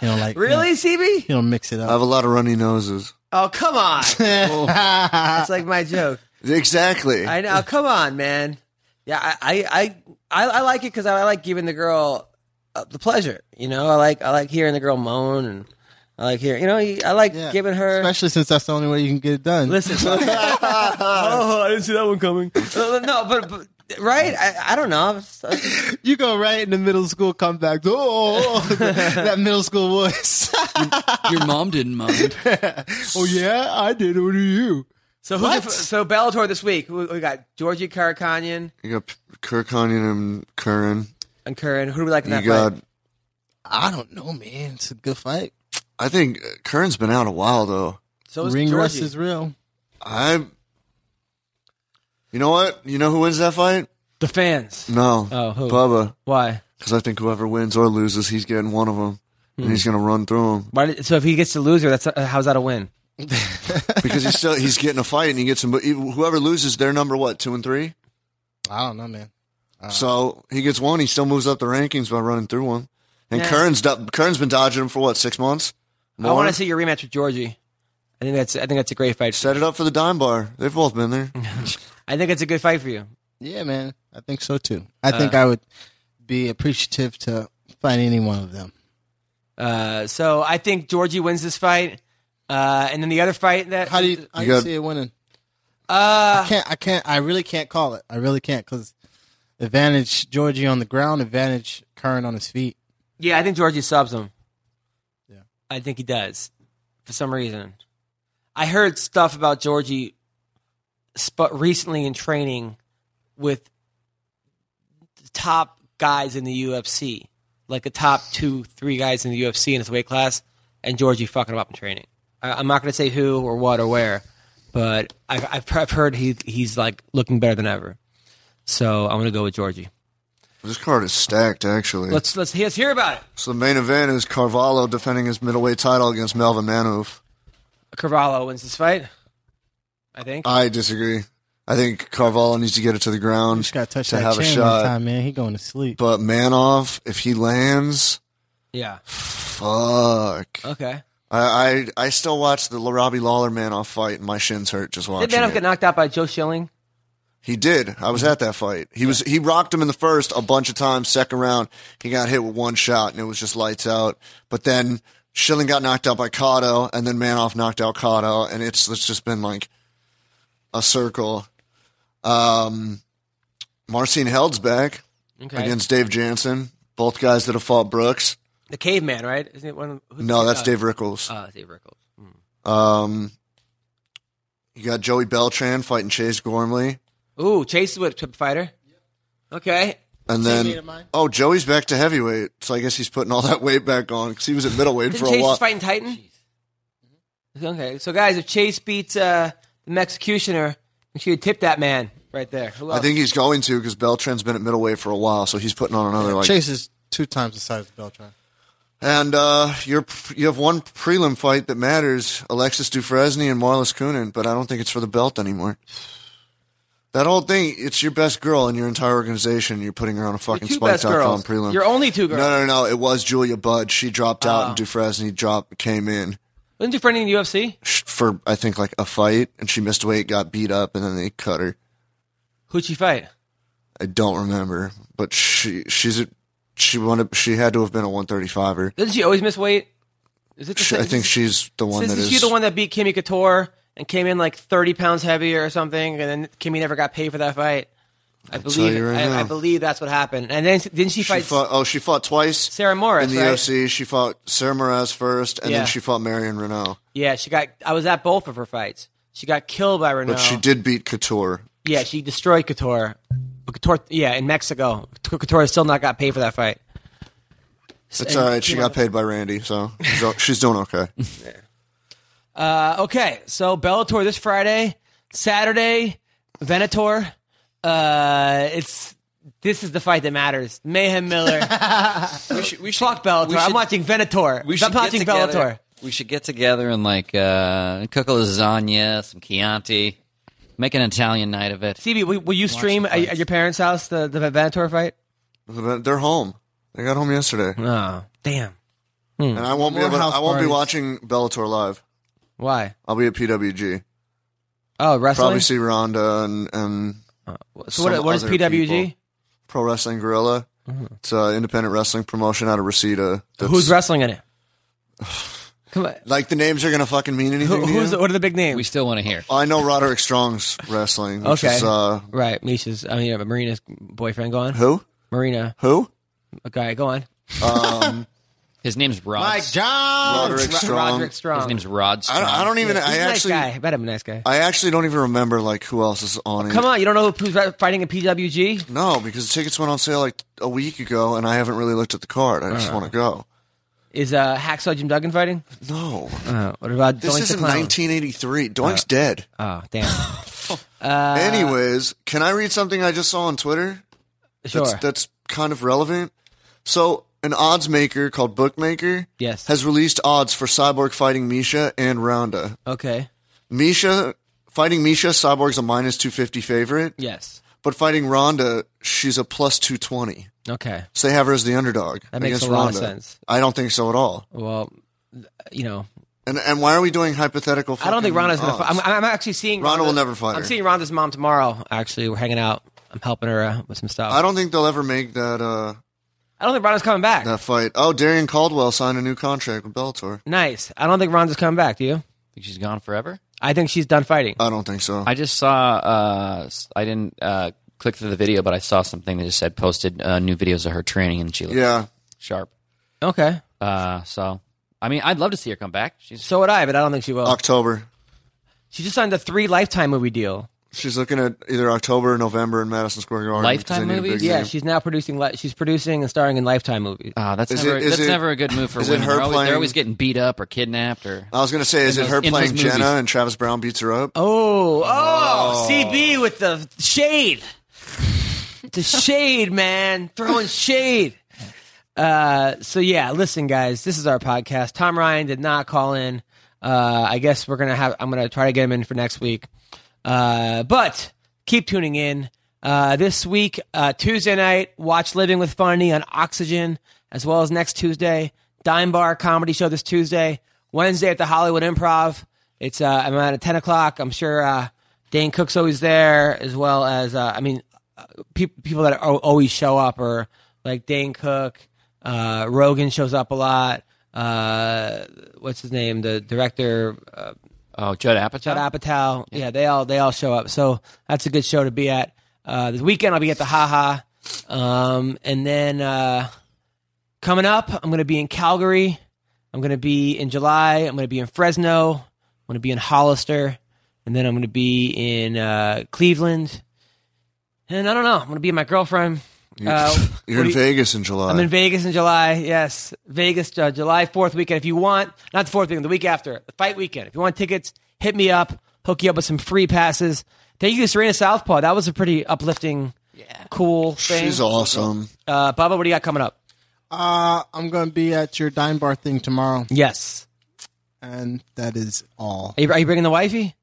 B: he don't like
A: Really,
B: He
A: CB?
B: don't mix it
D: I have
B: up.
D: a lot of runny noses.
A: Oh, come on! That's like my joke.
D: Exactly.
A: I know. Oh, Come on, man. Yeah, I, I, I, I like it because I like giving the girl uh, the pleasure. You know, I like, I like hearing the girl moan, and I like hearing, you know, I like
B: Yeah.
A: giving her.
B: especially since that's the only way you can get it done.
A: Listen, oh, I didn't see that one coming. No, no, but, but right? I, I don't know. I'm just- I'm just-
B: You go right in the middle school comeback. Oh, oh, oh. that middle school voice.
C: Your mom didn't mind.
B: oh yeah, I did. What do you?
A: so
B: What?
A: who's so Bellator this week? We, we got Georgie Karakanyan
D: you got Kirk Onion and Curran.
A: and Curran. Who do we like in
D: You
A: that
D: got.
A: fight?
B: I don't know, man. It's a good fight.
D: I think uh, Curran's been out a while though.
A: So is
B: Ring
A: Georgie.
B: rust is real.
D: I. You know what? You know who wins that fight?
A: the fans.
D: No,
A: Oh, who?
D: Bubba.
A: Why?
D: Because I think whoever wins or loses, he's getting one of them, and he's gonna run through him
A: Why? Did, so if he gets to lose her, that's uh, how's that a win?
D: because he's still he's getting a fight and he gets him. But even- whoever loses, they're number what two and three.
B: I don't know, man. Uh.
D: So he gets one. He still moves up the rankings by running through one. And
A: Yeah.
D: Kern's do- Kern's been dodging him for what six months?
A: I
D: More?
A: want to see your rematch with Georgie. I think that's I think that's a great fight.
D: set it up for the dime bar. They've both been there.
A: I think it's a good fight for you.
B: Yeah, man. I think so too. I
A: Uh.
B: think I would be appreciative to find any one of them.
A: Uh, so I think Georgie wins this fight, uh, and then the other fight that
B: How do you? How
D: You
B: do you
D: got-
B: see it winning?
A: uh,
B: I can't. I can't. I really can't call it. I really can't because advantage Georgie on the ground, advantage Curran on his feet.
A: Yeah, I think Georgie subs him.
B: Yeah.
A: I think he does for some reason. I heard stuff about Georgie sp- recently in training with top guys in the UFC, like the top two, three guys in the UFC in his weight class, and Georgie fucking him up in training. I- I'm not going to say who or what or where, but I've, I've, I've heard he he's like looking better than ever. So I'm going to go with Georgie.
D: This card is stacked actually.
A: Let's let's, let's hear about it.
D: so the main event is Carvalho defending his middleweight title against Melvin Manoof.
A: Carvalho wins this fight. I think.
D: I disagree. I think Carvalho needs to get it to the ground
B: Just gotta touch
D: to
B: that
D: have a
B: chain
D: shot.
B: one time, man. He going to sleep.
D: But Manoff, if he lands,
A: yeah.
D: fuck.
A: Okay.
D: I, I I still watch the Robbie Lawler Manoff fight, and my shins hurt just watching
A: Did Manoff get
D: it.
A: Mm-hmm. knocked out by Joe Schilling?
D: He did. I was at that fight. He was he rocked him in the first a bunch of times. Second round, he got hit with one shot and it was just lights out. But then Schilling got knocked out by Cotto, and then Manoff knocked out Cotto, and it's it's just been like a circle. Um, Marcin Held's back
A: Okay.
D: against Dave Jansen. Both guys that have fought Brooks.
A: The caveman, right? Isn't it one? of- who's Uh.
D: No,
A: the-
D: that's
A: uh,
D: Dave Rickles.
A: Oh, that's Dave Rickles.
D: Um, you got Joey Beltran fighting Chase Gormley.
A: Ooh, Chase is what tip fighter. Okay.
D: And
B: made of
D: then,
B: mine.
D: oh, Joey's back to heavyweight, so I guess he's putting all that weight back on because he was at middleweight
A: Didn't
D: for a
A: Chase
D: while.
A: just fight in Titan? Mm-hmm. Okay. So guys, if Chase beats uh, the executioner, make sure you tip that man right there. Who
D: I
A: else?
D: think he's going to because Beltran's been at middleweight for a while, so he's putting on another uh, like.
B: Chase is two times the size of Beltran.
D: And uh, you're you have one prelim fight that matters: Alexis Dufresne and Marlis Kunin, but I don't think it's for the belt anymore. That whole thing—it's your best girl in your entire organization. You're putting her on a fucking
A: two best
D: Spike.com
A: girls.
D: prelim.
A: Your only two
D: no,
A: girls. Oh.
D: no, no. It was Julia Budd. She dropped out, and Dufresne dropped came in.
A: Wasn't your friend in the UFC?
D: sh- for I think like a fight, and she missed weight, got beat up, and then they cut her.
A: Who'd she fight?
D: I don't remember, but she she's a, she wanted she had to have been a one thirty five er.
A: Doesn't she always miss weight? Is it the
D: I
A: same-
D: think she's the one that
A: Since
D: is.
A: she the one that beat Kimmy Couture and came in like thirty pounds heavier or something, and then Kimmy never got paid for that fight. I believe
D: you right
A: I,
D: now.
A: I believe that's what happened. And then didn't she
D: She
A: fight?
D: fought, oh, she fought twice
A: Sarah Morris,
D: in the
A: right?
D: UFC. She fought Sarah Morris first, and
A: Yeah.
D: then she fought Marion Renault.
A: yeah, she got. I was at both of her fights. She got killed by Renault.
D: But she did beat Couture.
A: Yeah, she destroyed Couture. But Couture, yeah, in Mexico, Couture still not got paid for that fight.
D: It's all right. She got paid by Randy, so she's o- she's doing okay.
A: Uh, okay, so Bellator this Friday, Saturday, Venator. Uh, it's this is the fight that matters. Mayhem Miller.
F: We should, we should
A: Fuck Bellator.
F: we
A: I'm
F: should-
A: watching Venator.
F: We should
A: I'm
F: get
A: watching
F: together.
A: Bellator.
C: We should get together and like uh, cook a lasagna, some Chianti, make an Italian night of it.
A: CB, will, will you stream
C: the
A: at,
C: fights.
A: at your parents' house the, the Venator fight?
D: They're home. They got home yesterday,
A: Oh, damn. Hmm.
D: and I won't be
B: More
D: able.
B: house
D: I won't be
B: parties.
D: watching Bellator live.
A: Why?
D: I'll be at PWG.
A: Oh, wrestling.
D: Probably see Ronda and and
A: Uh, so what,
D: some
A: what is
D: other
A: PWG?
D: people. Pro Wrestling Gorilla.
A: Hmm.
D: It's an independent wrestling promotion out of Reseda. that's-
A: Who's wrestling in it? Come on.
D: Like the names are gonna fucking mean anything.
A: Who,
D: to
A: who's
D: you?
A: what are the big names?
C: We still want to hear.
D: I know Roderick Strong's wrestling. Which
A: Okay.
D: Is, uh,
A: right, Misha's. I mean, yeah, but Marina's boyfriend. Go on,
D: who?
A: Marina.
D: Who?
A: Okay, go on.
C: His name's Rod.
B: Mike John.
D: Roderick Strong.
A: Oh, Roderick Strong.
C: His name's Rod.
D: I, don't, I don't even. I
A: He's a nice
D: actually.
A: guy. Um, I bet him a nice guy.
D: I actually don't even remember like who else is on it.
A: Oh, Come on, you don't know who's fighting in PWG?
D: No, because the tickets went on sale like a week ago, and I haven't really looked at the card. I just want to go.
A: Is uh, Hacksaw Jim Duggan fighting?
D: No,
A: Uh, what about
D: this
A: Doink the
D: isn't
A: Clown?
D: 1983. Doink's dead.
A: Oh, damn. uh,
D: Anyways, can I read something I just saw on Twitter?
A: Sure.
D: That's, that's kind of relevant. So, an odds maker called Bookmaker
A: Yes.
D: has released odds for Cyborg fighting Misha and Ronda.
A: okay.
D: Misha fighting Misha, Cyborg's a minus 250 favorite,
A: Yes.
D: but fighting Ronda, she's a plus 220.
A: Okay.
D: So they have her as the underdog.
A: That makes
D: against
A: a lot of
D: Ronda.
A: sense.
D: I don't think so at all.
A: Well, th- you know,
D: And and why are we doing hypothetical?
A: I don't think
D: fucking
A: Ronda's gonna. Fight.
D: odds?
A: I'm, I'm actually seeing
D: Ronda will never fight
A: I'm
D: her.
A: seeing Ronda's mom tomorrow. Actually, we're hanging out. I'm helping her uh, with some stuff.
D: I don't think they'll ever make that uh,
A: I don't think Ronda's coming back.
D: that fight. Oh, Darian Caldwell signed a new contract with Bellator.
A: Nice. I don't think Ronda's coming back. Do you?
C: think she's gone forever.
A: I think she's done fighting.
D: I don't think so.
C: I just saw. Uh, s- I didn't uh, click through the video, but I saw something that just said posted uh, new videos of her training, and she looked
D: yeah,
C: sharp.
A: Okay.
C: Uh, so, I mean, I'd love to see her come back. She's
A: So would I, but I don't think she will.
D: October.
A: She just signed a three lifetime movie deal.
D: She's looking at either October or November in Madison Square Garden. 'cause
C: Lifetime
D: they need a
C: movies?
D: big
A: Yeah,
D: name.
A: she's now producing. Li- she's producing and starring in Lifetime movies.
C: uh, that's
D: Is
C: never
D: it- is
C: that's
D: it-
C: never a good move for
D: is it
C: women.
D: her
C: they're, always, they're
D: playing-
C: always getting beat up or kidnapped or.
D: I was gonna say, is
C: In
D: it
C: those-
D: her
C: in those
D: playing Jenna
C: movies.
D: and Travis Brown beats her up?
A: Oh, oh, CB with the shade. The shade, man. Throwing shade. Uh, so, yeah, listen, guys, this is our podcast. Tom Ryan did not call in. Uh, I guess we're going to have, I'm going to try to get him in for next week. Uh, but keep tuning in. Uh, this week, uh, Tuesday night, watch Living with Funny on Oxygen, as well as next Tuesday, Dime Bar Comedy Show this Tuesday. Wednesday at the Hollywood Improv. It's uh, I'm at 10 o'clock. I'm sure uh, Dane Cook's always there, as well as uh, I mean, uh, peop people that are, always show up are like Dane Cook. Uh, Rogan shows up a lot. Uh, what's his name? The director uh,
C: Oh, Judd Apatow.
A: Judd Apatow. Yeah, they all they all show up. So that's a good show to be at. Uh, this weekend I'll be at the Haha, um, and then uh, coming up I'm going to be in Calgary. I'm going to be in July. I'm going to be in Fresno. I'm going to be in Hollister, and then I'm going to be in uh, Cleveland. And I don't know. I'm going to be with my girlfriend. Uh,
D: You're in
A: what do you-
D: Vegas in July.
A: I'm in Vegas in July. Yes, Vegas, uh, July 4th weekend. If you want, not the 4th weekend, the week after, the fight weekend. If you want tickets, hit me up. Hook you up with some free passes. Thank you to Serena Southpaw. That was a pretty uplifting, cool thing.
D: She's awesome.
A: Uh, Bubba, what do you got coming up?
B: Uh, I'm going to be at your dime bar thing tomorrow,
A: Yes.
B: and that is all.
A: Are you, are you bringing the wifey?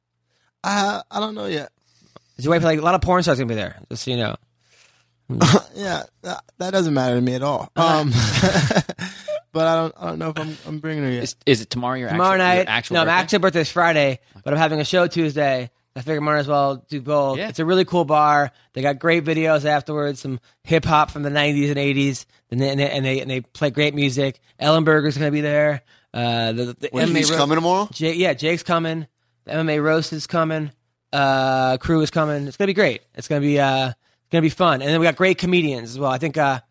B: Uh, I don't know yet.
A: Is your wifey like a lot of porn stars gonna be there? Just so you know.
B: Yeah, that, that doesn't matter to me at all. Um, but I don't, I don't know if I'm, I'm bringing her yet.
C: Is, is it tomorrow? Your
A: Tomorrow
C: actual,
A: night.
C: Your actual
A: no,
C: birthday?
A: my actual birthday's Friday, but I'm having a show Tuesday. I figure might as well do both.
C: Yeah.
A: It's a really cool bar. They got great videos afterwards, some hip hop from the 90s and 80s, and they, and they, and they, and they play great music. Ellenberger's going to be there. Uh, the, the
D: Wait,
A: MMA
D: he's
A: ro-
D: coming tomorrow.
A: Jake, yeah, Jake's coming. The MMA roast is coming. Uh, crew is coming. It's gonna be great. It's gonna be uh, it's gonna be fun. And then we got great comedians as well. I think uh,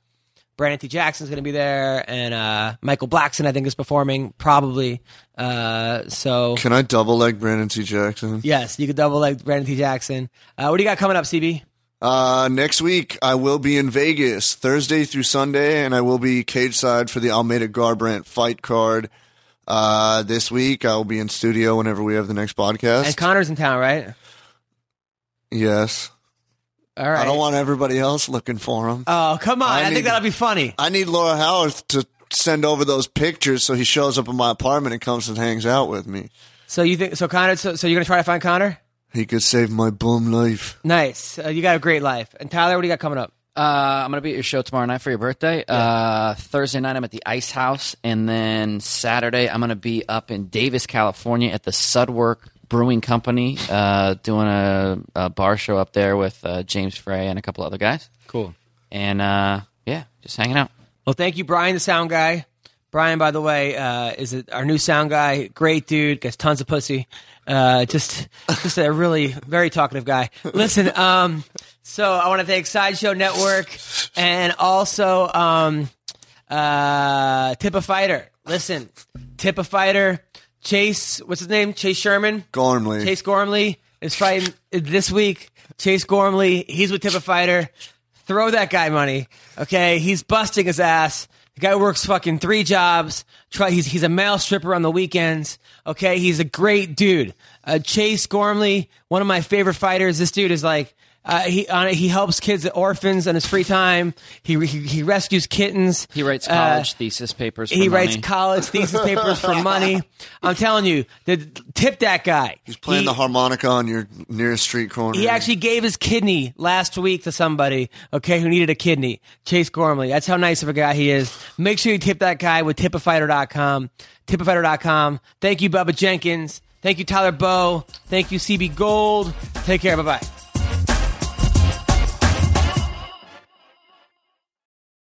A: Brandon T. Jackson's gonna be there, and uh, Michael Blackson I think is performing probably. Uh, so
D: Can I double leg Brandon T. Jackson?
A: yes, you could double like Brandon T. Jackson. Uh, what do you got coming up, CB?
D: Uh, next week, I will be in Vegas Thursday through Sunday, and I will be cage side for the Almeida Garbrandt fight card. Uh, this week, I will be in studio whenever we have the next podcast.
A: And Connor's in town, right?
D: yes.
A: All right.
D: I don't want everybody else looking for him.
A: Oh, come on.
D: I
A: I,
D: need-
A: think that'll be funny.
D: I need Laura Howard to send over those pictures so he shows up in my apartment and comes and hangs out with me.
A: So you think so Connor so, so you're going to try to find Connor?
D: He could save my bum life.
A: Nice. Uh, you got a great life. And Tyler, what do you got coming up?
C: Uh, I'm gonna be at your show tomorrow night for your birthday. Uh, Thursday night I'm at the Ice House, and then Saturday I'm gonna be up in Davis, California, at the Sudwork Brewing Company, uh, doing a, a bar show up there with uh, James Frey and a couple other guys. Cool. And uh, yeah, just hanging out.
A: Well, thank you, Brian, the sound guy. Brian, by the way, uh, is it our new sound guy? Great dude, gets tons of pussy. Uh, just, just a really very talkative guy. Listen, um, so I want to thank Sideshow Network and also um, uh, Tip a Fighter. Listen, Tip a Fighter. Chase, what's his name? Chase Sherman.
D: Gormley.
A: Chase Gormley is fighting this week. Chase Gormley, he's with Tip a Fighter. Throw that guy money. Okay, he's busting his ass. The guy works fucking three jobs. Try he's he's a male stripper on the weekends. Okay, he's a great dude. Uh, Chase Gormley, one of my favorite fighters. This dude is like uh, he on, he helps kids, orphans, on his free time. He he, he rescues kittens.
C: He writes
A: Uh,
C: college thesis papers. For
A: he writes
C: money.
A: college thesis papers for money. I'm telling you, the, tip that guy.
D: He's playing
A: He-
D: the harmonica on your nearest street corner.
A: he actually gave his kidney last week to somebody, okay, who needed a kidney. Chase Gormley. That's how nice of a guy he is. Make sure you tip that guy with tipafighter.com. Tipafighter.com. Thank you, Bubba Jenkins. Thank you, Tyler Bow. Thank you, CB Gold. Take care. Bye bye.